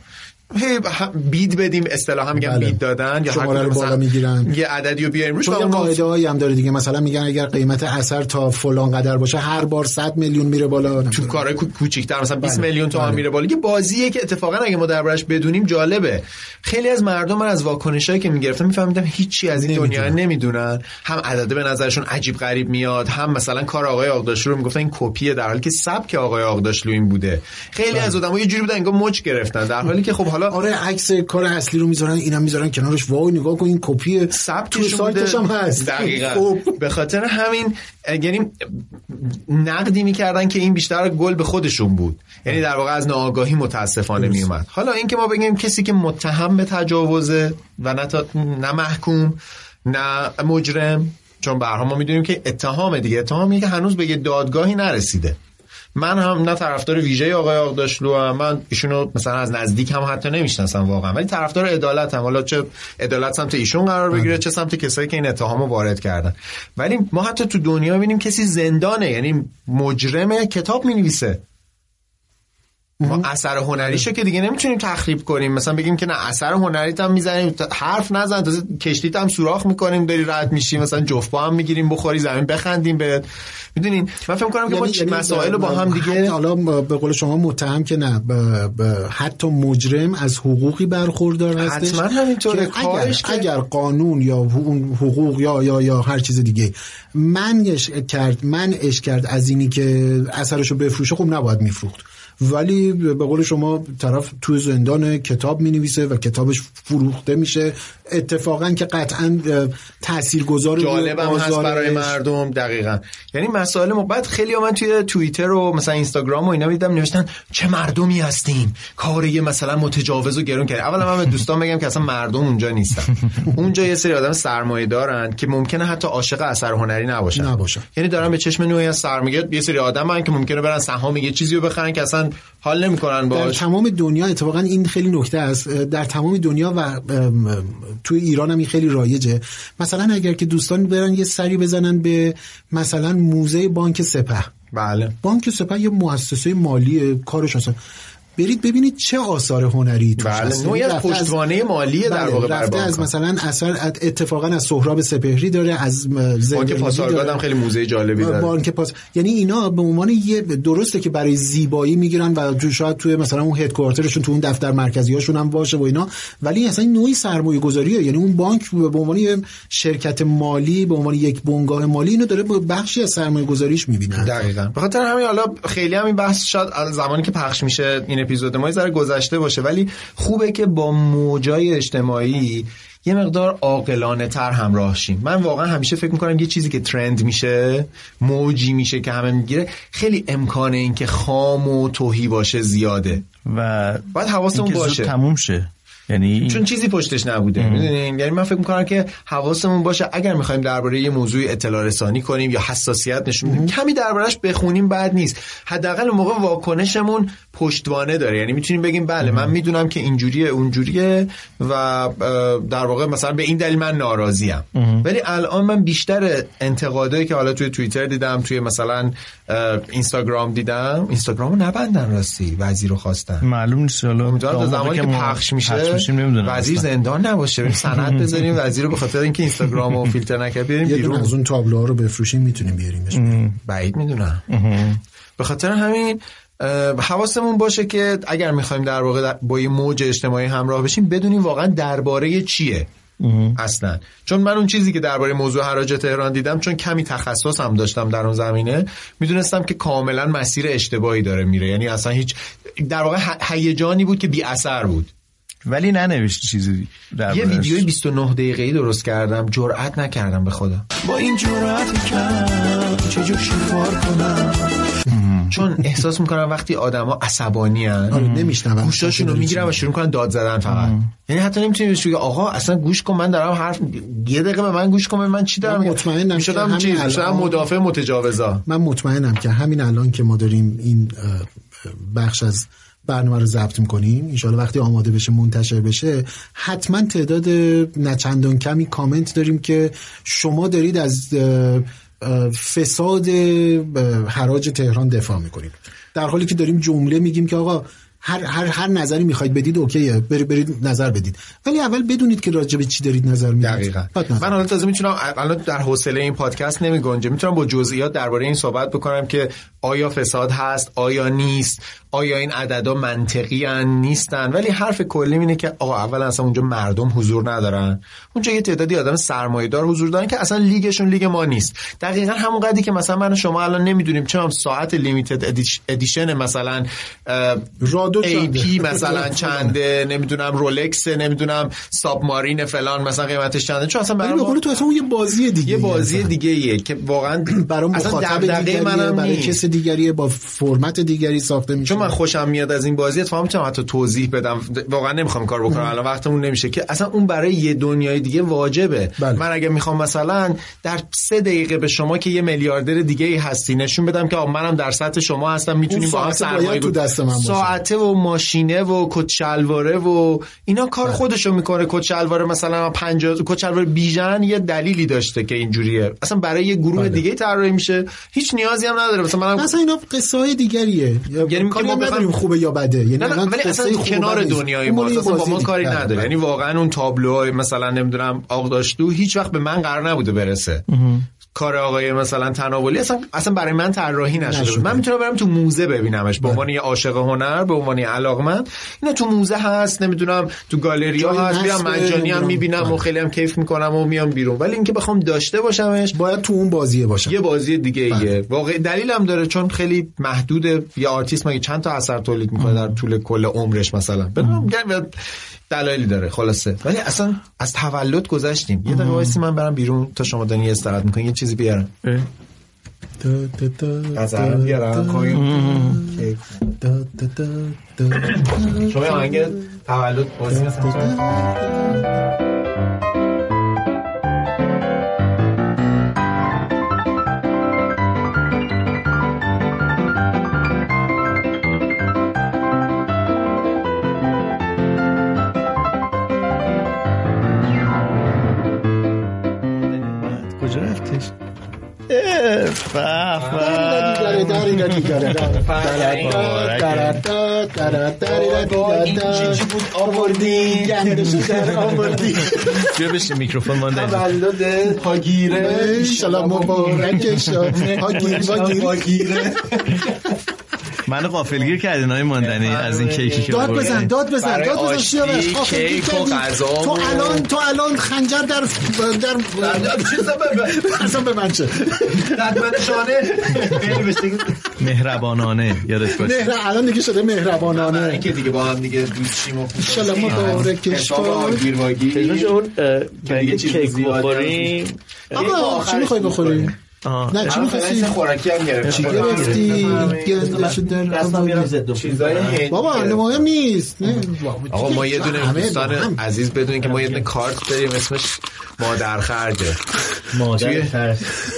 Speaker 3: هی هم- بید بدیم اصطلاحا میگن
Speaker 2: بله.
Speaker 3: بید دادن یا هر
Speaker 2: شماره رو
Speaker 3: کدوم
Speaker 2: بالا
Speaker 3: مثلا
Speaker 2: می‌گیرن.
Speaker 3: یه عددی رو بیاریم روش و
Speaker 2: چون یه
Speaker 3: اون
Speaker 2: قاعده هایی هم داره دیگه مثلا میگن اگر قیمت اثر تا فلان قدر باشه هر بار 100 میلیون میره بالا
Speaker 3: تو کارهای کو- کوچیک‌تر مثلا 20
Speaker 2: بله،
Speaker 3: میلیون تومن
Speaker 2: بله.
Speaker 3: میره بالا یه بازیه که اتفاقا اگه ما دربارش بدونیم جالبه خیلی از مردم من از واکنشایی که میگرفتم میفهمیدم هیچی از این دنیا نمیدونن هم عدده به نظرشون عجیب غریب میاد هم مثلا کار آقای آقداشلو رو میگفتن این کپیه در حالی که سبک آقای آقداشلو این بوده
Speaker 2: بله.
Speaker 3: خیلی از آدم‌ها یه جوری بودن انگار مچ گرفتن در حالی که خب حالا
Speaker 2: آره عکس کار اصلی رو میذارن اینم میذارن کنارش وای نگاه کن این کپی تو
Speaker 3: کشون
Speaker 2: سایتش
Speaker 3: بوده.
Speaker 2: هم هست
Speaker 3: دقیقا
Speaker 2: خب.
Speaker 3: به خاطر همین اه، یعنی نقدی میکردن که این بیشتر گل به خودشون بود یعنی در واقع از ناآگاهی متاسفانه میومد حالا اینکه ما بگیم کسی که متهم به تجاوزه و نه, تا- نه محکوم نه مجرم چون برها ما میدونیم که اتهام دیگه اتهامی که هنوز به یه دادگاهی نرسیده من هم نه طرفدار ویژه آقای آقداشلو هم من ایشونو مثلا از نزدیک هم حتی نمیشناسم واقعا ولی طرفدار عدالت هم حالا چه عدالت سمت ایشون قرار بگیره چه سمت کسایی که این اتهامو وارد کردن ولی ما حتی تو دنیا میبینیم کسی زندانه یعنی مجرم کتاب مینویسه ما اثر هنریشو که دیگه نمیتونیم تخریب کنیم مثلا بگیم که نه اثر هنریت هم میزنیم حرف نزن تازه کشتیت هم سوراخ میکنیم داری رد میشی مثلا جفت با هم میگیریم بخوری زمین بخندیم بهت میدونین من فکر کنم که ما یعنی چی- مسائل رو با هم دیگه
Speaker 2: یعنی- حتی حالا به قول شما متهم که نه ب- ب- حتی مجرم از حقوقی برخوردار هستش
Speaker 3: حتما همینطوره.
Speaker 2: که اگر,
Speaker 3: کارش که-
Speaker 2: اگر قانون یا اون حقوق یا یا یا هر چیز دیگه من اش کرد من اش کرد از اینی که اثرشو بفروشه خب نباید میفروخت ولی به قول شما طرف توی زندان کتاب می و کتابش فروخته میشه اتفاقا که قطعا تأثیر گذار
Speaker 3: جالبم هست برای مردم دقیقا یعنی مسائل ما بعد خیلی من توی توییتر و مثلا اینستاگرام و اینا دیدم نوشتن چه مردمی هستیم کار یه مثلا متجاوز و گرون کرد اولا من به دوستان بگم که اصلا مردم اونجا نیستن اونجا یه سری آدم سرمایه دارن که ممکنه حتی عاشق اثر هنری نباشن
Speaker 2: نباشن.
Speaker 3: یعنی دارن به چشم نوعی از سرمایه یه سری آدمن که ممکنه برن سهام یه چیزی رو بخرن که اصلا حال نمیکنن
Speaker 2: در
Speaker 3: باهاش
Speaker 2: تمام دنیا اتفاقا این خیلی نکته است در تمام دنیا و ام، توی ایران هم این خیلی رایجه مثلا اگر که دوستان برن یه سری بزنن به مثلا موزه بانک سپه
Speaker 3: بله
Speaker 2: بانک سپه یه مؤسسه مالی کارش هست برید ببینید چه آثار هنری توش
Speaker 3: بله،
Speaker 2: هست.
Speaker 3: نوعی از
Speaker 2: رفته
Speaker 3: پشتوانه مالیه در
Speaker 2: بله،
Speaker 3: واقع برای
Speaker 2: رفته
Speaker 3: بانک‌ها.
Speaker 2: از مثلا اثر اتفاقا از سهراب سپهری داره از
Speaker 3: بانک
Speaker 2: زندگی
Speaker 3: پاسارگاد
Speaker 2: داره.
Speaker 3: هم خیلی موزه جالبی داره
Speaker 2: بانک پاس یعنی اینا به عنوان یه درسته که برای زیبایی میگیرن و جو- شاید توی مثلا اون هدکوارترشون تو اون دفتر مرکزیاشون هم باشه و اینا ولی اصلا این نوعی سرمایه گذاریه یعنی اون بانک به عنوان یه شرکت مالی به عنوان یک بنگاه مالی اینو داره با بخشی از سرمایه گذاریش میبینن
Speaker 3: دقیقاً به خاطر همین حالا خیلی همین بحث شاید الان زمانی که پخش میشه این اپیزود ما یه ذره گذشته باشه ولی خوبه که با موجای اجتماعی یه مقدار عاقلانه تر همراه شیم من واقعا همیشه فکر میکنم یه چیزی که ترند میشه موجی میشه که همه میگیره خیلی امکان این که خام و توهی باشه زیاده
Speaker 4: و
Speaker 3: باید حواسمون
Speaker 4: اینکه زود
Speaker 3: باشه
Speaker 4: تموم شه یعنی
Speaker 3: چون چیزی پشتش نبوده میدونین یعنی من فکر میکنم که حواسمون باشه اگر میخوایم درباره یه موضوع اطلاع رسانی کنیم یا حساسیت نشون بدیم کمی دربارهش بخونیم بد نیست حداقل اون موقع واکنشمون پشتوانه داره یعنی میتونیم بگیم بله من میدونم که اینجوریه اونجوریه و اه، در واقع مثلا به این دلیل من ناراضیم
Speaker 4: مهم.
Speaker 3: ولی الان من بیشتر انتقادایی که حالا توی توییتر دیدم توی مثلا اه، اینستاگرام دیدم اینستاگرامو نبندن راستی وزیر رو خواستن
Speaker 4: معلوم نیست حالا
Speaker 3: تا زمانی که پخش میشه وزیر زندان نباشه بریم سند بذاریم وزیر رو به خاطر اینکه اینستاگرام رو فیلتر نکرد بیاریم
Speaker 2: یه دونه
Speaker 3: بیرون
Speaker 2: از اون تابلوها رو بفروشیم میتونیم بیاریمش
Speaker 3: بعید میدونم به خاطر همین اه، حواسمون باشه که اگر میخوایم در واقع در- با یه موج اجتماعی همراه بشیم بدونیم واقعا درباره چیه اصلا چون من اون چیزی که درباره موضوع حراج تهران دیدم چون کمی تخصص هم داشتم در اون زمینه میدونستم که کاملا مسیر اشتباهی داره میره یعنی اصلا هیچ در واقع ه- هیجانی بود که بی اثر بود
Speaker 4: ولی ننوشتی چیزی
Speaker 3: یه
Speaker 4: درباره‌اش.
Speaker 3: ویدیوی 29 دقیقه‌ای درست کردم جرئت نکردم به خدا
Speaker 15: با این جرأت کم چجور شکار کنم
Speaker 3: چون احساس میکنم وقتی آدما عصبانی ان
Speaker 2: آره، نمی‌شنون.
Speaker 3: گوشاشونو میگیرن و شروع میکنن داد زدن فقط یعنی حتی نمیتونی بهش بگی آقا اصلا گوش کن من دارم حرف یه دقیقه به من گوش کن من چی دارم
Speaker 2: مطمئنم که
Speaker 3: شدم
Speaker 2: همین
Speaker 3: چیز
Speaker 2: الان-
Speaker 3: شدم مدافع متجاوزا
Speaker 2: من مطمئنم که همین الان که ما داریم این اه، بخش از برنامه رو ضبط میکنیم انشاءالله وقتی آماده بشه منتشر بشه حتما تعداد نچندان کمی کامنت داریم که شما دارید از اه، اه، فساد اه، حراج تهران دفاع میکنید در حالی که داریم جمله میگیم که آقا هر, هر, هر نظری میخواید بدید اوکیه بری- برید نظر بدید ولی اول بدونید که راجع به چی دارید نظر میدید
Speaker 3: دقیقاً من حالا تازه میتونم الان در حوصله این پادکست نمی میتونم با جزئیات درباره این صحبت بکنم که آیا فساد هست آیا نیست آیا این عددا منطقی هن؟ نیستن ولی حرف کلی اینه که آقا اولا اصلا اونجا مردم حضور ندارن اونجا یه تعدادی آدم سرمایه‌دار حضور دارن که اصلا لیگشون لیگ ما نیست دقیقا همون قدری که مثلا من و شما الان نمیدونیم چه هم ساعت لیمیتد ادیشن مثلا
Speaker 2: رادو
Speaker 3: ای پی
Speaker 2: چنده؟
Speaker 3: مثلا چنده نمیدونم رولکس نمیدونم سابمارین فلان مثلا قیمتش چنده چون اصلا
Speaker 2: ولی
Speaker 3: برای
Speaker 2: به
Speaker 3: ما
Speaker 2: قول تو اصلا اون یه بازی دیگه یعنی
Speaker 3: یه بازی دیگه ایه که واقعا برای اصلا
Speaker 2: مخاطب
Speaker 3: دغدغه
Speaker 2: دیگریه،
Speaker 3: منم
Speaker 2: برای
Speaker 3: نیست.
Speaker 2: کس دیگریه با فرمت دیگری ساخته میشه
Speaker 3: چون من خوشم میاد از این بازی اتفاقا میتونم حتی توضیح بدم واقعا نمیخوام کار بکنم الان وقتمون نمیشه که اصلا اون برای یه دنیای دیگه واجبه
Speaker 2: بله.
Speaker 3: من اگه میخوام مثلا در سه دقیقه به شما که یه میلیاردر دیگه ای هستی نشون بدم که آقا منم در سطح شما هستم میتونیم
Speaker 2: اون
Speaker 3: با هم
Speaker 2: ساعته
Speaker 3: سرمایه
Speaker 2: باید تو
Speaker 3: گذاری-
Speaker 2: دست من باشه.
Speaker 3: ساعته و ماشینه و کچلواره و اینا
Speaker 2: بله.
Speaker 3: کار خودشو میکنه کچلواره مثلا 50 کچلواره بیژن یه دلیلی داشته که اینجوریه اصلا برای یه گروه
Speaker 2: بله.
Speaker 3: دیگه طراحی میشه هیچ نیازی هم نداره مثلا منم
Speaker 2: اصلا اینا قصه های دیگریه یعنی
Speaker 3: که
Speaker 2: کاری
Speaker 3: ما
Speaker 2: ما
Speaker 3: بخوایم-
Speaker 2: نداریم خوبه یا بده یعنی
Speaker 3: نه نه
Speaker 2: الان
Speaker 3: ولی
Speaker 2: قصه
Speaker 3: اصلا
Speaker 2: خوب و بد
Speaker 3: کنار
Speaker 2: نیست.
Speaker 3: دنیای
Speaker 2: اون
Speaker 3: ما
Speaker 2: مال یه
Speaker 3: اصلا با
Speaker 2: بازی
Speaker 3: ما
Speaker 2: دیگه.
Speaker 3: کاری
Speaker 2: بله،
Speaker 3: نداره
Speaker 2: بله.
Speaker 3: یعنی واقعا اون تابلوهای مثلا نمیدونم آقداشتو هیچ وقت به من قرار نبوده برسه کار آقای مثلا تناولی اصلا اصلا برای من طراحی نشده,
Speaker 2: نشده. بله.
Speaker 3: من میتونم برم تو موزه ببینمش به عنوان یه عاشق هنر به عنوان یه علاقمند اینا تو موزه هست نمیدونم تو گالری
Speaker 2: جای
Speaker 3: هست بیام
Speaker 2: نصب
Speaker 3: مجانی هم
Speaker 2: نمیدونم.
Speaker 3: میبینم و
Speaker 2: بله.
Speaker 3: خیلی هم کیف میکنم و میام بیرون ولی اینکه بخوام داشته باشمش
Speaker 2: باید تو اون بازیه باشه
Speaker 3: یه بازی دیگه ایه واقع دلیلم داره چون خیلی محدود یه آرتیست مگه چند تا اثر تولید میکنه در طول کل عمرش مثلا بدونم میگم دلایلی داره خلاصه ولی اصلا از تولد گذشتیم یه دقیقه وایسی من برم بیرون تا شما دارین یه استراحت میکنین یه چیزی بیارم غذا رو بیارم کوین کیک. شما یه آهنگ تولد بازی مثلا
Speaker 4: کجا رفتش اه، به، به.
Speaker 2: بود آوردی گندشو در آوردی
Speaker 4: جبش میکروفون من داریم
Speaker 3: بله.
Speaker 2: تولد هاگیره شلا مبارک شد هاگیر هاگیر
Speaker 4: منو قافلگیر کردین های ماندنی از این کیکی که
Speaker 2: داد بزن
Speaker 4: آوردین.
Speaker 2: داد بزن
Speaker 4: برای
Speaker 2: داد بزن
Speaker 4: آشتی،
Speaker 2: سیاوش قافلگیر
Speaker 4: کیک و
Speaker 2: کردی.
Speaker 4: غذا
Speaker 2: تو
Speaker 4: و-
Speaker 2: الان تو الان خنجر در در اصلا به من چه
Speaker 4: مهربانانه یادت باشه
Speaker 2: مهر الان دیگه شده مهربانانه
Speaker 3: که دیگه با هم دیگه دوستیم و خب،
Speaker 2: انشالله مبارکش باد.
Speaker 3: واگیر
Speaker 16: اون
Speaker 3: دیگه
Speaker 16: اگه
Speaker 3: چیز
Speaker 16: کیک
Speaker 3: زیاد
Speaker 16: بخوریم
Speaker 3: خب،
Speaker 2: آقا چی میخوای بخوری؟ نه چی میخواستی؟
Speaker 3: خوراکی هم
Speaker 2: چی
Speaker 3: گرفت
Speaker 2: گرفتی؟ گندشو در آوردی. بابا مهم نیست نه، بابا،
Speaker 3: آقا ما یه دونه
Speaker 2: همه با هم.
Speaker 3: دوستان عزیز بدونین که ما یه دونه کارت داریم اسمش مادر خرجه مادر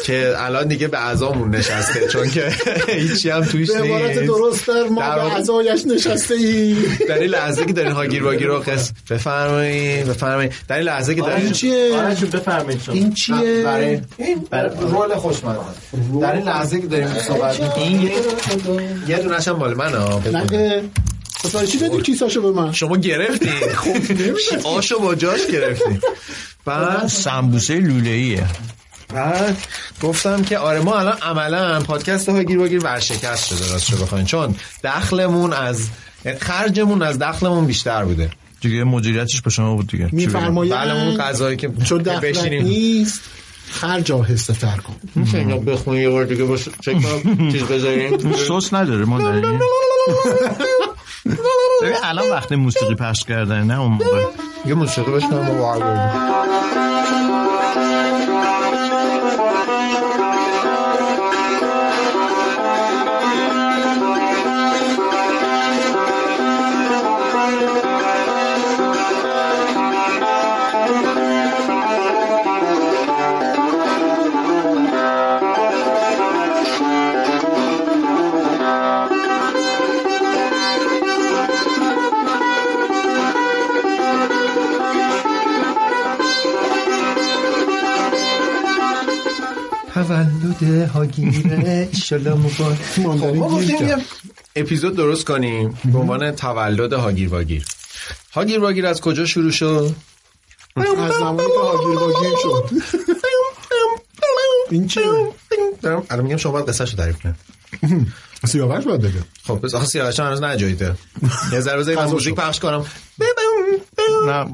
Speaker 3: که الان دیگه به اعضامون نشسته چون که هیچی هم توش
Speaker 2: به عبارت
Speaker 3: نیست
Speaker 2: درست در ما
Speaker 3: در
Speaker 2: به
Speaker 3: واقع-
Speaker 2: عزایش نشسته ای
Speaker 3: در این لحظه که دارین هاگیر واگیر رو قصد بفرمایید بفرمایید در این لحظه که دارین
Speaker 2: این چیه؟ این چیه؟
Speaker 3: آره. برای این رول خوشمزه در این لحظه که داریم صحبت این یه- یه دونش هم مال من ها
Speaker 2: نه پس برای چی دادی کیساشو به من؟
Speaker 3: شما گرفتی خب آشو با جاش گرفتی بعد
Speaker 4: سمبوسه لوله ایه
Speaker 3: بعد گفتم که آره ما الان عملا پادکست های گیر باگیر ورشکست شده راست شو بخواین چون دخلمون از خرجمون از دخلمون بیشتر بوده
Speaker 4: دیگه مدیریتش به شما بود دیگه چی بگم؟
Speaker 2: میفرمایند
Speaker 3: بله اون غذایی که
Speaker 2: چون
Speaker 3: که
Speaker 2: دخلت نیست خرج آهسته تر کن
Speaker 3: میشه اینا بخونی یه بار دیگه باش چک کنم، چیز بذاریم
Speaker 4: سس نداره ماندنی ببین الان وقت موسیقی پخش کردن نه اون موقع
Speaker 3: یه موسیقی بشنم تولد هاگیره ایشالا مبارک
Speaker 2: خب،
Speaker 3: ما گفتیم یه اپیزود درست کنیم به عنوان تولد هاگیر واگیر هاگیر واگیر از کجا شروع شد؟
Speaker 2: از زمانی که هاگیر واگیر شد این چیه؟
Speaker 3: دارم الان میگم شما باید قصه شو تعریف کنیم
Speaker 2: سیاوش باید بگه
Speaker 3: خب بس آخه سیاوش هنوز نجاییده یه ذره بزنیم از موزیک پخش کنم
Speaker 4: نه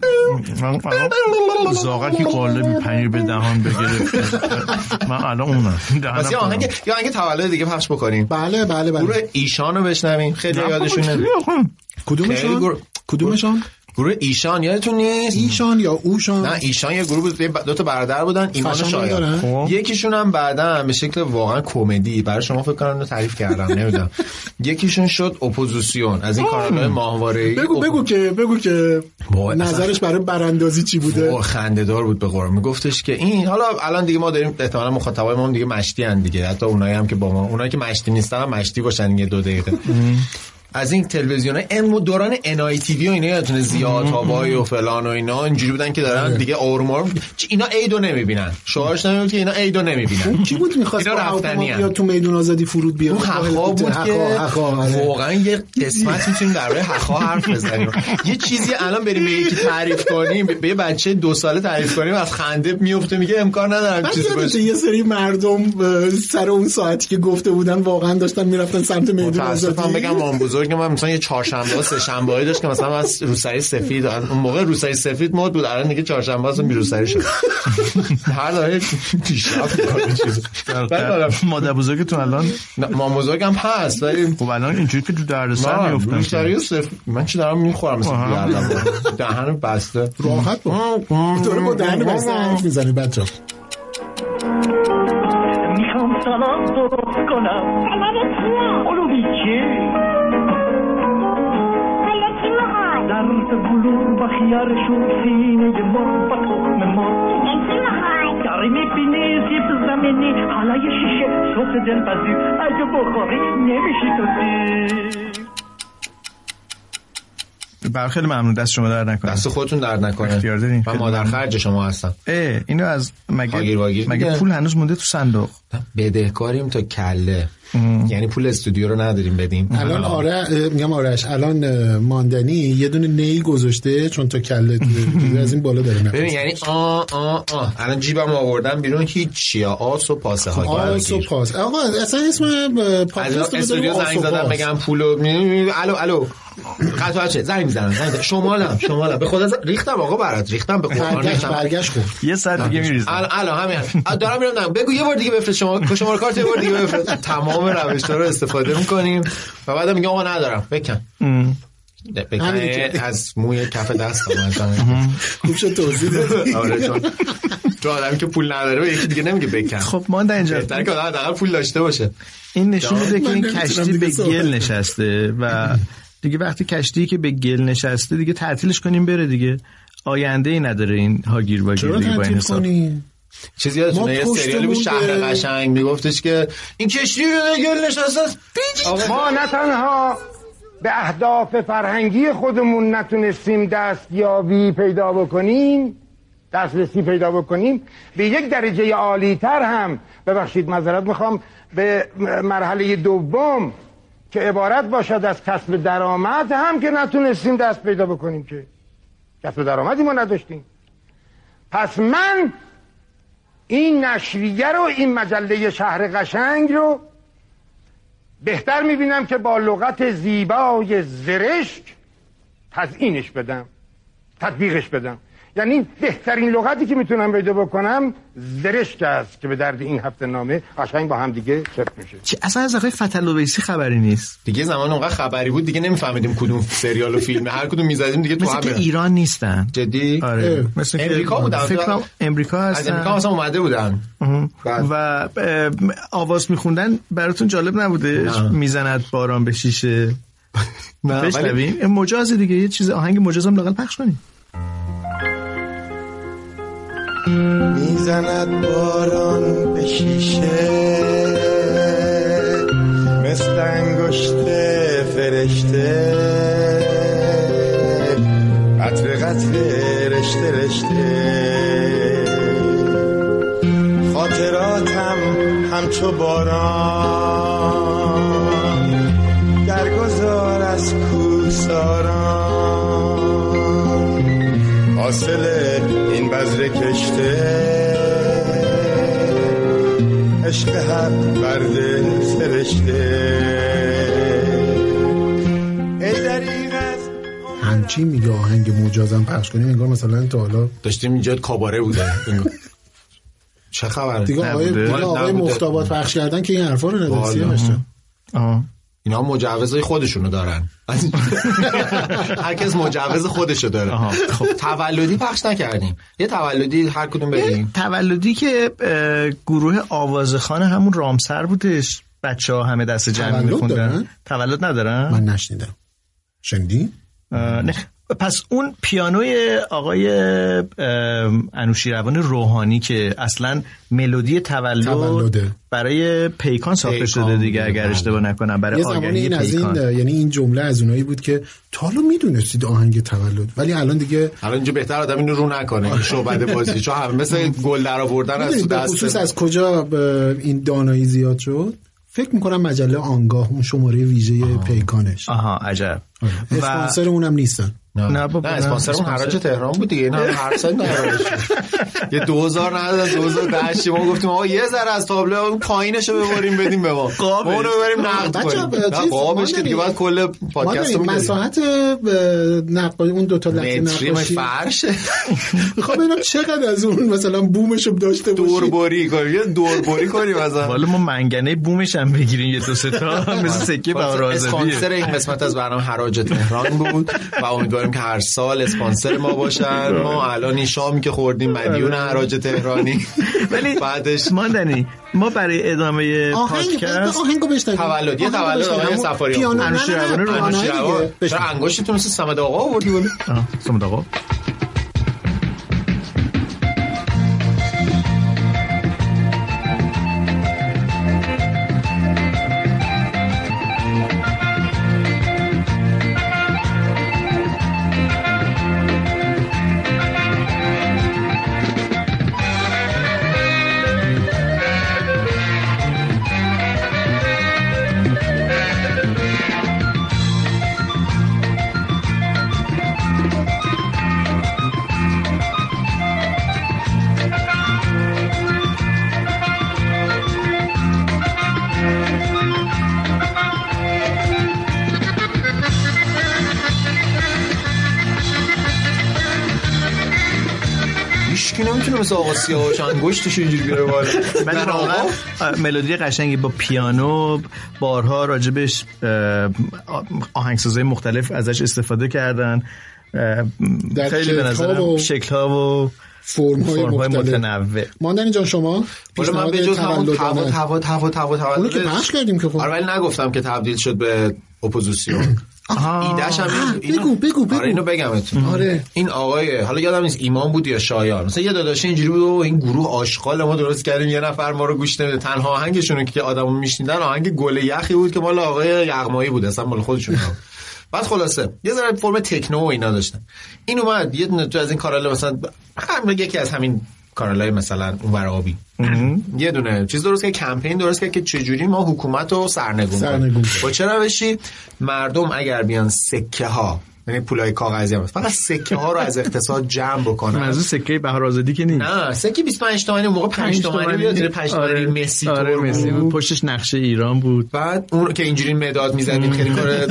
Speaker 4: من الان زاغکی قاله بی پنیر به دهان بگیره من الان اونم
Speaker 3: پس یه آهنگ یه آهنگ تولد دیگه پخش بکنیم
Speaker 2: بله بله بله
Speaker 3: گروه ایشان رو بشنویم خیلی یادشونه خیلی
Speaker 2: کدومشون؟
Speaker 3: گروه-
Speaker 2: کدومشون؟
Speaker 3: گروه ایشان یادتون نیست
Speaker 2: ایشان یا اوشان؟
Speaker 3: نه ایشان یه گروه بود یه ب- دو تا برادر بودن ایمان و
Speaker 2: خشم ندارن؟
Speaker 3: شایان
Speaker 2: خب.
Speaker 3: یکیشون هم بعدا به شکل واقعا کمدی برای شما فکر کنم اینو تعریف کردم نمیدونم یکیشون شد اپوزیسیون از این کانالهای ماهواره ای
Speaker 2: بگو بگو که بگو که
Speaker 3: وای، اصلا-
Speaker 2: نظرش برای براندازی چی بوده؟
Speaker 3: خنده دار بود به قرآن میگفتش که این حالا الان دیگه ما داریم احتمالاً مخاطبای ما هم دیگه مشتی ان دیگه حتی اونایی هم که با ما اونایی که مشتی نیستن هم مشتی باشن یه دو دقیقه از این تلویزیون های دوران انای تی وی و اینا یادتونه زیاد هاوای و فلان و اینا اینجوری بودن که
Speaker 2: بله.
Speaker 3: دارن دیگه آرمار اینا عیدو نمیبینن شعارش نمیبود که اینا عیدو نمیبینن
Speaker 2: اون کی بود میخواست
Speaker 3: اینا
Speaker 2: با هواپیما
Speaker 3: رفتنی
Speaker 2: بیاد تو میدون آزادی فرود بیاد
Speaker 3: اون حقا بود
Speaker 2: حقا،
Speaker 3: که
Speaker 2: حقا، آره.
Speaker 3: واقعا یه قسمت میتونیم درباره حقا حرف بزنیم یه چیزی الان بریم به یکی تعریف کنیم به یه بچه دو ساله تعریف کنیم از خنده میفته میگه امکان ندارم
Speaker 2: بعد
Speaker 3: چیزی
Speaker 2: یادته
Speaker 3: باشه
Speaker 2: یه سری مردم اه، سر اون ساعتی که گفته بودن واقعا داشتن میرفتن سمت میدون
Speaker 3: متاسفم
Speaker 2: آزادی
Speaker 3: بگم مام بزرگ من مثلا یه چهارشنبه و سه شنبه هایی داشت که مثلا از روسری سفید آره، اون موقع روسری سفید مد بود الان دیگه چهارشنبه هاست و بیروسری شد هر داره پیشرفت می‌کنه چیزی.
Speaker 4: بله.
Speaker 3: بعد آدم-
Speaker 4: مادر بزرگتون الان
Speaker 3: نه، مام بزرگم هست ولی
Speaker 4: خب الان اینجوری که تو
Speaker 3: نه،
Speaker 4: دردسر میفتن
Speaker 3: روسری سفید من چی دارم میخورم مثلا
Speaker 4: آها.
Speaker 3: بیادم. دهن بسته
Speaker 2: راحت بود داره با دهن بسته حرف میزنه بچه
Speaker 1: میخوام سلام درست کنم
Speaker 17: سلام کیه؟
Speaker 1: علومی که
Speaker 17: حالا کی میخوای؟
Speaker 1: در بلور و خیارشون سینه ما و تخم ما
Speaker 17: کی میخوای؟
Speaker 1: داری میبینی زیب زمینی حالا یه شیشه صبح دلپذیر اگه بخوری نمیشی تو سیر
Speaker 4: بر بله، خیلی ممنون دست شما در نکنه
Speaker 3: دست خودتون درد
Speaker 4: اختیار دارین.
Speaker 3: نکنه من
Speaker 4: خیلی
Speaker 3: مادر
Speaker 4: ممنون.
Speaker 3: خرج شما هستم
Speaker 4: اه اینو از مگه
Speaker 3: هاگیر واگیر
Speaker 4: مگه
Speaker 3: دیگه.
Speaker 4: پول هنوز مونده تو صندوق
Speaker 3: بدهکاریم تا کله یعنی پول استودیو رو نداریم بدیم
Speaker 2: الان آره اه، میگم آرش الان اه، ماندنی یه دونه نی گذاشته چون تا کله از این بالا داره
Speaker 3: ببین یعنی آ آ آ الان جیبم آوردم بیرون هیچ چیا آس و پاسه های
Speaker 2: خب، آس و پاس آقا اصلا اسم اه،
Speaker 3: از
Speaker 2: پادکست رو بذاریم
Speaker 3: استودیو
Speaker 2: آس
Speaker 3: زنگ
Speaker 2: و
Speaker 3: زدم
Speaker 2: پاس.
Speaker 3: بگم پولو می- می- الو الو قطعا چه زنگ میزنم زنگ میزنم. شمالم شمالم به خدا زن- ریختم آقا برات ریختم به قرآن
Speaker 2: برگشت
Speaker 3: ریختم
Speaker 2: برگشت خب. خورد
Speaker 4: یه ساعت دیگه میریزم
Speaker 3: الان الان همین الان دارم میرم دارم بگو یه بار دیگه بفرست شما شماره کارت یه بار دیگه بفرست تمام روش‌ها رو استفاده میکنیم و بعد میگم آقا ندارم بکن نه،
Speaker 2: همین
Speaker 3: بکن
Speaker 2: که-
Speaker 3: از موی کف دست اومد
Speaker 2: خوب شد توضیح دادی
Speaker 3: آره چون تو آدمی که پول نداره به یکی دیگه نمیگه بکن
Speaker 4: خب ما در اینجا
Speaker 3: بهتره که آدم حداقل پول داشته باشه
Speaker 4: این نشون میده که
Speaker 3: من
Speaker 4: این
Speaker 3: نمیتونم
Speaker 4: کشتی
Speaker 3: دیگه
Speaker 4: به
Speaker 3: صحبت
Speaker 4: گل نشسته و دیگه وقتی کشتی که به گل نشسته دیگه تعطیلش کنیم بره دیگه آینده ای نداره این هاگیر واگیر
Speaker 2: چرا
Speaker 4: دیگه با این
Speaker 2: تعطیل
Speaker 4: حساب
Speaker 2: کنی
Speaker 3: چیزی یادتونه یه سریالی بود شهر قشنگ میگفتش که این کشتی به گل نشسته است.
Speaker 16: ما نه تنها به اهداف فرهنگی خودمون نتونستیم دستیابی پیدا بکنیم دسترسی پیدا بکنیم به یک درجه عالی تر هم ببخشید معذرت میخوام به مرحله دوم که عبارت باشد از کسب درآمد هم که نتونستیم دست پیدا بکنیم که کسب درآمدی ما نداشتیم پس من این نشریه رو این مجله شهر قشنگ رو بهتر میبینم که با لغت زیبای زرشک تزئینش بدم تطبیقش بدم یعنی بهترین لغتی که میتونم پیدا بکنم زرشک است که به درد این هفته نامه قشنگ با هم دیگه چفت میشه
Speaker 4: چه اصلا از آقای فتلویسی خبری نیست
Speaker 3: دیگه زمان اونقدر خبری بود دیگه نمیفهمیدیم کدوم سریال و فیلمه هر کدوم میزدیم دیگه تو
Speaker 4: مثل
Speaker 3: هم
Speaker 4: که
Speaker 3: می‌رفت.
Speaker 4: ایران نیستن
Speaker 3: خب جدی
Speaker 4: آره
Speaker 3: اه.
Speaker 4: مثل که
Speaker 3: امریکا بودن
Speaker 4: فکر کنم امریکا
Speaker 3: از
Speaker 4: هستن
Speaker 3: امریکا هم اصلا اومده بودن
Speaker 4: اه.
Speaker 3: بله.
Speaker 4: و اه، آواز میخوندن براتون جالب نبوده
Speaker 3: نه.
Speaker 4: میزند باران به شیشه
Speaker 3: نه، ولی-
Speaker 4: بشنویم مجاز دیگه یه چیز آهنگ مجاز هم لاقل پخش کنیم
Speaker 15: میزند باران به شیشه مثل انگشت فرشته قطر قطر رشته رشته خاطراتم همچو باران درگذار از کوساران حاصل این بذر کشته عشق حب برده سرشته ای دریغ از
Speaker 2: همچین میگه آهنگ مجازم پخش کنیم انگار مثلا تا حالا
Speaker 3: داشتیم اینجا کاباره بوده چه خبره
Speaker 2: دیگه آقای,
Speaker 3: نبوده.
Speaker 2: دیگه آقای
Speaker 3: نبوده.
Speaker 2: مختابات پخش کردن که این حرفا رو ندرسیه
Speaker 3: والا.
Speaker 2: بشتن
Speaker 3: اینا مجوزهای خودشونو دارن هر کس مجوز خودشو داره خب تولدی پخش نکردیم یه تولدی هر کدوم بدیم
Speaker 4: تولدی که اه، گروه آوازخان همون رامسر بودش بچه ها همه دست جمع
Speaker 2: تولد
Speaker 4: میخوندن
Speaker 2: دارن؟
Speaker 4: تولد ندارن
Speaker 2: من نشنیدم شنیدی؟
Speaker 4: اه، نه. پس اون پیانوی آقای انوشیروان روحانی که اصلا ملودی تولد
Speaker 2: تولده.
Speaker 4: برای پیکان ساخته
Speaker 2: پیکان
Speaker 4: شده دیگه
Speaker 2: بوده،
Speaker 4: اگر
Speaker 2: بله.
Speaker 4: اشتباه نکنم برای
Speaker 2: یه زمانی
Speaker 4: آگهی
Speaker 2: این از این
Speaker 4: پیکان
Speaker 2: یعنی این جمله از اونایی بود که تا حالا میدونستید آهنگ تولد ولی الان دیگه
Speaker 3: الان اینجا بهتر آدم اینو رو
Speaker 4: آره.
Speaker 3: نکنه شعبده بازی چون همه مثل گل در آوردن آره، از تو
Speaker 2: می‌دونید به خصوص
Speaker 3: دست
Speaker 2: از کجا به این دانایی زیاد شد فکر میکنم مجله آنگاه اون شماره ویژه پیکانش
Speaker 4: آها عجب
Speaker 2: آره. اسپانسر اونم نیستن
Speaker 4: نه بابا،
Speaker 3: نه
Speaker 4: نه.
Speaker 3: اسپانسر اون
Speaker 4: اسپانسر.
Speaker 3: حراج تهران بود دیگه اینا هر سال ندارش یه 2000 ندادن 2010 ما گفتیم آقا یه ذره از تابلو اون پایینشو ببریم بدیم به ما ما اونو ببریم نقد
Speaker 2: بچه‌ها،
Speaker 3: کنیم
Speaker 2: چیز-
Speaker 3: نه، قابش که
Speaker 2: ماندنی-
Speaker 3: دیگه باید کل
Speaker 2: ما
Speaker 3: پادکست
Speaker 2: داریم
Speaker 3: رو می‌دادیم.
Speaker 2: مساحت اه، نقاشی اون دو تا لحظه
Speaker 3: متری
Speaker 2: نقاشی
Speaker 3: فرش
Speaker 2: خب ببینم چقدر از اون مثلا بومش رو داشته باشی
Speaker 3: دوربری کنیم یه دوربری کنیم مثلا
Speaker 4: والا ما منگنه بومش هم بگیریم یه دو سه تا مثل سکه بهار
Speaker 3: اسپانسر
Speaker 4: آزادیه
Speaker 3: این قسمت از برنامه حراج تهران بود و امیدواریم که هر سال اسپانسر ما باشن ما الان این شامی که خوردیم مدیون حراج تهرانی
Speaker 4: ولی
Speaker 3: بعدش
Speaker 4: ماندنی ما برای ادامه
Speaker 2: آهنگ
Speaker 4: پادکست
Speaker 2: آهنگو بشتن
Speaker 3: تولد یه تولد آقای سفاریان
Speaker 2: پیانو نه، نه، نه،
Speaker 4: انوشیروان رو
Speaker 2: آهنگ دیگه.
Speaker 3: جواب چرا
Speaker 2: بشنویم.
Speaker 3: انگشتتون مثل سمد آقا آوردی بالا
Speaker 4: آه، سمت آقا
Speaker 3: نمیتونه مثل آقا سیاوش انگشتش اینجوری بیاره بالا
Speaker 4: ولی
Speaker 3: من
Speaker 4: واقعا
Speaker 3: آقا
Speaker 4: آه، ملودی قشنگی با پیانو بارها راجبش اه، آه، آهنگسازهای مختلف ازش استفاده کردن اه،
Speaker 2: در
Speaker 4: خیلی به
Speaker 2: شکل‌ها
Speaker 4: نظرم
Speaker 2: و-
Speaker 4: شکل‌ها و
Speaker 2: فرم‌های
Speaker 4: فرم‌های
Speaker 2: مختلف.
Speaker 4: متنوع
Speaker 2: ماندنی جان شما
Speaker 3: حالا من به جز همون تولد تولد تولد تولد
Speaker 2: اونو که پخش کردیم که خب
Speaker 3: آره ولی نگفتم که تبدیل شد به اپوزیسیون ایدهش هم این- اینو-
Speaker 2: بگو بگو بگو
Speaker 3: آره اینو بگمتون
Speaker 2: آره.
Speaker 3: این آقای حالا یادم نیست ایمان بود یا شایان مثلا یه داداشی اینجوری بود و این گروه آشغال ما درست کردیم یه نفر ما رو گوش نمیده تنها آهنگشون که آدمو میشنیدن آهنگ گل یخی بود که مال آقای یغمایی بود اصلا مال خودشون نبود. بعد خلاصه یه ذره فرم تکنو و اینا داشتن این اومد یه دونه تو از این کانال مثلا هم یکی از همین کانال های مثلا اونور آبی یه دونه چیز درست که کمپین درست کرد که چجوری ما حکومت رو سرنگون
Speaker 2: سرنگون
Speaker 3: کنیم با چه روشی مردم اگر بیان سکه ها یعنی پولای کاغذی هم هست. فقط سکه ها رو از اقتصاد جمع بکنن
Speaker 4: منظور سکه بهار آزادی که نیست
Speaker 3: نه سکه 25 تومانی اون موقع 5
Speaker 4: پنج
Speaker 3: تومانی
Speaker 4: تومانی.
Speaker 3: بیاد اینه 5 تومانی
Speaker 4: آره.
Speaker 3: مسی
Speaker 4: آره،
Speaker 3: طور
Speaker 4: مسی
Speaker 3: بود.
Speaker 4: بود. پشتش نقشه ایران بود
Speaker 3: بعد اون رو که اینجوری مداد میزدیم خیلی کار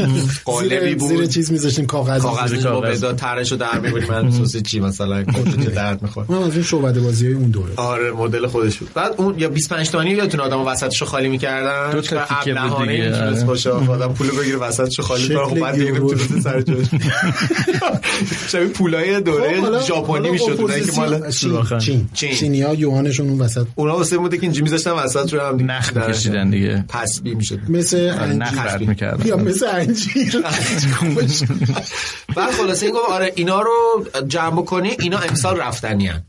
Speaker 3: قالبی
Speaker 2: زیر, زیر
Speaker 3: بود
Speaker 2: چیز میذاشتیم کاغذ
Speaker 3: کاغذ
Speaker 2: زیر
Speaker 3: با
Speaker 2: کاغذ.
Speaker 3: مداد ترشو در میبریم من سوسیس چی مثلا کجا درد میخوره
Speaker 2: اونم از این شعبده بازی های اون دوره
Speaker 3: آره مدل خودش بود بعد اون یا 25 تومانی یادتون آدم وسطشو خالی میکردن
Speaker 4: دو تا تیکه بود دیگه،
Speaker 3: میتونست
Speaker 4: آره.
Speaker 3: باشه آخه آدم پولو بگیره وسطشو خالی کنه خب
Speaker 2: شکل
Speaker 3: بعد دیگه
Speaker 2: گیرو.
Speaker 3: میتونست سر جاش شبیه پولای
Speaker 2: خب، حالا-
Speaker 3: دوره آره، ژاپنی
Speaker 2: حالا
Speaker 3: میشد اونایی که
Speaker 2: اپوزیسیون- چین
Speaker 3: مال
Speaker 2: چین
Speaker 3: چین.
Speaker 2: چینی ها یوهانشون اون وسط
Speaker 3: اونا واسه بوده که اینجوری میذاشتن وسط رو هم دیگه
Speaker 4: نخ
Speaker 3: درشن.
Speaker 4: می‌کشیدن دیگه.
Speaker 3: تسبیح میشد
Speaker 2: مثل
Speaker 3: آره،
Speaker 4: نخ
Speaker 2: انجیر
Speaker 4: رد
Speaker 2: یا
Speaker 4: میکردن
Speaker 2: مثل انجیر
Speaker 3: بعد خلاصه این گفت آره اینا رو جمع کنی اینا امسال رفتنی هن.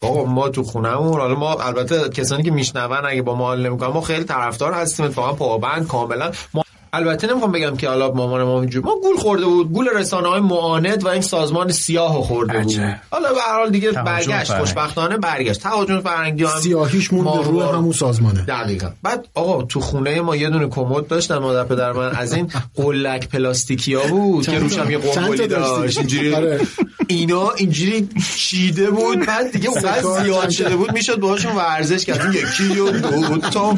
Speaker 3: بابا ما تو خونهمون حالا ما البته کسانی که میشنون اگه با ما حال نمیکنن ما خیلی طرفدار هستیم اتفاقا پابند کاملا ما البته نمیخوام بگم که حالا مامان ما اینجور ما گول خورده بود گول رسانه های معاند و این سازمان سیاه رو خورده بود
Speaker 4: عجب.
Speaker 3: حالا به هر حال دیگه
Speaker 4: تهاجم
Speaker 3: برگشت
Speaker 4: فرهنگی.
Speaker 3: خوشبختانه برگشت تهاجم فرنگی هم
Speaker 2: سیاهیش
Speaker 3: ما
Speaker 2: مونده روی
Speaker 3: رو-
Speaker 2: همون سازمانه
Speaker 3: دقیقا بعد آقا تو خونه ما یه دونه کمد داشتن مادر پدر من از این قلک پلاستیکی ها بود
Speaker 2: چند
Speaker 3: که
Speaker 2: تا-
Speaker 3: روشم یه
Speaker 2: چند تا
Speaker 3: قنبلی
Speaker 2: داشتی؟
Speaker 3: داشت اینجوری
Speaker 2: آره.
Speaker 3: اینا اینجوری چیده بود بعد دیگه اونقدر
Speaker 2: سرکار
Speaker 3: زیاد
Speaker 2: چند
Speaker 3: شده
Speaker 2: تا.
Speaker 3: بود میشد باهاشون ورزش کرد این یکی و دو تا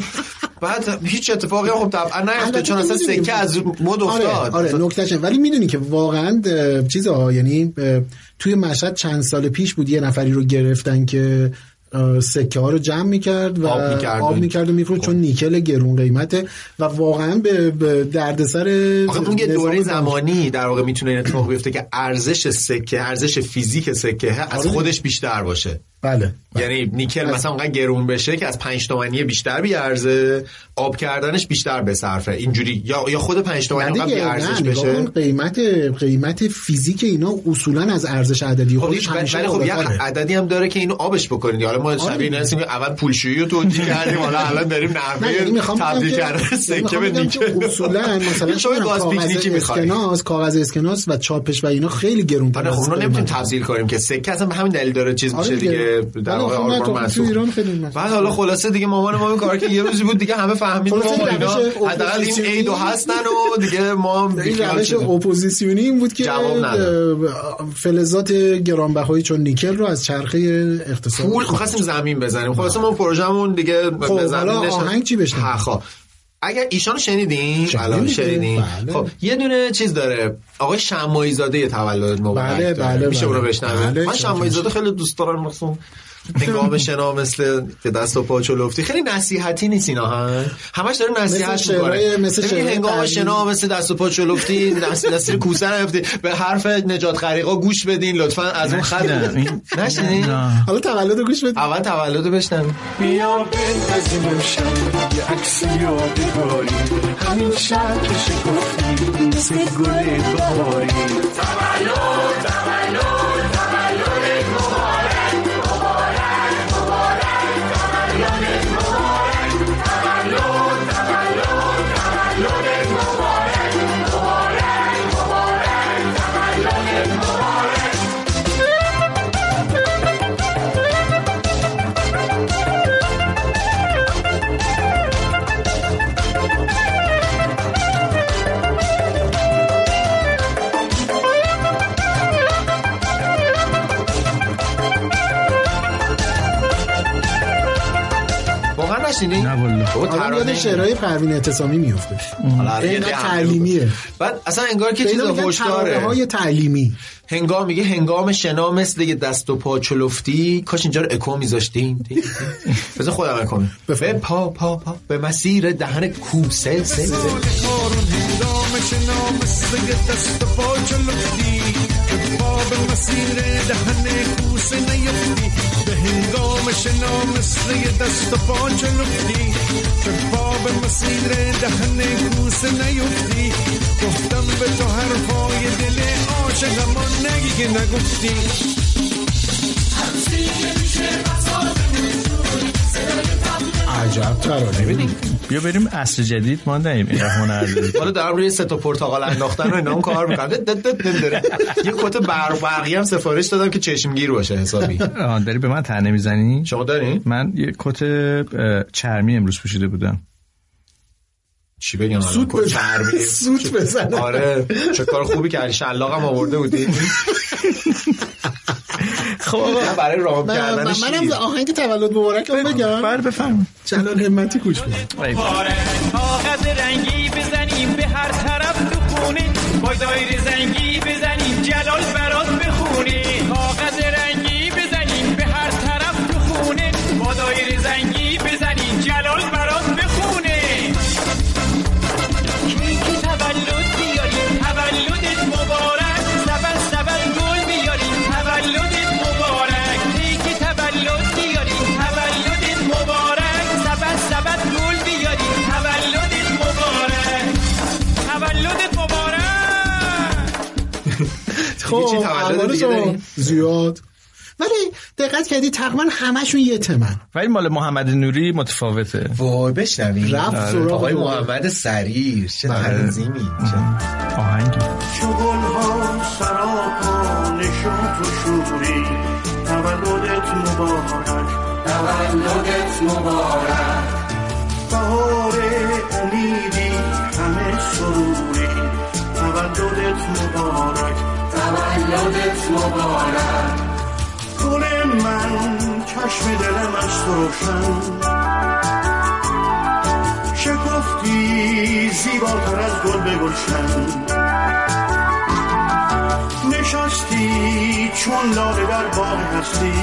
Speaker 3: بعد هیچ اتفاقی هم خب طبعا نیفتاد
Speaker 2: البته
Speaker 3: چون اصلا
Speaker 2: می‌دونیم.
Speaker 3: سکه از مد افتاد
Speaker 2: آره, آره نکتهشه ولی میدونی که واقعا اه، چیزها یعنی اه، توی مشهد چند سال پیش بود یه نفری رو گرفتن که اه، سکه ها رو جمع میکرد و
Speaker 3: آب می‌کرد. خب.
Speaker 2: آب میکرد و میفروخت چون نیکل گرون قیمته و واقعا به به دردسر
Speaker 3: آخه اون یه دوره
Speaker 2: نظام-
Speaker 3: زمانی در واقع میتونه این اتفاق بیفته که ارزش سکه ارزش فیزیک سکه از
Speaker 2: آره.
Speaker 3: خودش بیشتر باشه
Speaker 2: بله
Speaker 3: یعنی نیکل مثلا اونقدر گرون بشه که از 5 تومانی بیشتر بیارزه آب کردنش بیشتر بسرفه اینجوری یا یا خود 5 تومانی
Speaker 2: نه
Speaker 3: اونقدر
Speaker 2: دیگه،
Speaker 3: بیارزش
Speaker 2: نه، نگاه کن،
Speaker 3: بشه
Speaker 2: قیمت قیمت فیزیک اینا اصولا از ارزش عددی
Speaker 3: خب
Speaker 2: خودش
Speaker 3: یک- ولی
Speaker 2: همیشه آره.
Speaker 3: ولی خب یه
Speaker 2: بالاتره.
Speaker 3: عددی هم داره که اینو آبش بکنید حالا
Speaker 2: آره.
Speaker 3: ما شبیه
Speaker 2: دیگه.
Speaker 3: نرسیم که اول پولشویی رو توجیه کردیم حالا الان داریم
Speaker 2: نه یعنی
Speaker 3: نحوه
Speaker 2: میخوام بگم
Speaker 3: تبدیل
Speaker 2: که
Speaker 3: کردن
Speaker 2: یعنی
Speaker 3: سکه
Speaker 2: میخوام
Speaker 3: به
Speaker 2: بگم که
Speaker 3: نیکل
Speaker 2: اصولا مثلا
Speaker 3: شما
Speaker 2: چون
Speaker 3: گاز پیکنیکی
Speaker 2: کاغذ
Speaker 3: می‌خوای.
Speaker 2: اسکناس کاغذ اسکناس و چاپش و اینا خیلی گرون
Speaker 3: آره خب اونو نمیتونیم تبدیل کنیم که سکه اصلا به همین دلیل داره چیز
Speaker 2: آره
Speaker 3: میشه دیگه در واقع آرمان
Speaker 2: خب، تو
Speaker 3: منسوخ
Speaker 2: ایران خیلی مسئول.
Speaker 3: بعد حالا خلاصه دیگه مامان ما این کار که یه روزی بود دیگه همه فهمیدن
Speaker 2: خلاصه
Speaker 3: بابا
Speaker 2: این
Speaker 3: اینا
Speaker 2: روش
Speaker 3: حداقل این
Speaker 2: اپوزیسیونی-
Speaker 3: عیدو هستن و دیگه ما هم
Speaker 2: این
Speaker 3: بیخیال
Speaker 2: یعنی روش
Speaker 3: شدیم.
Speaker 2: اپوزیسیونی این بود که
Speaker 3: جواب نداد.
Speaker 2: اه، فلزات گرانبهایی چون نیکل رو از چرخه اقتصاد
Speaker 3: پول می‌خواستیم زمین بزنیم خلاصه ما پروژمون دیگه
Speaker 2: خب،
Speaker 3: به زمین
Speaker 2: حالا
Speaker 3: نشد.
Speaker 2: آهنگ چی بشنویم؟
Speaker 3: پخا. اگر ایشان شنیدین الان
Speaker 2: دیگه.
Speaker 3: شنیدین
Speaker 2: بله.
Speaker 3: خب یه دونه چیز داره آقای شمایی زاده تولد مبارک
Speaker 2: بله،
Speaker 3: داره.
Speaker 2: بله،
Speaker 3: میشه
Speaker 2: بله.
Speaker 3: اونو بشنویم
Speaker 2: بله،
Speaker 3: من
Speaker 2: چون-
Speaker 3: شمایی زاده خیلی دوست دارم مخصوم هنگام شنا مثل که دست و پا چلفتی خیلی نصیحتی نیست اینا ها همش داره نصیحت
Speaker 2: مثل شعرهای-
Speaker 3: میکنه
Speaker 2: مثل شعرهای
Speaker 3: هنگام
Speaker 2: قدیم.
Speaker 3: شنا مثل دست و پا چلفتی دست دست کوسه نرفتی به حرف نجات غریقا گوش بدین لطفا از اون خط
Speaker 4: نشنیدم. این-
Speaker 3: نشنیدین
Speaker 4: نه.
Speaker 2: حالا تولد رو گوش بده
Speaker 3: اول تولد رو بشنویم
Speaker 15: بیا بندازیم امشب یه عکس یادگاری همین شهر که شکفتی مثل گل بهاری
Speaker 17: مبارک
Speaker 3: سینه نه
Speaker 2: آدم یاد شعرهای پروین اعتصامی میفته
Speaker 3: حالا یه
Speaker 2: اینا
Speaker 3: لحظه
Speaker 2: تعلیمیه
Speaker 3: بعد اصلا انگار که
Speaker 2: به
Speaker 3: چیز
Speaker 2: اینا میگن
Speaker 3: هوشداره
Speaker 2: ترانه‌های تعلیمی
Speaker 3: هنگام میگه هنگام شنا مثل یه دست و پا چلفتی کاش اینجا رو اکو میذاشتیم بذار خودم اکو به پا پا پا به مسیر دهن کوسه سه سه.
Speaker 15: بارون هنگام شنا مثل یه دست پا چلفتی که پا به مسیر دهن کوسه نیفتی به هنگام شنا مثل یه دست پا چلفتی که پا به مسیر دهن کوسه نیفتی گفتم به تو حرفای دل عاشقمان نگی که نگفتی
Speaker 2: عجب ترانه
Speaker 4: بیا بریم اصر جدید ما نیم این هنر
Speaker 3: حالا دارم روی سه تا پرتقال انداختن و اینا هم کار میکنم دد دد دد داره. یه کت بر برقی هم سفارش دادم که چشمگیر باشه حسابی
Speaker 4: آه، داری به من تنه میزنی؟
Speaker 3: شما داری؟
Speaker 4: من یه کت اه، چرمی امروز پوشیده بودم
Speaker 3: چی بگم الان؟
Speaker 4: سوت
Speaker 3: کت
Speaker 4: بزن.
Speaker 3: چرمی.
Speaker 4: سوت بزن.
Speaker 3: آره چه کار خوبی کردی شلاقم آورده بودی
Speaker 4: خب
Speaker 3: نه، برای رام
Speaker 2: من-
Speaker 3: کردن
Speaker 2: من- منم
Speaker 3: شیر.
Speaker 2: آهنگ تولد مبارک رو بگم بله
Speaker 4: بفهم
Speaker 2: جلال همتی گوش کن
Speaker 1: کاغذ رنگی بزنیم به هر طرف تو خونه با دایر زنگی بزنیم جلال برات بخونه کاغذ رنگی بزنیم به هر طرف تو خونه با دایر زنگی بزنیم جلال برات بخونه کیک تولد بیاریم تولدت مبارک سبل سبل گل بیاریم تولدت مبارک کیک تولد بیاریم تولدت مبارک سبل سبل گل بیاریم تولدت مبارک تولدت مبارک
Speaker 2: خب
Speaker 1: چی تولد
Speaker 2: احوال
Speaker 1: دیگه
Speaker 2: شما؟
Speaker 1: داری؟
Speaker 2: زیاد ولی دقت کردی تقریبا همشون یه تمن
Speaker 4: ولی مال محمد نوری متفاوته
Speaker 3: وای بشنویم آره.
Speaker 2: رفت سراغ
Speaker 3: آقای
Speaker 2: دوباره.
Speaker 3: محمد سریر چه تنظیمی
Speaker 4: آهنگ
Speaker 18: گل ها سرا نشون تو شوری تولدت مبارک تولدت مبارک بهار امیدی همه سروری تولدت مبارک تولدت مبارک گل من چشم دلم از تو روشن شکفتی زیباتر از گل به گلشن نشستی چون لاله در باغ هستی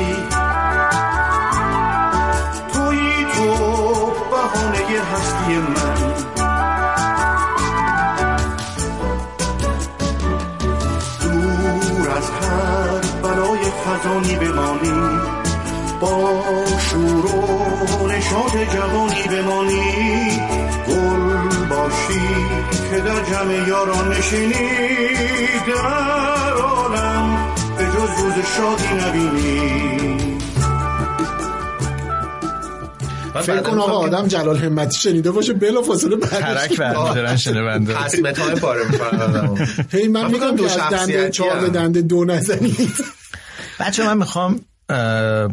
Speaker 18: توی تو بهانه هستی من دور از هر برای فضانی بمانی با شور و نشاط جوانی بمانی گل باشی که در جمع یاران نشینی در عالم به جز روز شادی نبینی
Speaker 2: فکر کن آقا آدم جلال همتی شنیده باشه بلا فاصله
Speaker 4: ترک برمیدارن شنونده
Speaker 3: حسمت های پاره
Speaker 2: هی من
Speaker 4: من
Speaker 2: میگم که
Speaker 4: فکرم دو
Speaker 2: از دنده
Speaker 4: شخصیتی
Speaker 2: چهار به
Speaker 4: هم.
Speaker 2: دنده دو نزنید
Speaker 4: بچه من میخوام اه،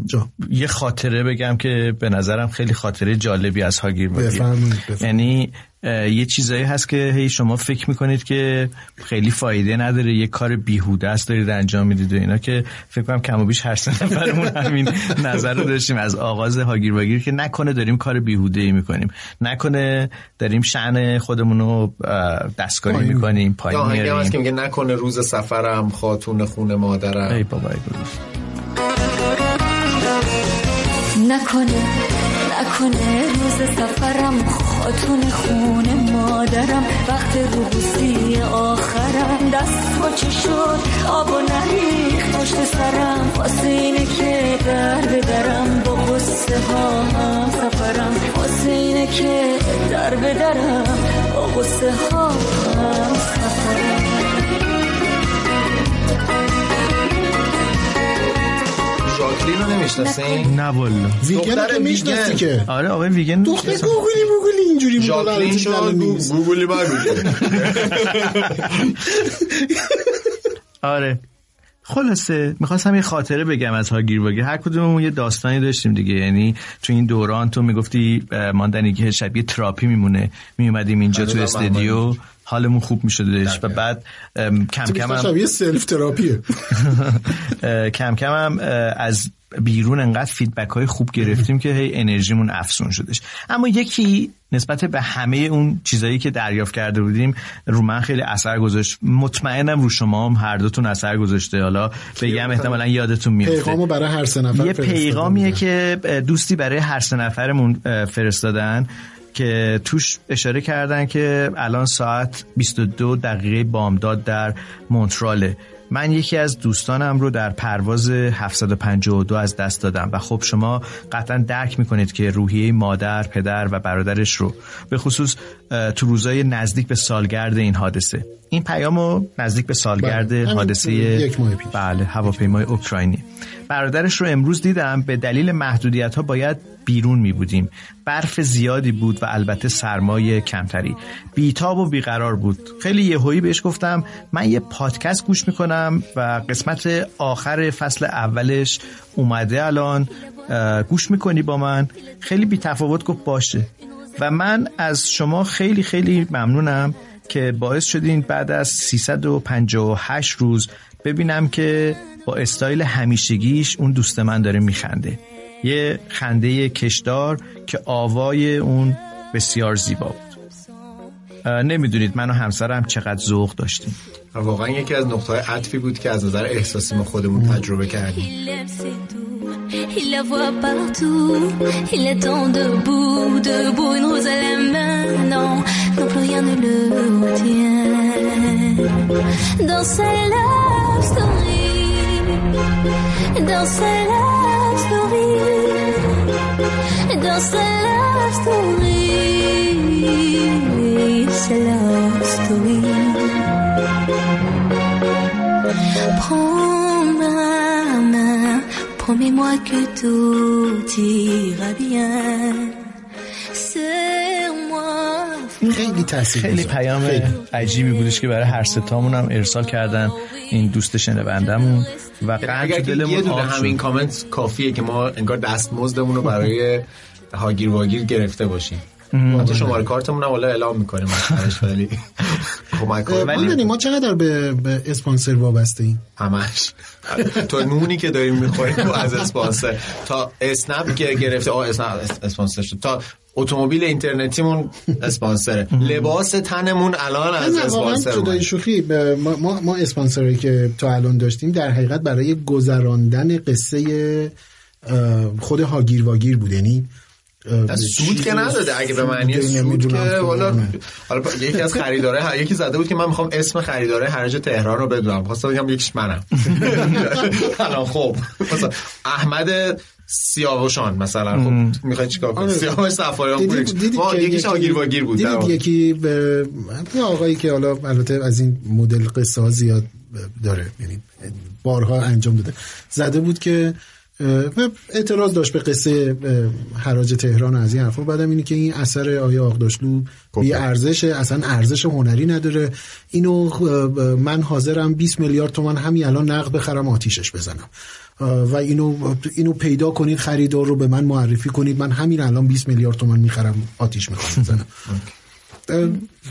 Speaker 4: یه خاطره بگم که به نظرم خیلی خاطره جالبی از هاگیر بود
Speaker 2: بفرمایید، بفرمایید.
Speaker 4: یعنی اه، یه چیزایی هست که هی شما فکر میکنید که خیلی فایده نداره یه کار بیهوده است دارید انجام میدید و اینا که فکر کنم کم و بیش هر سه نفرمون همین نظر رو داشتیم از آغاز هاگیر واگیر که نکنه داریم کار بیهوده ای میکنیم نکنه داریم شعن خودمون رو اه، دستکاری
Speaker 3: پایین.
Speaker 4: میکنیم
Speaker 3: یه
Speaker 4: پایین
Speaker 3: آهنگی هم هست که
Speaker 4: میاریم
Speaker 3: میگه نکنه روز سفرم خاتون خون مادرم ای
Speaker 4: بابا ای بابا
Speaker 19: نکنه نکنه روز سفرم خاتون خون مادرم وقت روزی آخرم دست پاچه شد آب و نریخ پشت سرم واسه اینه که در بدرم با غصه ها هم سفرم واسه اینه که در بدرم با غصه ها هم
Speaker 3: جاکلین رو نمیشناسین
Speaker 4: نه والا
Speaker 3: ویگن رو که می‌شناسی که.
Speaker 4: آره آقای ویگن
Speaker 2: دختر گوگلی بوگلی اینجوری بود
Speaker 3: جاکلین شد گو- گوگلی برگولی
Speaker 4: آره خلاصه میخواستم یه خاطره بگم از هاگیر واگیر هر کدوممون یه داستانی داشتیم دیگه یعنی تو این دوران تو میگفتی اه، ماندنی که شب یه تراپی میمونه میومدیم اینجا تو
Speaker 3: هنوزم
Speaker 4: استودیو حالمون خوب میشدش و بعد ام، کم کم
Speaker 2: بیشتر
Speaker 4: هم-
Speaker 2: شبیه سلف تراپیه
Speaker 4: اه، کم کم هم اه، از بیرون انقدر فیدبک های خوب گرفتیم که هی انرژیمون افسون شدش اما یکی نسبت به همه اون چیزایی که دریافت کرده بودیم رو من خیلی اثر گذاشت مطمئنم رو شما هم هر دوتون اثر گذاشته حالا بگم احتمالا یادتون میفته
Speaker 2: پیغامو برای هر سه نفر
Speaker 4: یه
Speaker 2: فرستادم.
Speaker 4: پیغامیه که دوستی برای هر سه نفرمون اه، فرستادن که توش اشاره کردن که الان ساعت 22 دقیقه بامداد در مونتراله من یکی از دوستانم رو در پرواز 752 از دست دادم و خب شما قطعا درک میکنید که روحیه مادر، پدر و برادرش رو به خصوص اه، تو روزای نزدیک به سالگرد این حادثه این پیام رو نزدیک به سالگرد
Speaker 2: بله. همین
Speaker 4: حادثه
Speaker 2: یک ماه
Speaker 4: بله هواپیمای اوکراینی برادرش رو امروز دیدم به دلیل محدودیت ها باید بیرون می بودیم برف زیادی بود و البته سرمایه کمتری بیتاب و بیقرار بود خیلی یهویی بهش گفتم من یه پادکست گوش میکنم و قسمت آخر فصل اولش اومده الان اه، گوش میکنی با من خیلی بی تفاوت گفت باشه و من از شما خیلی خیلی ممنونم که باعث شدین بعد از 358 روز ببینم که با استایل همیشگیش اون دوست من داره میخنده یه خنده کشدار که آوای اون بسیار زیبا بود اه، نمیدونید من و همسرم چقدر ذوق داشتیم
Speaker 3: واقعا یکی از نقطه عطفی بود که از نظر احساسی ما خودمون تجربه کردیم
Speaker 19: Il aime, c'est tout. Il la voit partout. Il attend debout, debout, une rose à la main. Non, non, plus rien ne le retient. Dans sa love story. Dans sa love story. Dans sa love story. Sa love story. Prends ma main, promets-moi que tout ira bien. Serre-moi.
Speaker 2: خیلی
Speaker 4: خیلی پیام عجیبی بودش که برای هر ستامون هم ارسال کردن این دوست شنوندمون و قند
Speaker 3: اگر
Speaker 4: تو
Speaker 3: که یه
Speaker 4: دلمون
Speaker 3: دونه
Speaker 4: آب
Speaker 3: همین
Speaker 4: شد
Speaker 3: کامنت کافیه که ما انگار دستمزدمون رو برای هاگیر واگیر گرفته باشیم
Speaker 4: ام.
Speaker 3: حتی شماره کارتمون هم حالا اعلام میکنیم آخرش، ولی کمک
Speaker 2: اه، ما داریم ما چقدر به, به اسپانسر وابسته ایم
Speaker 3: همش تو نونی که داریم میخوریم و از اسپانسر تا اسنپ که گرفته آه اسنپ اس- اسپانسر شد تا اتومبیل اینترنتیمون اسپانسره لباس تنمون الان از
Speaker 2: نه، واقعا
Speaker 3: اسپانسر
Speaker 2: جدای شوخی به- ما, ما, ما اسپانسری که تا الان داشتیم در حقیقت برای گذراندن قصه اه، خود هاگیر واگیر بود یعنی اه،
Speaker 3: نه، سود که نداده اگه به معنی
Speaker 2: سوده
Speaker 3: سود
Speaker 2: نمیدونم
Speaker 3: که
Speaker 2: خدا
Speaker 3: والا
Speaker 2: من.
Speaker 3: حالا با- یکی از خریداره ه- یکی زده بود که من میخوام اسم خریداره حراج تهران رو بدونم خواستم بگم یکیش منم الان خب مثلا احمد سیاوشان مثلا خب میخوای چیکار کنی
Speaker 2: آره.
Speaker 3: سیاوش سفاریان
Speaker 2: دیدید-
Speaker 3: بود
Speaker 2: دیدید
Speaker 3: ما
Speaker 2: که
Speaker 3: یکیش آگیر واگیر بود
Speaker 2: دیدید
Speaker 3: در واقع.
Speaker 2: یکی به یه آقایی که حالا البته از این مدل قصه ها زیاد داره یعنی بارها انجام داده زده بود که اه، اعتراض داشت به قصه اه، حراج تهران و از این حرفا بعدم اینه که این اثر آیا آقداشلو بی ارزش اصلا ارزش هنری نداره اینو اه، من حاضرم 20 میلیارد تومن همین الان نقد بخرم آتیشش بزنم اه، و اینو اینو پیدا کنید خریدار رو به من معرفی کنید من همین الان 20 میلیارد تومن میخرم آتیش میخوام بزنم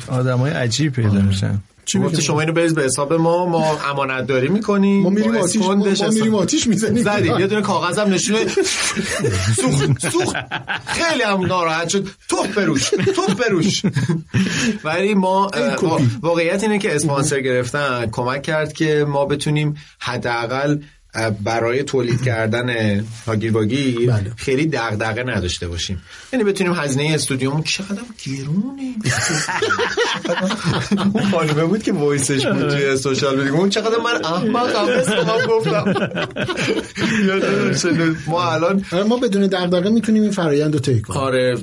Speaker 4: آدم های عجیب پیدا میشن
Speaker 3: چی گفتی شما اینو بریز به حساب ما ما امانت داری میکنیم ما
Speaker 2: میریم آتیش- ما- ما میریم آتیش می‌زنیم.
Speaker 3: زدیم یه دونه کاغذم نشونه سوخت سوخت خیلی هم ناراحت شد توپ بروش توپ بروش ولی ما اه، وا- واقعیت اینه که اسپانسر گرفتن کمک کرد که ما بتونیم حداقل اه، برای تولید کردن هاگیر واگیر
Speaker 2: بله.
Speaker 3: خیلی دغدغه نداشته باشیم یعنی بتونیم هزینه استودیومون چقدر گرونه اون خانومه بود که وایسش بود توی سوشال میدیا اون چقدر من احمقم مثل خب من گفتم یادم شده. ما الان
Speaker 2: آره، ما بدون دغدغه میتونیم این فرایند رو طی کنیم
Speaker 3: آره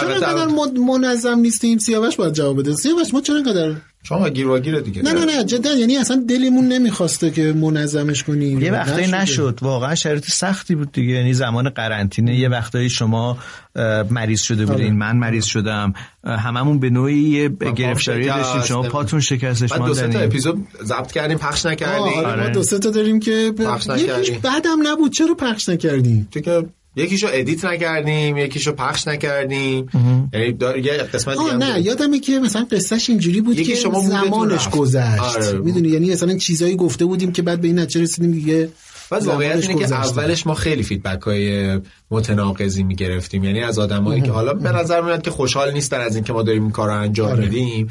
Speaker 2: چرا انقدر مد- منظم نیستیم سیاوش باید جواب بده سیاوش ما چرا انقدر
Speaker 3: شما گیر واگیره دیگه
Speaker 2: نه نه نه جدا یعنی اصلا دلمون نمیخواسته که منظمش کنیم
Speaker 4: یه وقتایی
Speaker 2: نشده.
Speaker 4: نشد واقعا شرایط سختی بود دیگه یعنی زمان قرنطینه یه وقتایی شما اه، مریض شده
Speaker 3: آره.
Speaker 4: بودین من مریض شدم اه، هممون به نوعی یه
Speaker 3: خب،
Speaker 4: گرفتاری
Speaker 3: شکست.
Speaker 4: داشتیم شما پاتون شکستش
Speaker 3: بعد
Speaker 4: ما
Speaker 3: دو سه تا
Speaker 4: زنیم.
Speaker 3: اپیزود ضبط کردیم پخش
Speaker 2: آه،
Speaker 3: نکردیم
Speaker 2: آره ما دو سه تا داریم که
Speaker 3: آره. پخش
Speaker 2: یکیش
Speaker 3: نکردیم.
Speaker 2: بعدم نبود چرا پخش نکردیم
Speaker 3: تو که یکیشو ادیت نکردیم یکیشو پخش نکردیم یعنی دار- یه قسمت دیگه
Speaker 2: آه
Speaker 3: هم
Speaker 2: نه
Speaker 3: داره.
Speaker 2: یادمه که مثلا قصهش اینجوری بود
Speaker 3: یکی
Speaker 2: که
Speaker 3: شما موزتون
Speaker 2: زمانش
Speaker 3: رفت.
Speaker 2: گذشت
Speaker 3: آره.
Speaker 2: میدونی یعنی مثلا چیزایی گفته بودیم که بعد به این نتیجه رسیدیم دیگه
Speaker 3: بعد واقعیت
Speaker 2: زمانش
Speaker 3: اینه که
Speaker 2: گذشته.
Speaker 3: اولش ما خیلی فیدبک های متناقضی میگرفتیم یعنی از آدمایی که حالا به نظر میاد که خوشحال نیستن از اینکه ما داریم این کار رو انجام میدیم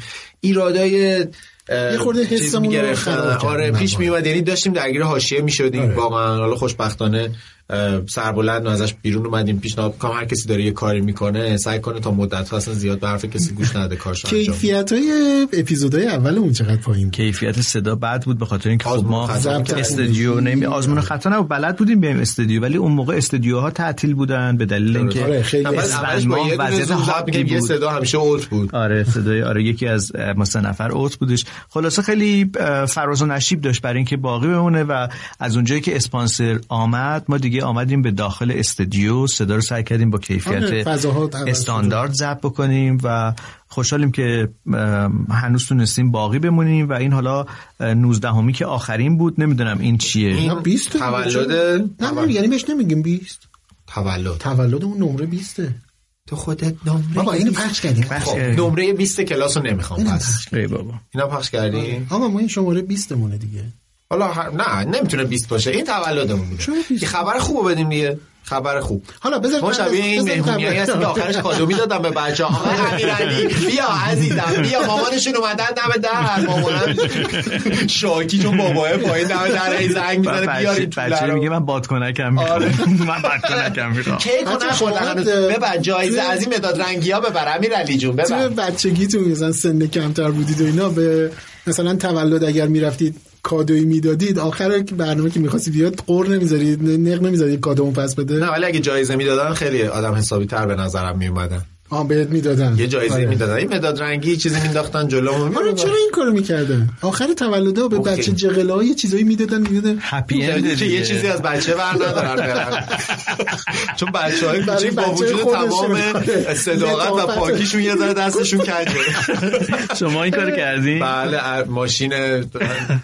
Speaker 3: ایرادای اه،
Speaker 2: آره. یه خورده
Speaker 3: چیز
Speaker 2: حسمون رو
Speaker 3: می‌گرفتن.
Speaker 2: خراب کرد.
Speaker 3: آره
Speaker 2: نه،
Speaker 3: پیش میومد یعنی داشتیم درگیر حاشیه میشدیم
Speaker 2: آره.
Speaker 3: واقعا حالا خوشبختانه اه، سربلند و ازش بیرون اومدیم پیشنهاد می‌کنم هر کسی داره یه کاری میکنه سعی کنه تا مدت اصلا زیاد به حرف کسی گوش نده کارش انجام بده.
Speaker 2: کیفیت های اپیزودهای اولمون چقدر پایین
Speaker 4: کیفیت صدا بد بود به خاطر اینکه خب ما
Speaker 2: خطا می‌کردیم.
Speaker 4: استودیو نمی آزمون خطا نبود بلد بودیم بیایم استودیو ولی اون موقع استودیوها تعطیل بودن به دلیل
Speaker 3: آره،
Speaker 4: اینکه
Speaker 3: خیلی اولش با یه دونه زوم ضبط می‌کردیم، یه صدا همیشه اوت بود
Speaker 4: آره صدای آره یکی از اه، ما سه نفر اوت بودش خلاصه خیلی اه، فراز و نشیب داشت برای اینکه باقی بمونه و از اونجایی که اسپانسر آمد ما دیگه آمدیم به داخل استودیو صدا رو سعی کردیم با
Speaker 2: آره،
Speaker 4: کیفیت
Speaker 2: فضاها عوض شد.
Speaker 4: استاندارد ضبط بکنیم و خوشحالیم که ام، هنوز تونستیم باقی بمونیم و این حالا اه، 19 همی که آخرین بود نمیدونم این چیه
Speaker 2: نه 20 بود.
Speaker 3: تولد-
Speaker 2: نه نه یعنی بهش نمیگیم 20
Speaker 3: تولد
Speaker 2: تولدمون نمره 20
Speaker 3: تو خودت نمره
Speaker 2: بابا اینو پخش کردیم
Speaker 3: خب نمره 20 کلاس رو نمیخوام
Speaker 2: اینم
Speaker 3: پس
Speaker 4: ای بابا
Speaker 3: اینا پخش کردی
Speaker 2: آقا ما این شماره 20 مونه دیگه
Speaker 3: حالا هر... نه نمیتونه 20 باشه این تولدمون بوده یه خبر خوب بدیم دیگه خبر خوب
Speaker 2: حالا بذار
Speaker 3: ما
Speaker 2: قبل از-
Speaker 3: شبیه این
Speaker 2: بذار آره.
Speaker 3: مهمونی
Speaker 2: قبل-
Speaker 3: هستیم که آخرش کادومی دادم به بچه ها آقای امیرعلی بیا عزیزم بیا مامانشون اومدن دم در مامانم شاکی چون باباه پایین دم در هی زنگ میزنه بیارید
Speaker 4: بچه- بچه میگه من بادکنکم میخوام
Speaker 3: آره.
Speaker 4: من بادکنکم میخوام
Speaker 3: کیک رو نخوردن هنوز. ببر جایزه از این مداد رنگی ها ببر امیرعلی جون ببر
Speaker 2: توی بچگیتون مثلا سن کمتر بودید و اینا به مثلا تولد اگر میرفتید کادویی میدادید آخر برنامه که میخواستی بیاد قر نمیذارید نق نمیذارید کادومون پس بده
Speaker 3: نه ولی اگه جایزه میدادن خیلی آدم حسابی تر به نظرم میومدن
Speaker 2: آه بهت میدادن
Speaker 3: یه جایزه
Speaker 2: آره.
Speaker 3: میدادن این مداد رنگی چیزی مینداختن جلو
Speaker 2: آره چرا این کارو میکردن آخر تولدها به
Speaker 3: اوکی.
Speaker 2: بچه جغله های چیزایی میدادن میدادن
Speaker 4: یعنی
Speaker 3: که یه چیزی از بچه بردارن برن. چون بچه های
Speaker 2: برای
Speaker 3: کوچیک با
Speaker 2: بچه
Speaker 3: وجود
Speaker 2: خودشون.
Speaker 3: تمام صداقت و
Speaker 2: لطافت.
Speaker 3: پاکیشون یه ذره دستشون کنجه
Speaker 4: شما این کار کردین
Speaker 3: بله ا- ماشین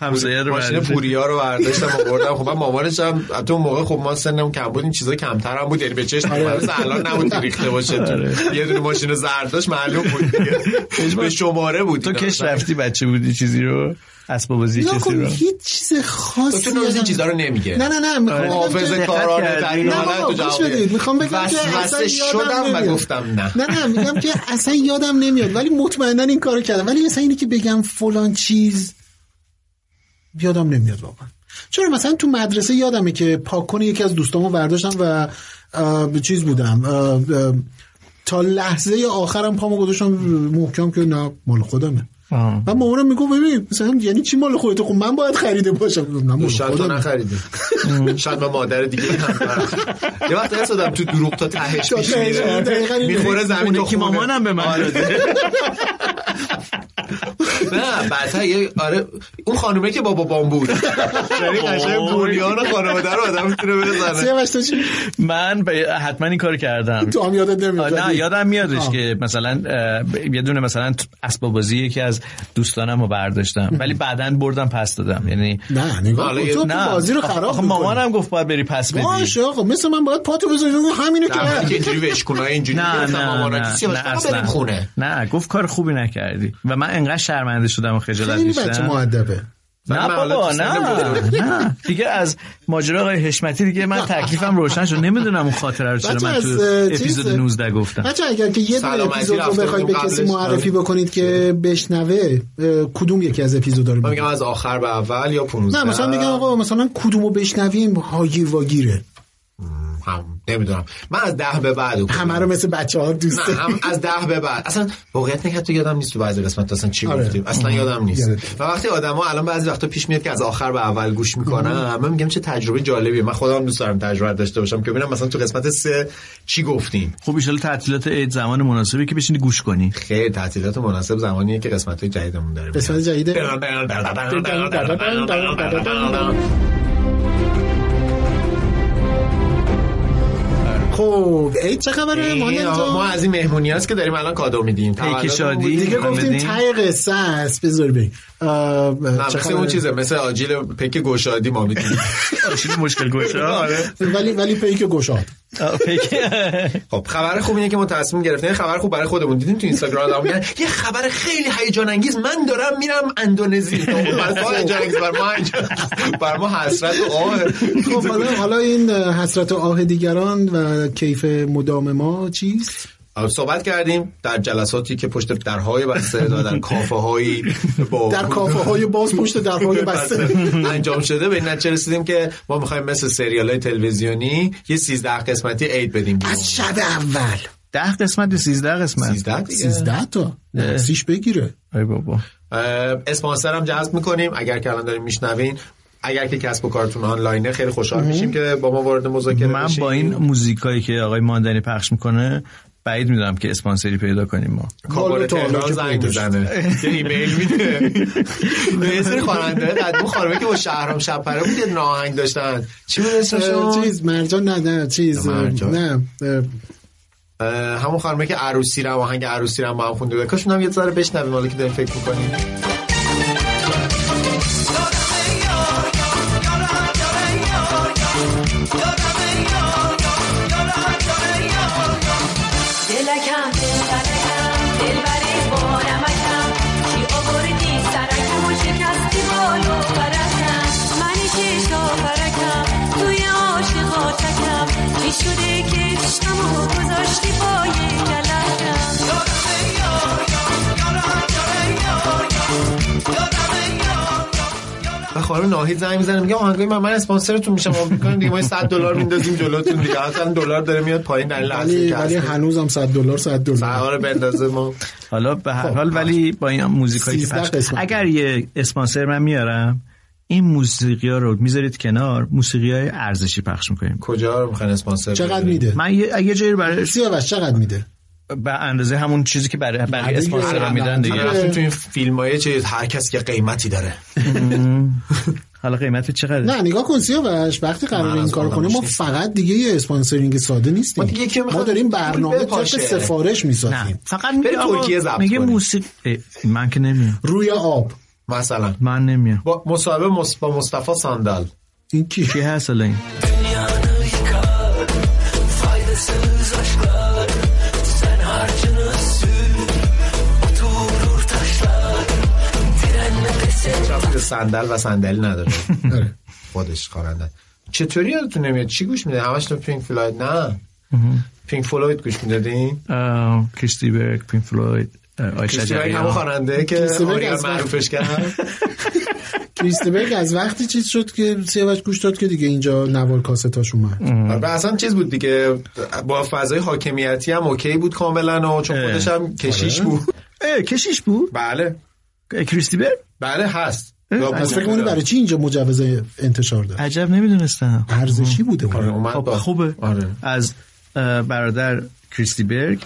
Speaker 4: همسایه رو
Speaker 3: ماشین
Speaker 4: برداشت.
Speaker 3: پوریا رو برداشتم آوردم خب من مامانش هم البته اون موقع خب ما سنمون کم بود این چیزا کمتر هم بود یعنی به چشم
Speaker 4: آره.
Speaker 3: آره. الان نبود که ریخته باشه تو.
Speaker 4: آره.
Speaker 3: یه دونه ماشین زرد داشت معلوم بود دیگه به شماره بود
Speaker 4: تو
Speaker 3: اینا.
Speaker 4: کش رفتی بچه بودی چیزی رو اسباب بازی
Speaker 2: نگاه
Speaker 4: کسی
Speaker 2: کن،
Speaker 4: رو
Speaker 2: خب، هیچ چیز خاصی
Speaker 3: تو نوز این
Speaker 2: یادم-
Speaker 3: چیزا رو نمیگه
Speaker 2: نه نه نه می‌خوام
Speaker 3: آره.
Speaker 2: بگم
Speaker 3: حافظ
Speaker 2: که-
Speaker 3: کارانه ترین
Speaker 2: نه،
Speaker 3: حالت
Speaker 2: بابا،
Speaker 3: تو
Speaker 2: گوش
Speaker 3: جوابیه.
Speaker 2: بدید. می‌خوام بگم که
Speaker 3: وسوسه
Speaker 2: اصلا یادم
Speaker 3: شدم و
Speaker 2: نمیاد.
Speaker 3: گفتم نه
Speaker 2: نه نه میگم که اصلا یادم نمیاد ولی مطمئنا این کارو کردم ولی مثلا اینی که بگم فلان چیز یادم نمیاد واقعا چرا مثلا تو مدرسه یادمه که پاک کنه یکی از دوستامو برداشتم و اه، به چیز بودم اه، اه، تا لحظه آخرم پامو گذاشتم محکم که نه مال خودمه و مامانم میگفت ببین مثلا یعنی چی مال خودت خب من باید خریده باشم گفتم نه مال
Speaker 3: شاید تو
Speaker 2: خودمه.
Speaker 3: نخریدی شاید به مادر دیگه هم یه وقت حس دادم تو دروغ تا تهش
Speaker 2: تا
Speaker 3: پیش
Speaker 2: تهش،
Speaker 3: میره.
Speaker 2: دقیقاً این
Speaker 3: میخوره
Speaker 2: دقیقاً.
Speaker 3: زمین
Speaker 2: اونه
Speaker 3: تو
Speaker 2: که
Speaker 3: خونه.
Speaker 2: مامانم
Speaker 4: به من
Speaker 3: آره.
Speaker 4: داده.
Speaker 3: نه بعدها یه آره اون خانومه که بابا بام بود یعنی قشنگ بنیان خانواده رو آدم میتونه بزنه
Speaker 2: تو چی؟
Speaker 4: من به- حتما این کار کردم
Speaker 2: تو هم یادت نمیاد
Speaker 4: آه، نه
Speaker 2: ولی-
Speaker 4: یادم میادش
Speaker 2: آه.
Speaker 4: که مثلا اه، ب- یه دونه مثلا ت- اسباب بازی یکی از دوستانم رو برداشتم ولی بعدا بردم پس دادم یعنی
Speaker 2: نه نگاه
Speaker 4: حالا
Speaker 2: کن،
Speaker 4: یه-
Speaker 2: تو
Speaker 4: نه.
Speaker 2: بازی رو
Speaker 4: آخه-
Speaker 2: خراب
Speaker 4: آخه
Speaker 2: می‌کنی.
Speaker 4: مامانم گفت باید بری پس بدی
Speaker 2: باشه آقا مثل من باید پاتو بزنی رو همینو که
Speaker 3: در حالی که اینجوری وشکونای اینجوری
Speaker 4: نه
Speaker 3: گرفتم
Speaker 4: نه
Speaker 3: مامانا
Speaker 4: نه,
Speaker 3: کسی باش،
Speaker 4: نه
Speaker 3: آقا بریم
Speaker 4: اصلا
Speaker 3: خونه
Speaker 4: نه گفت کار خوبی نکردی و من انقدر شرمنده شدم و خجالت
Speaker 2: خیلی بچه
Speaker 4: کشیدم
Speaker 2: مؤدبه
Speaker 4: نه
Speaker 2: من حالا
Speaker 4: بابا
Speaker 2: تو سنم
Speaker 4: نه
Speaker 2: بودم.
Speaker 4: نه دیگه از ماجرا آقای حشمتی دیگه من تکلیفم روشن شد نمیدونم اون خاطره رو چرا
Speaker 2: بچه
Speaker 4: من
Speaker 2: از،
Speaker 4: تو
Speaker 2: اه، چیز-
Speaker 4: اپیزود 19 گفتم
Speaker 2: بچه اگر که یه دونه
Speaker 3: سلامتی
Speaker 2: اپیزود رو
Speaker 3: رفته
Speaker 2: بخواید به
Speaker 3: بودیم
Speaker 2: کسی
Speaker 3: قبلش. آره.
Speaker 2: معرفی بکنید که بشنوه اه، کدوم یکی از اپیزودا رو
Speaker 3: من
Speaker 2: بگید
Speaker 3: میگم از آخر به اول یا 15
Speaker 2: نه مثلا میگم آقا مثلا کدومو بشنویم هایی واگیره
Speaker 3: هم نمیدونم من از ده به بعد
Speaker 2: همه رو مثل بچه ها دوست
Speaker 3: نه هم از ده به بعد اصلا واقعیت نکرد تو یادم نیست تو بعضی قسمت اصلا چی
Speaker 2: آره.
Speaker 3: گفتیم اصلا
Speaker 2: آه.
Speaker 3: یادم نیست
Speaker 2: یادت.
Speaker 3: و وقتی آدما الان بعضی وقتا پیش میاد که از آخر به اول گوش میکنم من میگم چه تجربه جالبیه من خودم دوست دارم تجربه داشته باشم که ببینم مثلا تو قسمت سه چی گفتیم
Speaker 4: خب ان تعطیلات عید زمان مناسبی که بشینی گوش کنی
Speaker 3: خیلی تعطیلات مناسب زمانیه که قسمت های جدیدمون داره
Speaker 2: قسمت جدیده خب عید چه خبره
Speaker 3: این آقا، ما
Speaker 2: مانند
Speaker 3: از این مهمونی هاست که داریم الان کادو میدیم تولدمون بود.
Speaker 2: دیگه گفتیم تای قصه است بذار بریم اه، اه، چه
Speaker 3: نه مثل
Speaker 2: خبره؟
Speaker 3: اون چیزه مثل آجیل پک گشادی ما میدونیم
Speaker 2: آره.
Speaker 4: آشیل مشکل گوشا
Speaker 3: آره
Speaker 2: ولی ولی پیک گشاد
Speaker 3: خب خبر خوب اینه که ما تصمیم گرفتیم یه خبر خوب برای خودمون دیدیم تو اینستاگرام دارم میگن یه خبر خیلی هیجان انگیز من دارم میرم اندونزی بر ما هیجان انگیز، بر ما هیجان- بر ما حسرت و آه
Speaker 2: خب حالا- حالا این حسرت و آه دیگران و کیف مدام ما چیست
Speaker 3: صحبت کردیم در جلساتی که پشت درهای بسته و در کافه هایی با
Speaker 2: در کافه های باز پشت
Speaker 3: بله.
Speaker 2: درهای بسته
Speaker 3: انجام شده به این نتیجه رسیدیم که ما میخوایم مثل سریال های تلویزیونی یه 13 قسمتی عید بدیم از
Speaker 2: شب اول
Speaker 4: ده قسمت 13 قسمت
Speaker 3: 13
Speaker 2: 13 تا سیش بگیره
Speaker 4: ای بابا
Speaker 3: اسپانسر هم جذب میکنیم اگر که الان داریم میشنوین اگر که کسب و کارتون آنلاینه خیلی خوشحال میشیم که با ما وارد مذاکره
Speaker 4: من
Speaker 3: بشیم.
Speaker 4: با این موزیکایی که آقای ماندنی پخش میکنه بعید میدونم که اسپانسری پیدا کنیم ما
Speaker 3: کابار تهران زنگ بزنه یه ایمیل میده به یه سری خواننده قدیم خانمه که با شهرام شپره بود یه ناهنگ داشتن چی بود
Speaker 2: اه،
Speaker 3: اسمشون
Speaker 2: چیز مرجان نه نه چیز
Speaker 3: نه، مرجان. بله،
Speaker 2: نه اه،
Speaker 3: اه، همون خانمه که عروسی رو آهنگ عروسی رو هم با هم خونده بود کاش اونم یه ذره بشنویم حالا که داریم فکر میکنیم
Speaker 7: دلکم دلبرکم دلبری با نمکم چی آوردی سرکم و شکستی بالو برکم منی که شاپرکم توی عاشقاتکم چی شده که چشمم و گذاشتی با یه کلکم
Speaker 3: و خانم ناهید زنگ میزنه میگه آهنگای من من اسپانسرتون میشم اون میکنه دیگه ما یه 100 دلار میندازیم جلوتون دیگه اصلا دلار داره میاد پایین در لحظه
Speaker 2: ولی
Speaker 3: که
Speaker 2: ولی
Speaker 3: هست.
Speaker 2: هنوزم 100 دلار 100 دلار
Speaker 3: آره بندازه ما
Speaker 4: حالا به هر
Speaker 3: خب،
Speaker 4: حال ولی با این موزیکایی که
Speaker 2: 13
Speaker 4: پخش
Speaker 2: قسمت.
Speaker 4: اگر یه اسپانسر من میارم این موسیقی ها رو میذارید کنار موسیقی های ارزشی پخش میکنیم
Speaker 3: کجا رو میخواین اسپانسر
Speaker 2: چقدر میده
Speaker 4: من یه یه جایی برای
Speaker 2: سیاوش چقدر میده
Speaker 4: به اندازه همون چیزی که برای برای اسپانسر ها میدن
Speaker 3: دیگه رفتیم تو
Speaker 4: دیگه
Speaker 3: این فیلم های چه هر کس که قیمتی داره
Speaker 4: حالا قیمت چقدره
Speaker 2: نه نگاه کن سیاوش وقتی قرار
Speaker 3: من
Speaker 2: این
Speaker 3: از
Speaker 2: کار
Speaker 3: خودم
Speaker 2: کنه ما
Speaker 3: مشتی.
Speaker 2: فقط دیگه یه اسپانسرینگ ساده نیستیم ما داریم برنامه طبق
Speaker 3: بپاشه.
Speaker 2: سفارش میسازیم
Speaker 4: فقط میگه
Speaker 3: بری
Speaker 4: آقا،
Speaker 3: ترکیه ضبط
Speaker 4: میگه موسیقی اه، من که نمیام
Speaker 2: روی آب
Speaker 3: مثلا
Speaker 4: من نمیام
Speaker 3: با مصاحبه مص... با مصطفی ساندال
Speaker 2: این کی
Speaker 4: کی هست حالا این
Speaker 1: Faydasız aşklar Sen harcını sür Oturur taşlar Direnme pes et
Speaker 3: رفت صندل و صندلی نداره
Speaker 2: آره.
Speaker 3: خودش خواننده چطوری یادتون نمیاد چی گوش میده همش تو پینک فلوید نه پینک فلوید گوش میدادین
Speaker 4: آه، کریستی برگ پین فلوید آه، آی
Speaker 3: کریستی
Speaker 4: شجریان.
Speaker 3: برگ همون خواننده که
Speaker 2: کریستی برگ
Speaker 3: آریان
Speaker 2: از وقت-
Speaker 3: معروفش کرد
Speaker 2: کریستبرگ از وقتی چیز شد که سیاوش گوش داد که دیگه اینجا نوار کاستاش اومد
Speaker 3: و آره، اصلا چیز بود دیگه با فضای حاکمیتی هم اوکی بود کاملا و چون خودش هم کشیش
Speaker 2: آره.
Speaker 3: بود
Speaker 4: اه، کشیش بود
Speaker 3: بله
Speaker 4: اه، کریستی برگ
Speaker 3: بله هست
Speaker 2: پس فکر کنی برای چی اینجا مجوز انتشار داد
Speaker 4: عجب نمیدونستم
Speaker 2: ارزشی بوده
Speaker 3: آره،
Speaker 2: اون
Speaker 3: اومد
Speaker 4: خب
Speaker 3: با-
Speaker 4: خوبه
Speaker 3: آره
Speaker 4: از اه، برادر کریستی برگ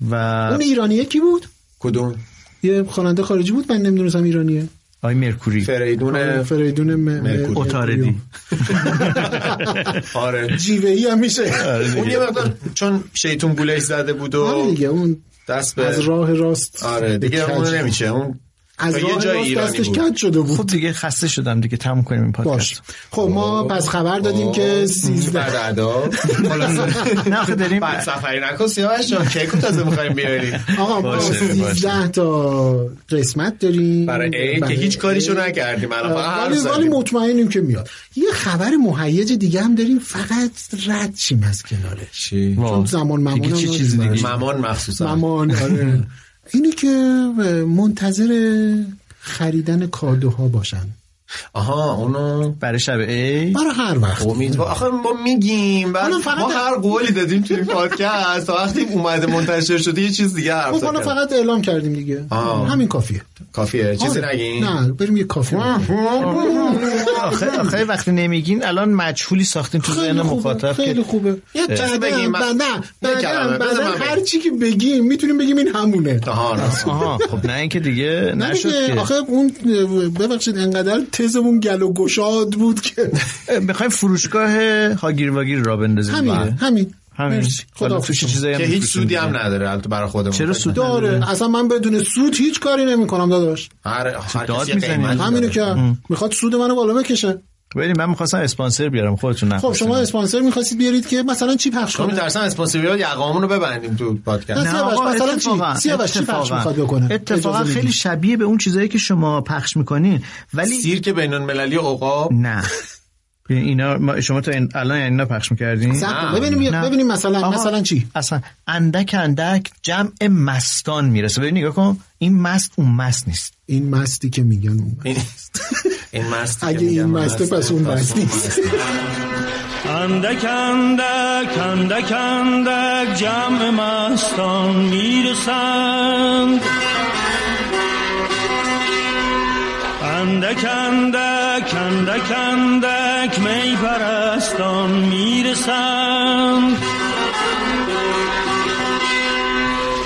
Speaker 4: و
Speaker 2: اون ایرانیه کی بود
Speaker 3: کدوم
Speaker 2: یه خواننده خارجی بود من نمیدونستم ایرانیه
Speaker 4: آی مرکوری
Speaker 3: فریدون
Speaker 2: آره. فریدون م- م-
Speaker 4: اتاردی
Speaker 3: آره
Speaker 2: جیوه ای هم میشه
Speaker 3: اون یه مقدار چون شیطون گولش زده بود
Speaker 2: آره
Speaker 3: و
Speaker 2: دیگه اون
Speaker 3: دست به
Speaker 2: از راه راست
Speaker 3: آره دیگه
Speaker 2: کج.
Speaker 3: اون نمیشه اون
Speaker 2: از
Speaker 3: تا یه
Speaker 2: راه
Speaker 3: جای
Speaker 2: راست
Speaker 3: ایرانی
Speaker 2: دستش
Speaker 3: بود.
Speaker 2: کج شده بود
Speaker 4: خب دیگه خسته شدم دیگه تموم کنیم این
Speaker 2: باش
Speaker 4: پادکست
Speaker 2: خب ما پس خبر دادیم که
Speaker 3: بعد
Speaker 2: 13
Speaker 3: ادا خلاص
Speaker 4: نه خب داریم
Speaker 3: بعد سفری نکن سیاوش جان کیکو تازه می‌خوایم بیاریم
Speaker 2: آقا ما
Speaker 4: باشه،
Speaker 2: 13 تا قسمت داریم بله. آره.
Speaker 3: برای عید که هیچ کاریشو نکردیم الان فقط حرف
Speaker 2: ولی ولی
Speaker 3: زدیم
Speaker 2: مطمئنیم که میاد یه خبر مهیج دیگه هم داریم فقط رد شیم از کنارش
Speaker 3: چی
Speaker 2: چون زمان ممون
Speaker 4: دیگه
Speaker 2: هم
Speaker 4: چه
Speaker 2: داریم
Speaker 4: چیز دیگه؟
Speaker 3: ممان مخصوصا
Speaker 2: ممان آره. اینه که منتظر خریدن کادوها باشن
Speaker 3: آها اونو
Speaker 4: برای شب عید
Speaker 2: برای هر وقت
Speaker 3: امیدوار آخه ما میگیم بعد
Speaker 2: حالا فقط
Speaker 3: ما
Speaker 2: در-
Speaker 3: هر قولی دادیم توی این پادکست تا وقتی اومده منتشر شده یه چیز دیگه حرف
Speaker 2: خب حالا
Speaker 3: زدیم
Speaker 2: فقط اعلام کردیم دیگه
Speaker 3: آه.
Speaker 2: همین کافیه
Speaker 3: کافیه چیزی
Speaker 2: آره.
Speaker 3: نگین
Speaker 2: نه بریم یه کافی بخوریم.
Speaker 4: آخه آخه وقتی نمیگین الان مجهولی ساختین تو ذهن
Speaker 2: خیلی خوبه
Speaker 4: مخاطب
Speaker 2: خیلی
Speaker 4: که
Speaker 2: خوبه
Speaker 3: یه چیزی بگیم
Speaker 2: بعداً-
Speaker 3: من-
Speaker 2: بعداً-
Speaker 3: یه کلمه.
Speaker 2: بعداً-
Speaker 3: بذار
Speaker 2: بعداً
Speaker 3: من بگم.
Speaker 2: هر چی که بگیم میتونیم بگیم این همونه
Speaker 3: آها راست.
Speaker 4: آها خب نه اینکه دیگه
Speaker 2: نه
Speaker 4: نشد
Speaker 2: دیگه آخه
Speaker 4: که
Speaker 2: اون ببخشید انقدر تزمون گل و گشاد بود که
Speaker 4: میخوایم فروشگاه هاگیر واگیر را بندازیم
Speaker 2: همین
Speaker 4: دیگه.
Speaker 2: همین
Speaker 4: بله. همین
Speaker 2: مرسی.
Speaker 4: حالا
Speaker 2: خداحافظ
Speaker 4: توش
Speaker 2: شما.
Speaker 4: چیزایی هم
Speaker 3: که هیچ
Speaker 4: می‌فروشیم
Speaker 3: سودی
Speaker 4: دیگه.
Speaker 3: هم نداره البته برای خودمون
Speaker 4: چرا سود
Speaker 2: داره اصلا من بدون سود هیچ کاری نمیکنم داداش
Speaker 3: هر هر
Speaker 4: داد
Speaker 3: کسی یه
Speaker 4: می‌زنی؟
Speaker 3: قیمتی
Speaker 2: همینو
Speaker 3: داره.
Speaker 2: که میخواد سود منو بالا بکشه
Speaker 4: ببین من میخواستم اسپانسر بیارم خودتون
Speaker 2: خب
Speaker 4: نخواستین.
Speaker 2: شما اسپانسر میخواستید بیارید که مثلا چی پخش
Speaker 3: ما
Speaker 2: کنه
Speaker 3: میترسم اسپانسریال یقامون رو ببندیم تو
Speaker 4: نه،
Speaker 3: پادکست
Speaker 2: سیاوش،
Speaker 4: آقا،
Speaker 2: مثلا چی؟
Speaker 4: اتفاقا،
Speaker 2: سیاوش، چی پخش
Speaker 4: اتفاقا.
Speaker 2: می‌خواد بکنه؟
Speaker 4: اتفاقا
Speaker 2: اجازه
Speaker 4: خیلی
Speaker 2: بدید.
Speaker 4: شبیه به اون چیزایی که شما پخش میکنین ولی
Speaker 3: سیرک بین المللی عقاب
Speaker 4: نه اینا ما- شما تا این- الان یعنی اینا پخش میکردین
Speaker 2: صبر کن، ببینیم- ببینیم مثلا- مثلا
Speaker 4: چی اصلا اندک اندک جمع مستان میرسه ببین نگاه کن این مست اون مست نیست
Speaker 2: این مستی که میگن اون
Speaker 3: این مستی
Speaker 2: اگه این مسته پس اون مست نیست
Speaker 20: اندک اندک اندک اندک جمع مستان میرسند اندک اندک اندک اندک می پرستان میرسند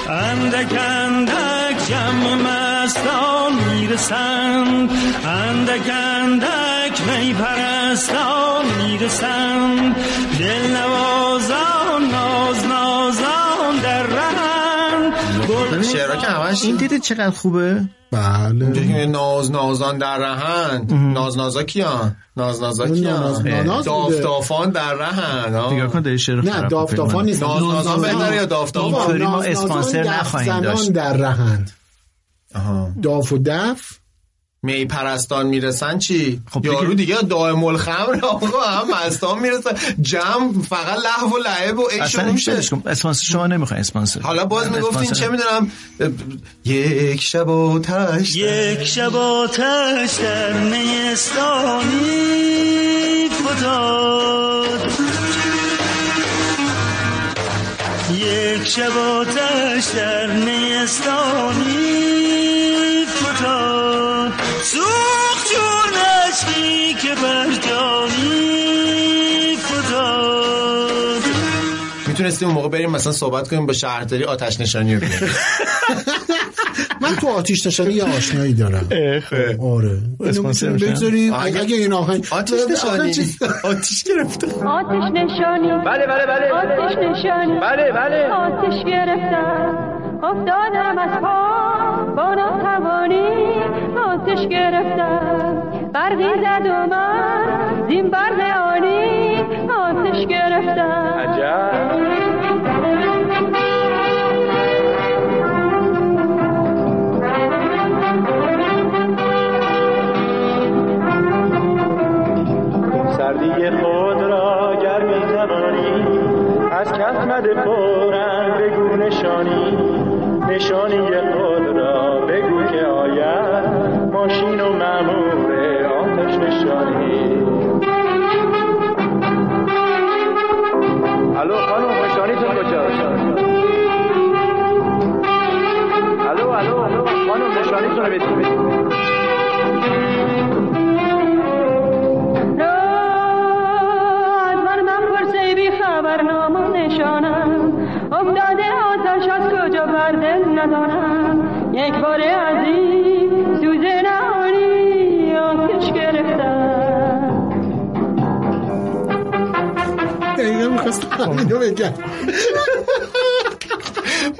Speaker 20: اندک اندک جمع مستان میرسند اندک اندک می پرستان میرسند دل نوازان ناز نازان در رهند گل
Speaker 3: شعرها که همش این
Speaker 4: دیدید چقدر خوبه
Speaker 3: بله ناز نازان در رهند ناز نازا کیان ناز نازا
Speaker 2: اون ناز-
Speaker 3: کیان
Speaker 2: ناناز بوده.
Speaker 3: دافتافان در رهند آه.
Speaker 4: نگاه کن داری شعر
Speaker 2: نه دافتافان نیست
Speaker 3: ناز نازان بهتره یا دافتافان
Speaker 2: بابا، ناز نازان دف زنان در رهند داف و دف
Speaker 3: می پرستان میرسن چی؟ یارو دیگه دائم الخمر آقا هم مستان میرسن جمع فقط لحو و لعب و عشق و
Speaker 4: اصلا
Speaker 3: نوشه.
Speaker 4: میشه اسپانسر شما نمیخواین اسپانسر
Speaker 3: حالا باز میگفتین چه
Speaker 4: اسپانسر-
Speaker 3: میدونم یک شب آتش
Speaker 20: یک شب آتش در نیستانی فتاد یک شب آتش در نیستانی فتاد سوخت جون عشقی که بر جانی فتاد
Speaker 3: میتونستیم اون موقع بریم مثلا صحبت کنیم با شهرداری آتش نشانی رو بیاریم.
Speaker 2: من تو آتیش نشانی یه آشنایی دارم خب، آره اینو
Speaker 3: اسپانسر
Speaker 2: میتونیم
Speaker 3: میشن.
Speaker 2: بگذاریم
Speaker 3: آهنگ-
Speaker 2: اگه اگه این آهنگ
Speaker 3: آتش نشانی.
Speaker 2: آتیش
Speaker 3: گرفته
Speaker 7: آتش نشانی بله بله بله آتش نشانی بله بله آتش گرفتم افتادم از پا با ناتوانی آتش گرفتم برقی زد و من زین برق آنی آتش گرفتم
Speaker 1: سردی خود را گرمی زمانی از کف مده فورا بگو نشانی نشانی خود را بگو که آید ماشین و معمور آتش نشانی الو خانم نشانیتون کجاست الو الو الو خانم نشانیتون رو بدید
Speaker 7: از من من بی خبر نام و نشانم افتاده آتش از کجا بر دل ندانم یک بار از این سوز نهانی آتش گرفتم
Speaker 2: دقیقا میخواستم همینو بگم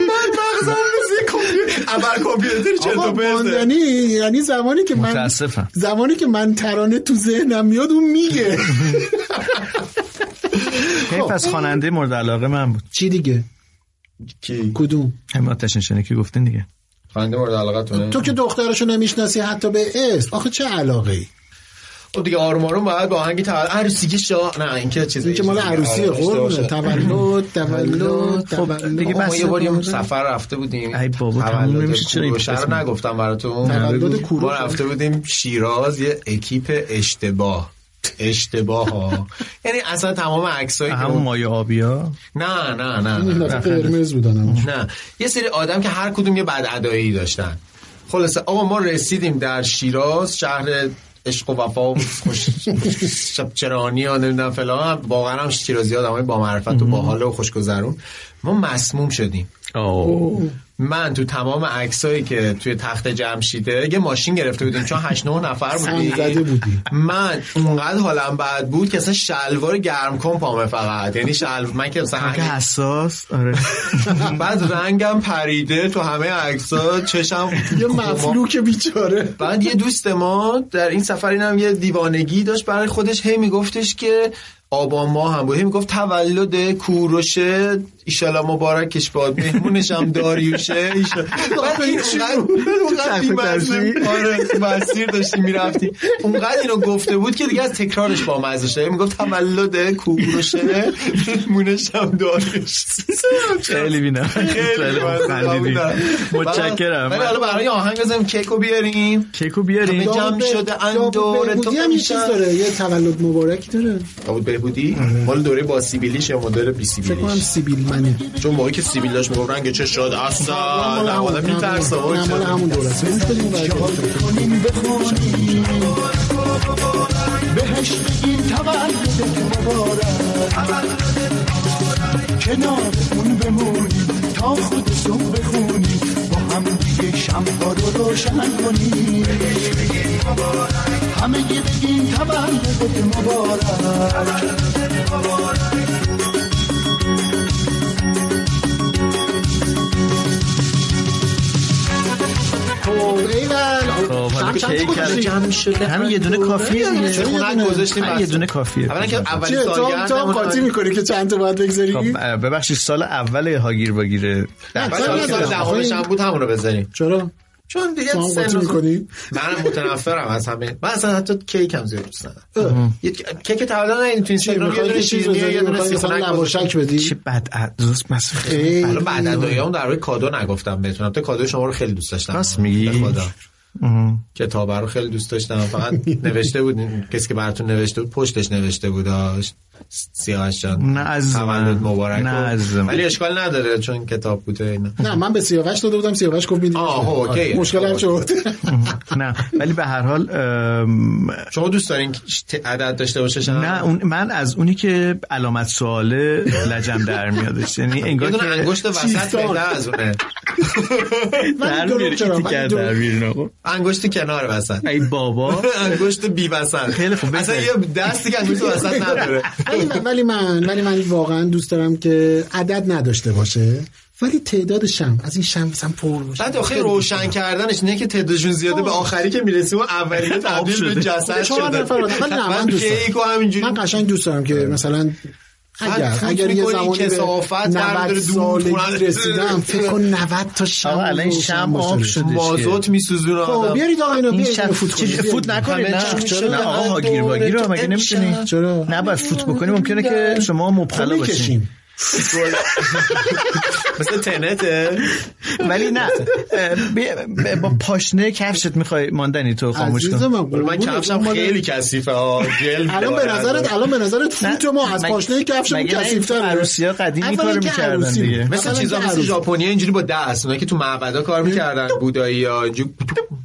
Speaker 3: من خب، مغزم مثل کامپیوتر اول کامپیوتر چرت
Speaker 2: آقا
Speaker 3: و پرته
Speaker 2: ماندنی یعنی زمانی که من
Speaker 4: متاسفم.
Speaker 2: زمانی که من ترانه تو ذهنم میاد اون میگه
Speaker 4: حیف از خواننده مورد علاقه من بود
Speaker 2: چی دیگه
Speaker 3: کی
Speaker 2: کدوم
Speaker 4: همین آتش نشانی که گفتین دیگه
Speaker 3: خواننده مورد علاقتونه
Speaker 2: تو که دخترشو نمیشناسی حتی به اسم آخه چه علاقه ای
Speaker 3: خب دیگه آروم آروم باید با آهنگ تولد عروسی که شا نه این که چیزه
Speaker 2: این که مال
Speaker 3: چیزه.
Speaker 2: عروسی
Speaker 3: آره، اشتباه
Speaker 2: قربونه
Speaker 3: شد.
Speaker 2: تولد تولد
Speaker 3: خب
Speaker 2: تولد
Speaker 3: دیگه
Speaker 2: آقا،
Speaker 3: ما یه باری هم
Speaker 2: باریم
Speaker 3: سفر رفته بودیم
Speaker 4: ای بابا، تموم
Speaker 3: تولد
Speaker 4: نمیشه، چرا این
Speaker 3: کوروش رو
Speaker 4: قسمت؟
Speaker 3: نگفتم براتون
Speaker 4: تولد بگو. کوروش.
Speaker 3: ما رفته بودیم شیراز یه اکیپ اشتباه اشتباه ها یعنی اصلا تمام عکسایی
Speaker 2: خب.
Speaker 3: که
Speaker 4: همون مایه آبی ها
Speaker 3: نه نه نه
Speaker 2: این
Speaker 3: نه
Speaker 2: دفعه قرمز بودن
Speaker 3: نه یه سری آدم که هر کدوم یه بد ادایی داشتن خلاصه آقا ما رسیدیم در شیراز شهر عشق و وفا و خوش شب چرانی ها نمیدونم فلان واقعا هم شیرازی آدمای با معرفت و با حال و خوشگذرون ما مسموم شدیم من تو تمام عکسایی که توی تخت جمشیده یه ماشین گرفته بودیم چون 8 9 نفر
Speaker 2: سم زده
Speaker 3: بودیم
Speaker 2: بودی
Speaker 3: من اونقدر حالم بد بود که اصلا شلوار گرم کن پامه فقط یعنی شلوار من که مثلا
Speaker 4: حساس آره
Speaker 3: بعد رنگم پریده تو همه عکس‌ها چشم یه
Speaker 2: مفلوک بیچاره
Speaker 3: بعد یه دوست ما در این سفر اینم یه دیوانگی داشت برای خودش هی میگفتش که آبان ما هم بود هی میگفت تولد کوروشه ایشالا مبارکش باد مهمونش هم داریوشه ایشالا بعد این اونقدر- اونقدر بی‌مزه- آره، مسیر داشتی میرفتی اونقدر اینو گفته بود که دیگه از تکرارش با مزه شده میگفت تولد کوروشه مهمونش هم داریوش
Speaker 4: خیلی بینم
Speaker 3: خیلی
Speaker 4: خب
Speaker 3: خندیدیم.
Speaker 4: متشکرم
Speaker 3: ولی بله، حالا برای آهنگ بزنیم کیکو بیاریم
Speaker 4: کیکو بیاریم
Speaker 3: همه جمع شده ان دور تو
Speaker 2: بودی هم یه چیز داره یه تولد مبارکی داره
Speaker 3: داوود بهبودی مال دوره با سیبیلیش یا مدل بی
Speaker 2: فکر کنم
Speaker 3: سیبیلیش
Speaker 2: سیبیل منه
Speaker 3: چون موقعی که سیبیل داشت میگفت رنگ چه شد اصلا آدم میترسه
Speaker 2: مال همون دوره است. گوش بدیم و برگردیم.
Speaker 18: بهش بگیم تولدت مبارک کنار اون بمونی تا خود صبح بخونی با هم دیگه شمها رو روشن کنی همه گی بگیم تولدت مبارک
Speaker 4: خب، حالا
Speaker 3: چند- چند
Speaker 4: کیک
Speaker 3: گذاشتی؟
Speaker 4: هم-
Speaker 3: جمع شده.
Speaker 4: همین یه دونه کافیه
Speaker 3: یه دونه.
Speaker 4: دیگه.
Speaker 3: چه خونک گذاشتیم
Speaker 4: همین
Speaker 3: بس.
Speaker 4: یه دونه کافیه
Speaker 3: اولا که اولین
Speaker 2: چیه؟ تو هم-
Speaker 3: سالگرد
Speaker 2: تو هم
Speaker 3: نمونه.
Speaker 2: قاطی میکنی که چند تا باید بگذاری
Speaker 4: خب،
Speaker 3: بله.
Speaker 4: ببخشید سال اول هاگیر باگیره
Speaker 3: بعد سال دهمش هم بود همون رو بزنیم
Speaker 2: چرا
Speaker 3: چون دیگه
Speaker 2: تو هم
Speaker 3: سن
Speaker 2: قاطی
Speaker 3: رو-
Speaker 2: میکنی
Speaker 3: منم متنفرم از همه من اصلا حتی کیک هم زیاد دوست ندارم یه- کیک تولد ندیدیم تو اینستاگرام یه
Speaker 2: میخوای
Speaker 3: دونه
Speaker 2: یه چیز
Speaker 3: شیرینی یه
Speaker 2: بذاری
Speaker 3: دونه
Speaker 2: میخوای مثلا
Speaker 3: سیخونک
Speaker 2: لواشک بدی چه
Speaker 4: بد درست مسخره
Speaker 3: حالا بعد هم در روی کادو نگفتم بهتونم تا کادو شما رو خیلی دوست داشتم راست
Speaker 4: میگی؟
Speaker 3: کتاب رو خیلی دوست داشتم فقط نوشته بود کسی که براتون نوشته بود پشتش نوشته بود آش. سیاوش جان
Speaker 4: نه از
Speaker 3: تولد مبارک
Speaker 4: نه
Speaker 3: و-
Speaker 4: از من.
Speaker 3: ولی اشکال نداره چون کتاب بوده اینا
Speaker 2: نه من به سیاوش داده بودم سیاوش گفت میدی
Speaker 3: آه، اوکی.
Speaker 2: مشکل هم شد
Speaker 4: نه ولی به هر حال ام،
Speaker 3: شما دوست دارین ت- عدد داشته باشه شما
Speaker 4: نه اون من از اونی که علامت سواله لجم در میادش یعنی انگار
Speaker 3: یه دونه
Speaker 4: که
Speaker 3: انگشت وسط
Speaker 4: چیزا-
Speaker 3: بهتر از اونه
Speaker 4: در میاری، چرا؟ تیکر ولی درو- در میاری، آقا.
Speaker 3: انگشت کنار وسط
Speaker 4: ای بابا
Speaker 3: انگشت بی وسط خیلی خوب اصلا یه دستی که انگشت وسط نداره
Speaker 2: ولی من- ولی من ولی من واقعا دوست دارم که عدد نداشته باشه ولی تعداد شم از این شم مثلا پر باشه
Speaker 3: بعد آخه روشن کردنش اینه که تعدادشون زیاده به آخری که میرسی و اولیه تبدیل به
Speaker 2: چهار
Speaker 3: جسد شده
Speaker 2: خب، نفر آدم. ولی نه من دوست
Speaker 3: کیک و
Speaker 2: دارم من قشنگ دوست دارم که مثلا
Speaker 3: بعد
Speaker 2: اگر
Speaker 3: فوت
Speaker 2: اگر یه
Speaker 3: می‌کنی،
Speaker 2: زمانی به
Speaker 3: کثافت برداره،
Speaker 2: 90
Speaker 3: دور
Speaker 2: سالگی
Speaker 3: می‌کنن.
Speaker 2: رسیدم فکر کن 90 تا شم
Speaker 4: آقا الان این
Speaker 2: روشن
Speaker 4: شم
Speaker 2: باشه.
Speaker 4: آب شدش
Speaker 3: مازوت میسوزونه
Speaker 2: خب،
Speaker 3: آدم
Speaker 2: بیارید آقا اینو
Speaker 4: این
Speaker 2: بیارید اینو
Speaker 4: شب
Speaker 2: فوت
Speaker 4: چجوری
Speaker 2: کنید.
Speaker 4: فوت نکنید
Speaker 2: همه
Speaker 4: نه
Speaker 2: چی
Speaker 4: چرا
Speaker 2: شده.
Speaker 4: نه آقا هاگیر واگیر رو مگه نمیتونی
Speaker 2: چرا
Speaker 4: نه باید فوت بکنی ممکنه که شما مبتلا
Speaker 2: خب،
Speaker 4: باشین
Speaker 2: می‌کشیم.
Speaker 3: مثل تنته
Speaker 4: ولی نه اه، ب- ب- با پاشنه کفشت میخوای ماندنی تو خاموش
Speaker 2: عزیز
Speaker 4: کن
Speaker 2: من،
Speaker 3: ولی من
Speaker 2: قربونت.
Speaker 3: کفشم خیلی کثیفه ها گل
Speaker 2: الان به
Speaker 3: می‌کنه.
Speaker 2: نظرت الان به نظرت فوت ما از
Speaker 4: مگه-
Speaker 2: پاشنه کفشمون
Speaker 4: مگه نه این
Speaker 2: کثیف‌تره
Speaker 4: عروسی‌ها قدیم این کارو می‌کردن دیگه.
Speaker 3: مثل چیزا مثل ژاپنی اینجوری با دست اونایی که تو معبدا کار میکردن بودایی ها اینجوری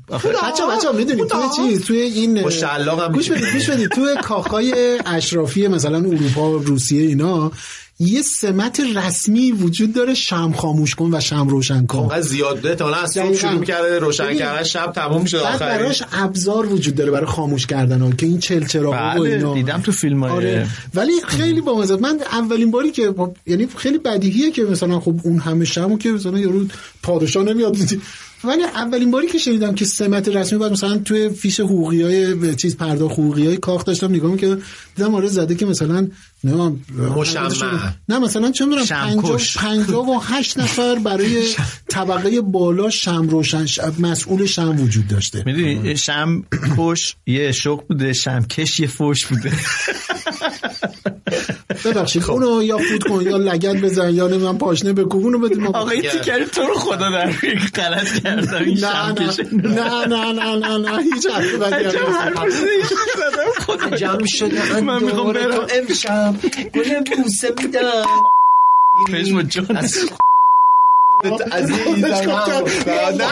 Speaker 2: بچه بچه میدونید توی چیز توی این
Speaker 3: با شلاق هم
Speaker 2: گوش بدید گوش بدید توی کاخای اشرافی مثلا اروپا روسیه اینا یه سمت رسمی وجود داره شم خاموش کن و شم روشن کن
Speaker 3: انقدر زیاد بوده احتمالاً از صبح
Speaker 2: دقیقاً.
Speaker 3: شروع میکرده روشن
Speaker 2: ببین.
Speaker 3: کردن شب تموم شد
Speaker 2: بعد
Speaker 3: آخری
Speaker 2: براش ابزار وجود داره برای خاموش کردن ها که این چلچراغ و
Speaker 4: بله،
Speaker 2: اینا
Speaker 4: دیدم تو فیلم
Speaker 2: آره ولی خیلی بامزه من اولین باری که با- یعنی خیلی بدیهیه که مثلا خب اون همه شمو که مثلا یارو پادشاه نمیاد ولی اولین باری که شنیدم که سمت رسمی بعد مثلا توی فیش حقوقی های چیز پرداخت حقوقی های کاخ داشتم نگاه میکردم دیدم آره زده که مثلا نمیدونم
Speaker 3: مشمع.
Speaker 2: نه مثلا چه میدونم
Speaker 4: شمکش.
Speaker 2: 50 و 8 نفر برای طبقه بالا شم روشن ش- مسئول شم وجود داشته
Speaker 4: میدونی شم کش یه شوق بوده شم کش یه فوش بوده خب.
Speaker 2: ببخشید اونو یا فوت کن یا لگت بزن یا من پاشنه بکوب اونو بدیم
Speaker 4: آقا این تیکر تو رو خدا در غلط کردم
Speaker 2: نه
Speaker 4: این شم
Speaker 2: نه
Speaker 4: کش
Speaker 2: نه نه نه نه نه هیچ حرفی بدی هم
Speaker 4: عجب
Speaker 2: نیست.
Speaker 4: حرف زشتی زدم، خدا.
Speaker 3: جمع شده
Speaker 4: من
Speaker 3: من
Speaker 4: می‌خوام
Speaker 3: میخوام
Speaker 4: برم.
Speaker 3: برم امشب گل بوسه میدم
Speaker 4: پشم و جان
Speaker 3: از عزیزم
Speaker 1: خودش کار کرد.
Speaker 3: نه نه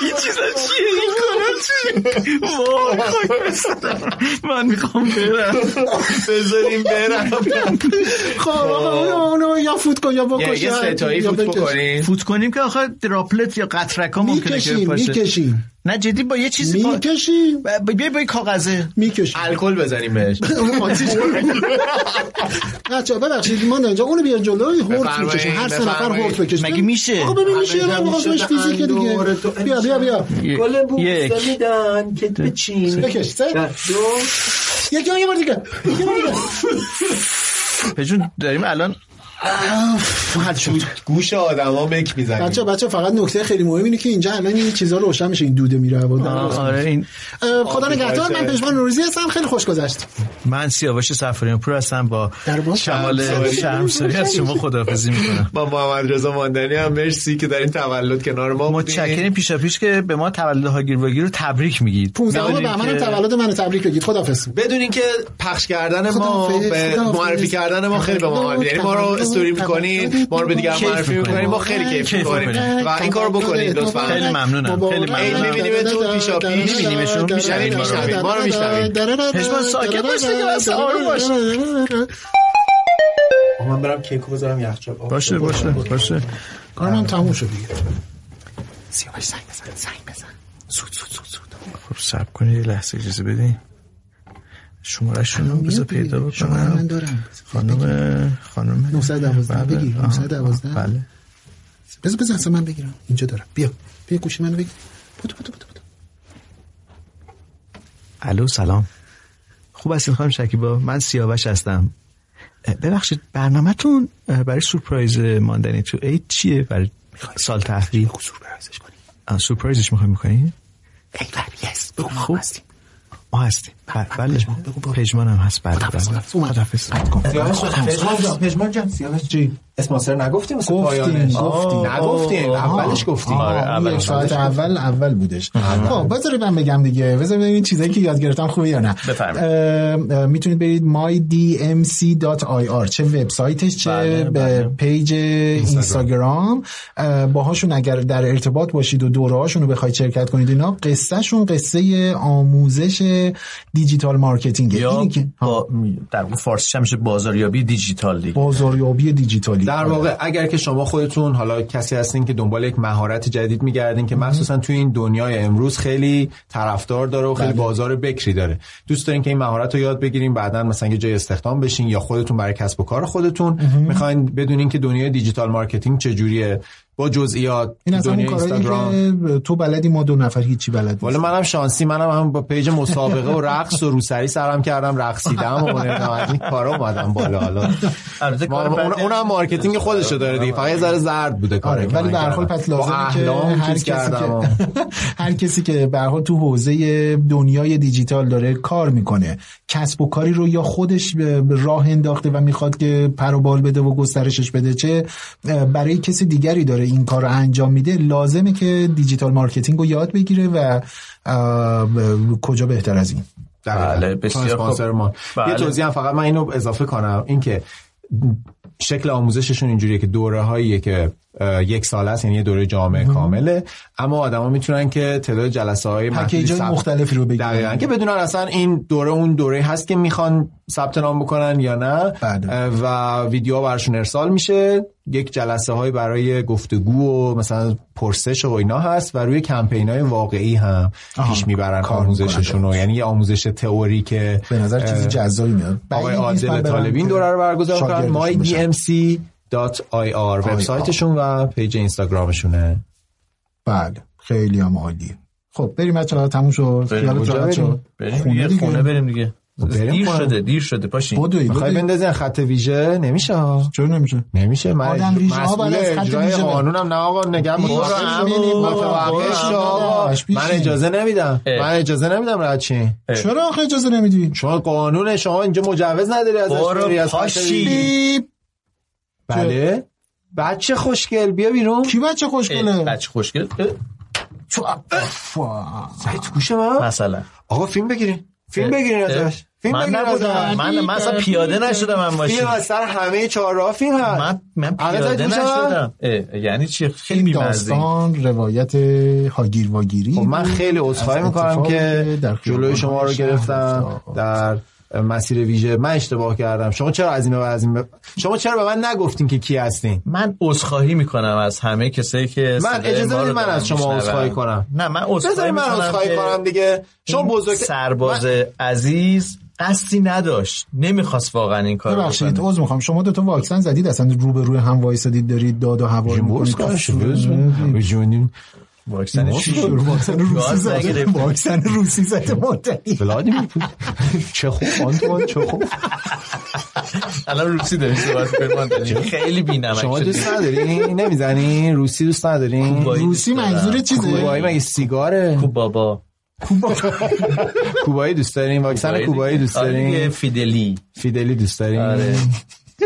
Speaker 1: این چیزا چیه این کارا چیه وای خاک بستم.
Speaker 4: من میخوام برم
Speaker 3: بذاریم برم
Speaker 2: خب آقا اونو یا فوت کن یا بکش یا- یا بکش.
Speaker 4: فوت کنیم که آخه دراپلت یا قطرک ها ممکنه که
Speaker 2: میکشیم
Speaker 4: بپاشه
Speaker 2: میکشیم
Speaker 4: نه جدی با یه چیزی
Speaker 2: میکشیم
Speaker 4: بیا با یه کاغذه
Speaker 2: میکشیم
Speaker 3: الکل بزنیم بهش
Speaker 2: بچه ببخشید ما اینجا اونو بیا جلو هورت
Speaker 3: بفرمایید،
Speaker 2: میکشه هر سه نفر
Speaker 3: بفرمایید.
Speaker 2: هورت بکشه
Speaker 4: مگه میشه؟
Speaker 2: آقا ببین میشه
Speaker 4: همه
Speaker 2: نه آقا
Speaker 4: میشه،
Speaker 2: بهش فیزیک دیگه
Speaker 4: دور
Speaker 2: بیا بیا بیا
Speaker 4: گل بوسه یک.
Speaker 2: میدن که بچین بکش سه یکی یه بار دیگه یه بار دیگه.
Speaker 4: پژون داریم الان
Speaker 2: حد شد
Speaker 3: گوش آدما مک میزنیم
Speaker 2: بچه بچه فقط نکته خیلی مهم اینه که اینجا الان این چیزا روشن میشه این دوده میره هوا در
Speaker 4: آه،
Speaker 2: روشن
Speaker 4: آره،
Speaker 2: میشه.
Speaker 4: این-
Speaker 2: اه، خدا
Speaker 4: آه،
Speaker 2: نگهدار من
Speaker 4: باشه.
Speaker 2: پژمان نوروزی هستم خیلی خوش گذشت
Speaker 4: من سیاوش سفریان پور هستم با شمال
Speaker 3: شمساری.
Speaker 4: شمساری از شما خداحافظی میکنم
Speaker 3: با محمد رضا ماندنی هم مرسی که در این تولد کنار ما بودی.
Speaker 4: متشکریم پیشا پیش که به ما تولد هاگیر واگیر رو تبریک میگید
Speaker 2: 15
Speaker 4: بدونین
Speaker 2: بهمن هم
Speaker 4: بله، که-
Speaker 2: تولد منو تبریک بگید خدافظ
Speaker 3: بدون اینکه پخش کردن ما
Speaker 2: خداحافظ،
Speaker 3: به
Speaker 2: خداحافظ.
Speaker 3: معرفی کردن ما خیلی به ما حال میده. یعنی ما رو استوری میکنین ما رو به دیگران
Speaker 4: کیف
Speaker 3: معرفی
Speaker 4: می‌کنیم.
Speaker 3: میکنین یعنی ما خیلی کیف
Speaker 4: کیف می‌کنیم.
Speaker 3: میکنیم و این کارو بکنید لطفا
Speaker 4: خیلی ممنونم خیلی
Speaker 3: عید
Speaker 4: ممنونم
Speaker 3: میبینیمتون پیشا پیش
Speaker 4: می‌بینیمشون،
Speaker 3: میشنوید
Speaker 4: می‌بینیم.
Speaker 3: میشنوید ما رو میشنوید
Speaker 4: پژمان ساکت باش دیگه، بس، آروم باش.
Speaker 3: من برم کیکو بذارم یخچال
Speaker 4: باشه باشه باشه
Speaker 2: کار من تموم شد دیگه
Speaker 4: سیاوش سنگ بزن سنگ بزن سود سود سود سود خب سب کنید یه لحظه اجازه بدین شماره شون رو بذار پیدا
Speaker 2: شماره من
Speaker 4: بکنم
Speaker 2: دارم
Speaker 4: خانم خانم
Speaker 2: 912
Speaker 4: بله،
Speaker 2: بگیر
Speaker 4: آها،
Speaker 2: 912
Speaker 4: بله
Speaker 2: بذار بذار اصلا من بگیرم اینجا دارم بیا بیا گوشی منو بگیر بودو بودو بودو بودو
Speaker 4: الو سلام خوب هستین خانم شکیبا من سیاوش هستم اه، ببخشید برنامهتون اه، برای سورپرایز ماندنی تو عید چیه برای سال تحویل سورپرایزش کنیم سورپرایزش میخوایم بکنیم یس بگو ما هستیم ما هستیم خب. بله، بله پژمان هم هست بله بله خدافظ
Speaker 3: پژمان جان سیاوش جی اسپانسر نگفتیم واسه
Speaker 2: پایانش؟
Speaker 3: نگفتیم اولش گفتیم
Speaker 2: اولش ساعت اول اول بودش خب بذاری من بگم دیگه بذار ببینید چیزایی که یاد گرفتم خوبه یا نه اه، اه، میتونید برید mydmc.ir چه وبسایتش
Speaker 3: بله،
Speaker 2: چه به پیج اینستاگرام اه، باهاشون اگر در ارتباط باشید و دوره هاشون رو بخواید شرکت کنید اینا قصه شون قصه آموزش دیجیتال مارکتینگ
Speaker 8: یا با در واقع فارسیش هم میشه بازاریابی دیجیتال دیگه
Speaker 2: بازاریابی دیجیتالی
Speaker 3: در واقع اگر که شما خودتون حالا کسی هستین که دنبال یک مهارت جدید میگردین که مخصوصا توی این دنیای امروز خیلی طرفدار داره و
Speaker 2: بله.
Speaker 3: خیلی بازار بکری داره دوست دارین که این مهارت رو یاد بگیریم بعدا مثلا یه جای استخدام بشین یا خودتون برای کسب و کار خودتون میخواین بدونین که دنیای دیجیتال مارکتینگ چجوریه با جزئیات
Speaker 2: این از همون
Speaker 3: دنیای اینستاگرام
Speaker 2: کارهایی که تو بلدی ما دو نفر هیچی بلد نیست
Speaker 3: والا منم شانسی منم هم با پیج مسابقه و رقص و روسری سرم کردم رقصیدم و نمیدونم از این کارا اومدم بالا حالا ما- اون- اونم مارکتینگ خودشو داره دیگه فقط یه ذره زرد بوده کاره
Speaker 2: آره. ولی به هر حال پس لازمه که هر کسی
Speaker 3: کردم
Speaker 2: که هر کسی که به هر حال تو حوزه دنیای دیجیتال داره کار میکنه کسب و کاری رو یا خودش به به راه انداخته و میخواد که پر و بال بده و گسترشش بده چه اه، برای کسی دیگری داره این کار رو انجام میده لازمه که دیجیتال مارکتینگ رو یاد بگیره و اه، ب- کجا بهتر از این
Speaker 3: بله
Speaker 2: بسیار خوب.
Speaker 3: اسپانسر ما
Speaker 2: بله.
Speaker 3: یه توضیح هم فقط من اینو اضافه کنم اینکه شکل آموزششون اینجوریه که دوره هاییه که اه، یک سال است یعنی یه دوره جامعه کامله اما آدما میتونن که تعداد جلسه های
Speaker 2: پکیج‌های مختلفی رو بگیرن.
Speaker 3: دقیقاً که بدونن اصلا این دوره اون دوره هست که میخوان ثبت نام بکنن یا نه
Speaker 2: بله.
Speaker 3: اه، و ویدیو براشون ارسال میشه یک جلسه های برای گفتگو و مثلا پرسش و اینا هست و روی کمپین های واقعی هم پیش میبرن آموزششون رو یعنی یه آموزش تئوری که
Speaker 2: به نظر چیزی جذابی میاد
Speaker 3: آقای
Speaker 2: بعید نیست من
Speaker 3: عادل
Speaker 2: برم
Speaker 3: طالبین
Speaker 2: که
Speaker 3: دوره رو برگزار
Speaker 2: شاگردشون
Speaker 3: کردن
Speaker 2: بشم.
Speaker 3: mydmc.ir وبسایتشون و پیج اینستاگرامشونه
Speaker 2: بله خیلی هم عالی خب بریم بچه ها تموم شد خیالت
Speaker 8: کجا
Speaker 2: راحت
Speaker 8: بریم؟
Speaker 2: شد
Speaker 8: بریم دیگه، خونه بریم دیگه دیر
Speaker 3: خونه.
Speaker 8: شده دیر شده پاشین
Speaker 2: بدوی
Speaker 3: میخوای بندازین خط ویژه نمیشه
Speaker 2: چرا نمیشه
Speaker 3: نمیشه من
Speaker 2: آدم ریشه ها
Speaker 3: مسئول
Speaker 2: باید از خط
Speaker 3: اجرای
Speaker 2: ویژه بره.
Speaker 3: قانونم نه آقا نگه
Speaker 2: بیش
Speaker 3: برو
Speaker 2: بشین،
Speaker 3: عمو،
Speaker 2: بریم بابا،
Speaker 3: متوقع
Speaker 2: بریم
Speaker 3: شو آقا.
Speaker 2: داداش،
Speaker 3: من
Speaker 2: بیشین.
Speaker 3: اجازه نمیدم من اجازه نمیدم رد چین
Speaker 2: چرا آخه اجازه نمیدی
Speaker 3: شما قانون شما اینجا مجوز نداری ازش
Speaker 2: برو
Speaker 3: بری، از خط
Speaker 2: پاشی.
Speaker 3: ویژه. بله بچه خوشگل بیا بیرون
Speaker 2: کی بچه خوشگله
Speaker 8: بچه خوشگل
Speaker 2: تو
Speaker 3: گوش من
Speaker 8: مثلا
Speaker 3: آقا فیلم بگیرین فیلم
Speaker 8: اه،
Speaker 3: بگیرین
Speaker 8: اه.
Speaker 3: ازش فیلم
Speaker 4: من
Speaker 3: بگیر از
Speaker 4: نبودم
Speaker 3: من.
Speaker 4: من, من اصلا پیاده نشدم من
Speaker 3: فیلم
Speaker 4: ماشین
Speaker 3: از سر همه چهار راه فیلم هست
Speaker 4: من, من
Speaker 3: عوض
Speaker 4: پیاده
Speaker 3: می‌شم؟
Speaker 4: نشدم اه، یعنی چی خیلی
Speaker 2: این
Speaker 4: بیمزه
Speaker 2: داستان روایت هاگیر واگیری
Speaker 3: خب من خیلی عذرخواهی
Speaker 2: از
Speaker 3: میکنم
Speaker 2: اتفاق
Speaker 3: که
Speaker 2: در
Speaker 3: جلوی شما رو گرفتم در مسیر ویژه من اشتباه کردم شما چرا از این و از این به- شما چرا به من نگفتین که کی هستین
Speaker 4: من عذرخواهی میکنم از همه کسایی که
Speaker 3: من
Speaker 4: صدای
Speaker 3: اجازه
Speaker 4: ما رو
Speaker 3: بدید من
Speaker 4: دارن
Speaker 3: از شما
Speaker 4: می‌شنون.
Speaker 3: عذرخواهی کنم
Speaker 4: نه من عذرخواهی
Speaker 3: بذارید من
Speaker 4: می‌کنم
Speaker 3: عذرخواهی
Speaker 4: که
Speaker 3: کنم دیگه شما
Speaker 4: این
Speaker 3: بزرگتر-
Speaker 4: سرباز عزیز قصدی نداشت نمیخواست واقعا این کار رو
Speaker 2: ببخشید عذر میخوام شما دو تا واکسن زدید اصلا رو به روی هم وایسادید دارید داد و هوا رو می‌کنید.
Speaker 3: جونیم
Speaker 4: واکسن
Speaker 2: چی شد؟ واکسن روسی زده واکسن روسی زده مادری
Speaker 3: ولادیمیر چه خوب آنتوان چه خوب
Speaker 4: الان روسی داری صحبت می‌کنی، من داریم. خیلی بی‌نمک
Speaker 3: شما
Speaker 4: شدی.
Speaker 3: دوست ندارین نمیزنین روسی دوست ندارین
Speaker 4: کوبایی دوست روسی دارم. منظور چیزه؟
Speaker 3: کوبایی مگه سیگاره
Speaker 4: خب کوبابا
Speaker 3: کوبایی دوست دارین واکسن
Speaker 4: کوبایی
Speaker 3: کوبایی
Speaker 4: دیگه.
Speaker 3: دوست
Speaker 4: آره دیگه،
Speaker 3: دارین
Speaker 4: فیدلی
Speaker 3: فیدلی دوست دارین
Speaker 4: آره.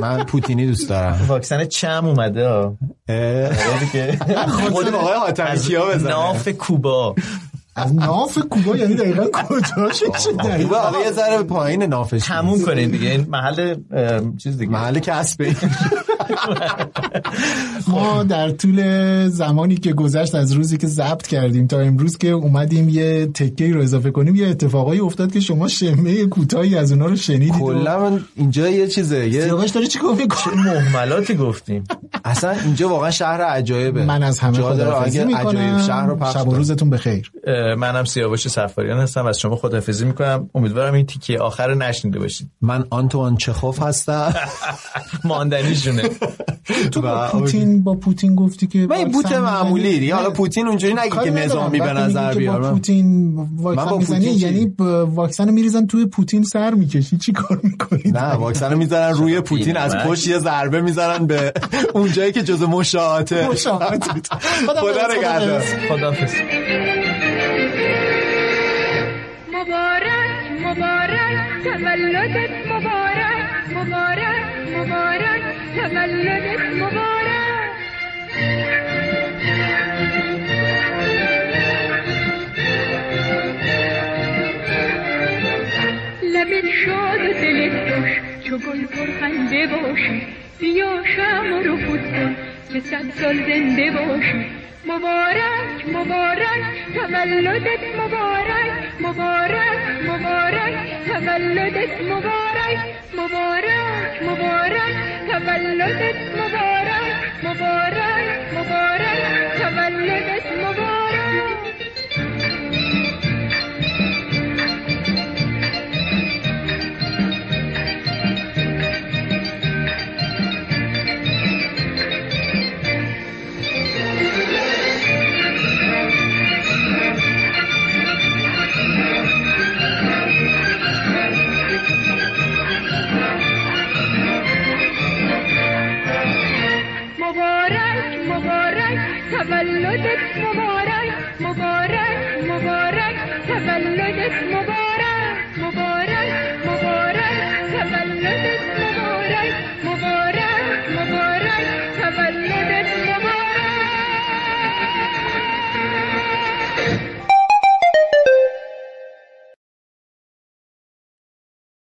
Speaker 3: من پوتینی دوست دارم
Speaker 4: واکسن چم اومده ها آره دیگه.
Speaker 3: خود آقای حاتمی
Speaker 4: از
Speaker 3: کیا بزنه.
Speaker 4: ناف کوبا
Speaker 2: از ناف کوبا یعنی دقیقا کجا شد
Speaker 3: کوبا آقا یه ذره به پایین نافش
Speaker 4: تموم کنین دیگه این محل ام، چیز دیگه
Speaker 3: محل کسبه
Speaker 2: ما در طول زمانی که گذشت از روزی که ضبط کردیم تا امروز که اومدیم یه تکه رو اضافه کنیم یه اتفاقایی افتاد که شما شمه کوتاهی از اونا رو شنیدید
Speaker 3: کلا من اینجا یه چیزه یه
Speaker 2: سیاوش داره چی گفت
Speaker 4: چه محملاتی گفتیم
Speaker 3: اصلا اینجا واقعا شهر عجایبه
Speaker 2: من از همه
Speaker 3: جا داره
Speaker 2: خداحافظی
Speaker 3: اگه عجایب شهر رو
Speaker 2: میکنم
Speaker 3: پخش
Speaker 2: شب و
Speaker 3: کنه.
Speaker 2: روزتون بخیر
Speaker 4: اه، منم سیاوش سفاریان هستم از شما خدافزی میکنم امیدوارم این تیکه آخر رو نشنیده باشید
Speaker 3: من آنتوان چخوف هستم
Speaker 4: ماندنیشونه
Speaker 2: تو با
Speaker 3: و-
Speaker 2: پوتین با پوتین گفتی که
Speaker 3: من این بوت
Speaker 2: واکسن می‌زنی؟
Speaker 3: معمولی دیگه حالا پوتین اونجوری نگی
Speaker 2: کاری
Speaker 3: که
Speaker 2: ندارم.
Speaker 3: نظامی به
Speaker 2: وقتی
Speaker 3: نظر
Speaker 2: میگی که
Speaker 3: بیار
Speaker 2: با
Speaker 3: من
Speaker 2: پوتین
Speaker 3: من با
Speaker 2: واکسن میزنی
Speaker 3: پوتین چی؟
Speaker 2: یعنی با- واکسن رو میریزن توی پوتین سر میکشی چی کار میکنی
Speaker 3: نه واکسن رو میزنن روی پوتین از
Speaker 2: بی‌نمک.
Speaker 3: پشت یه ضربه میزنن به اون جایی که جز مشاعته
Speaker 2: مشاعتت. خدا
Speaker 3: خدا
Speaker 2: حافظ،
Speaker 3: نگهدار
Speaker 4: خدافز
Speaker 17: مبارک مبارک تولدت مبارک مبارک مبارک تولدت مبارک لبت شاد و دلت خوش چو گل پرخنده باشی بیا شم رو فوت کن که صد سال زنده باشی مبارک مبارک تولدت مبارک مبارک مبارک تولدت مبارک مبارک مبارک تولدت مبارک مبارک مبارک تولدت مبارک مبارک مبارک تولدت مبارک مبارک مبارک تولدت مبارک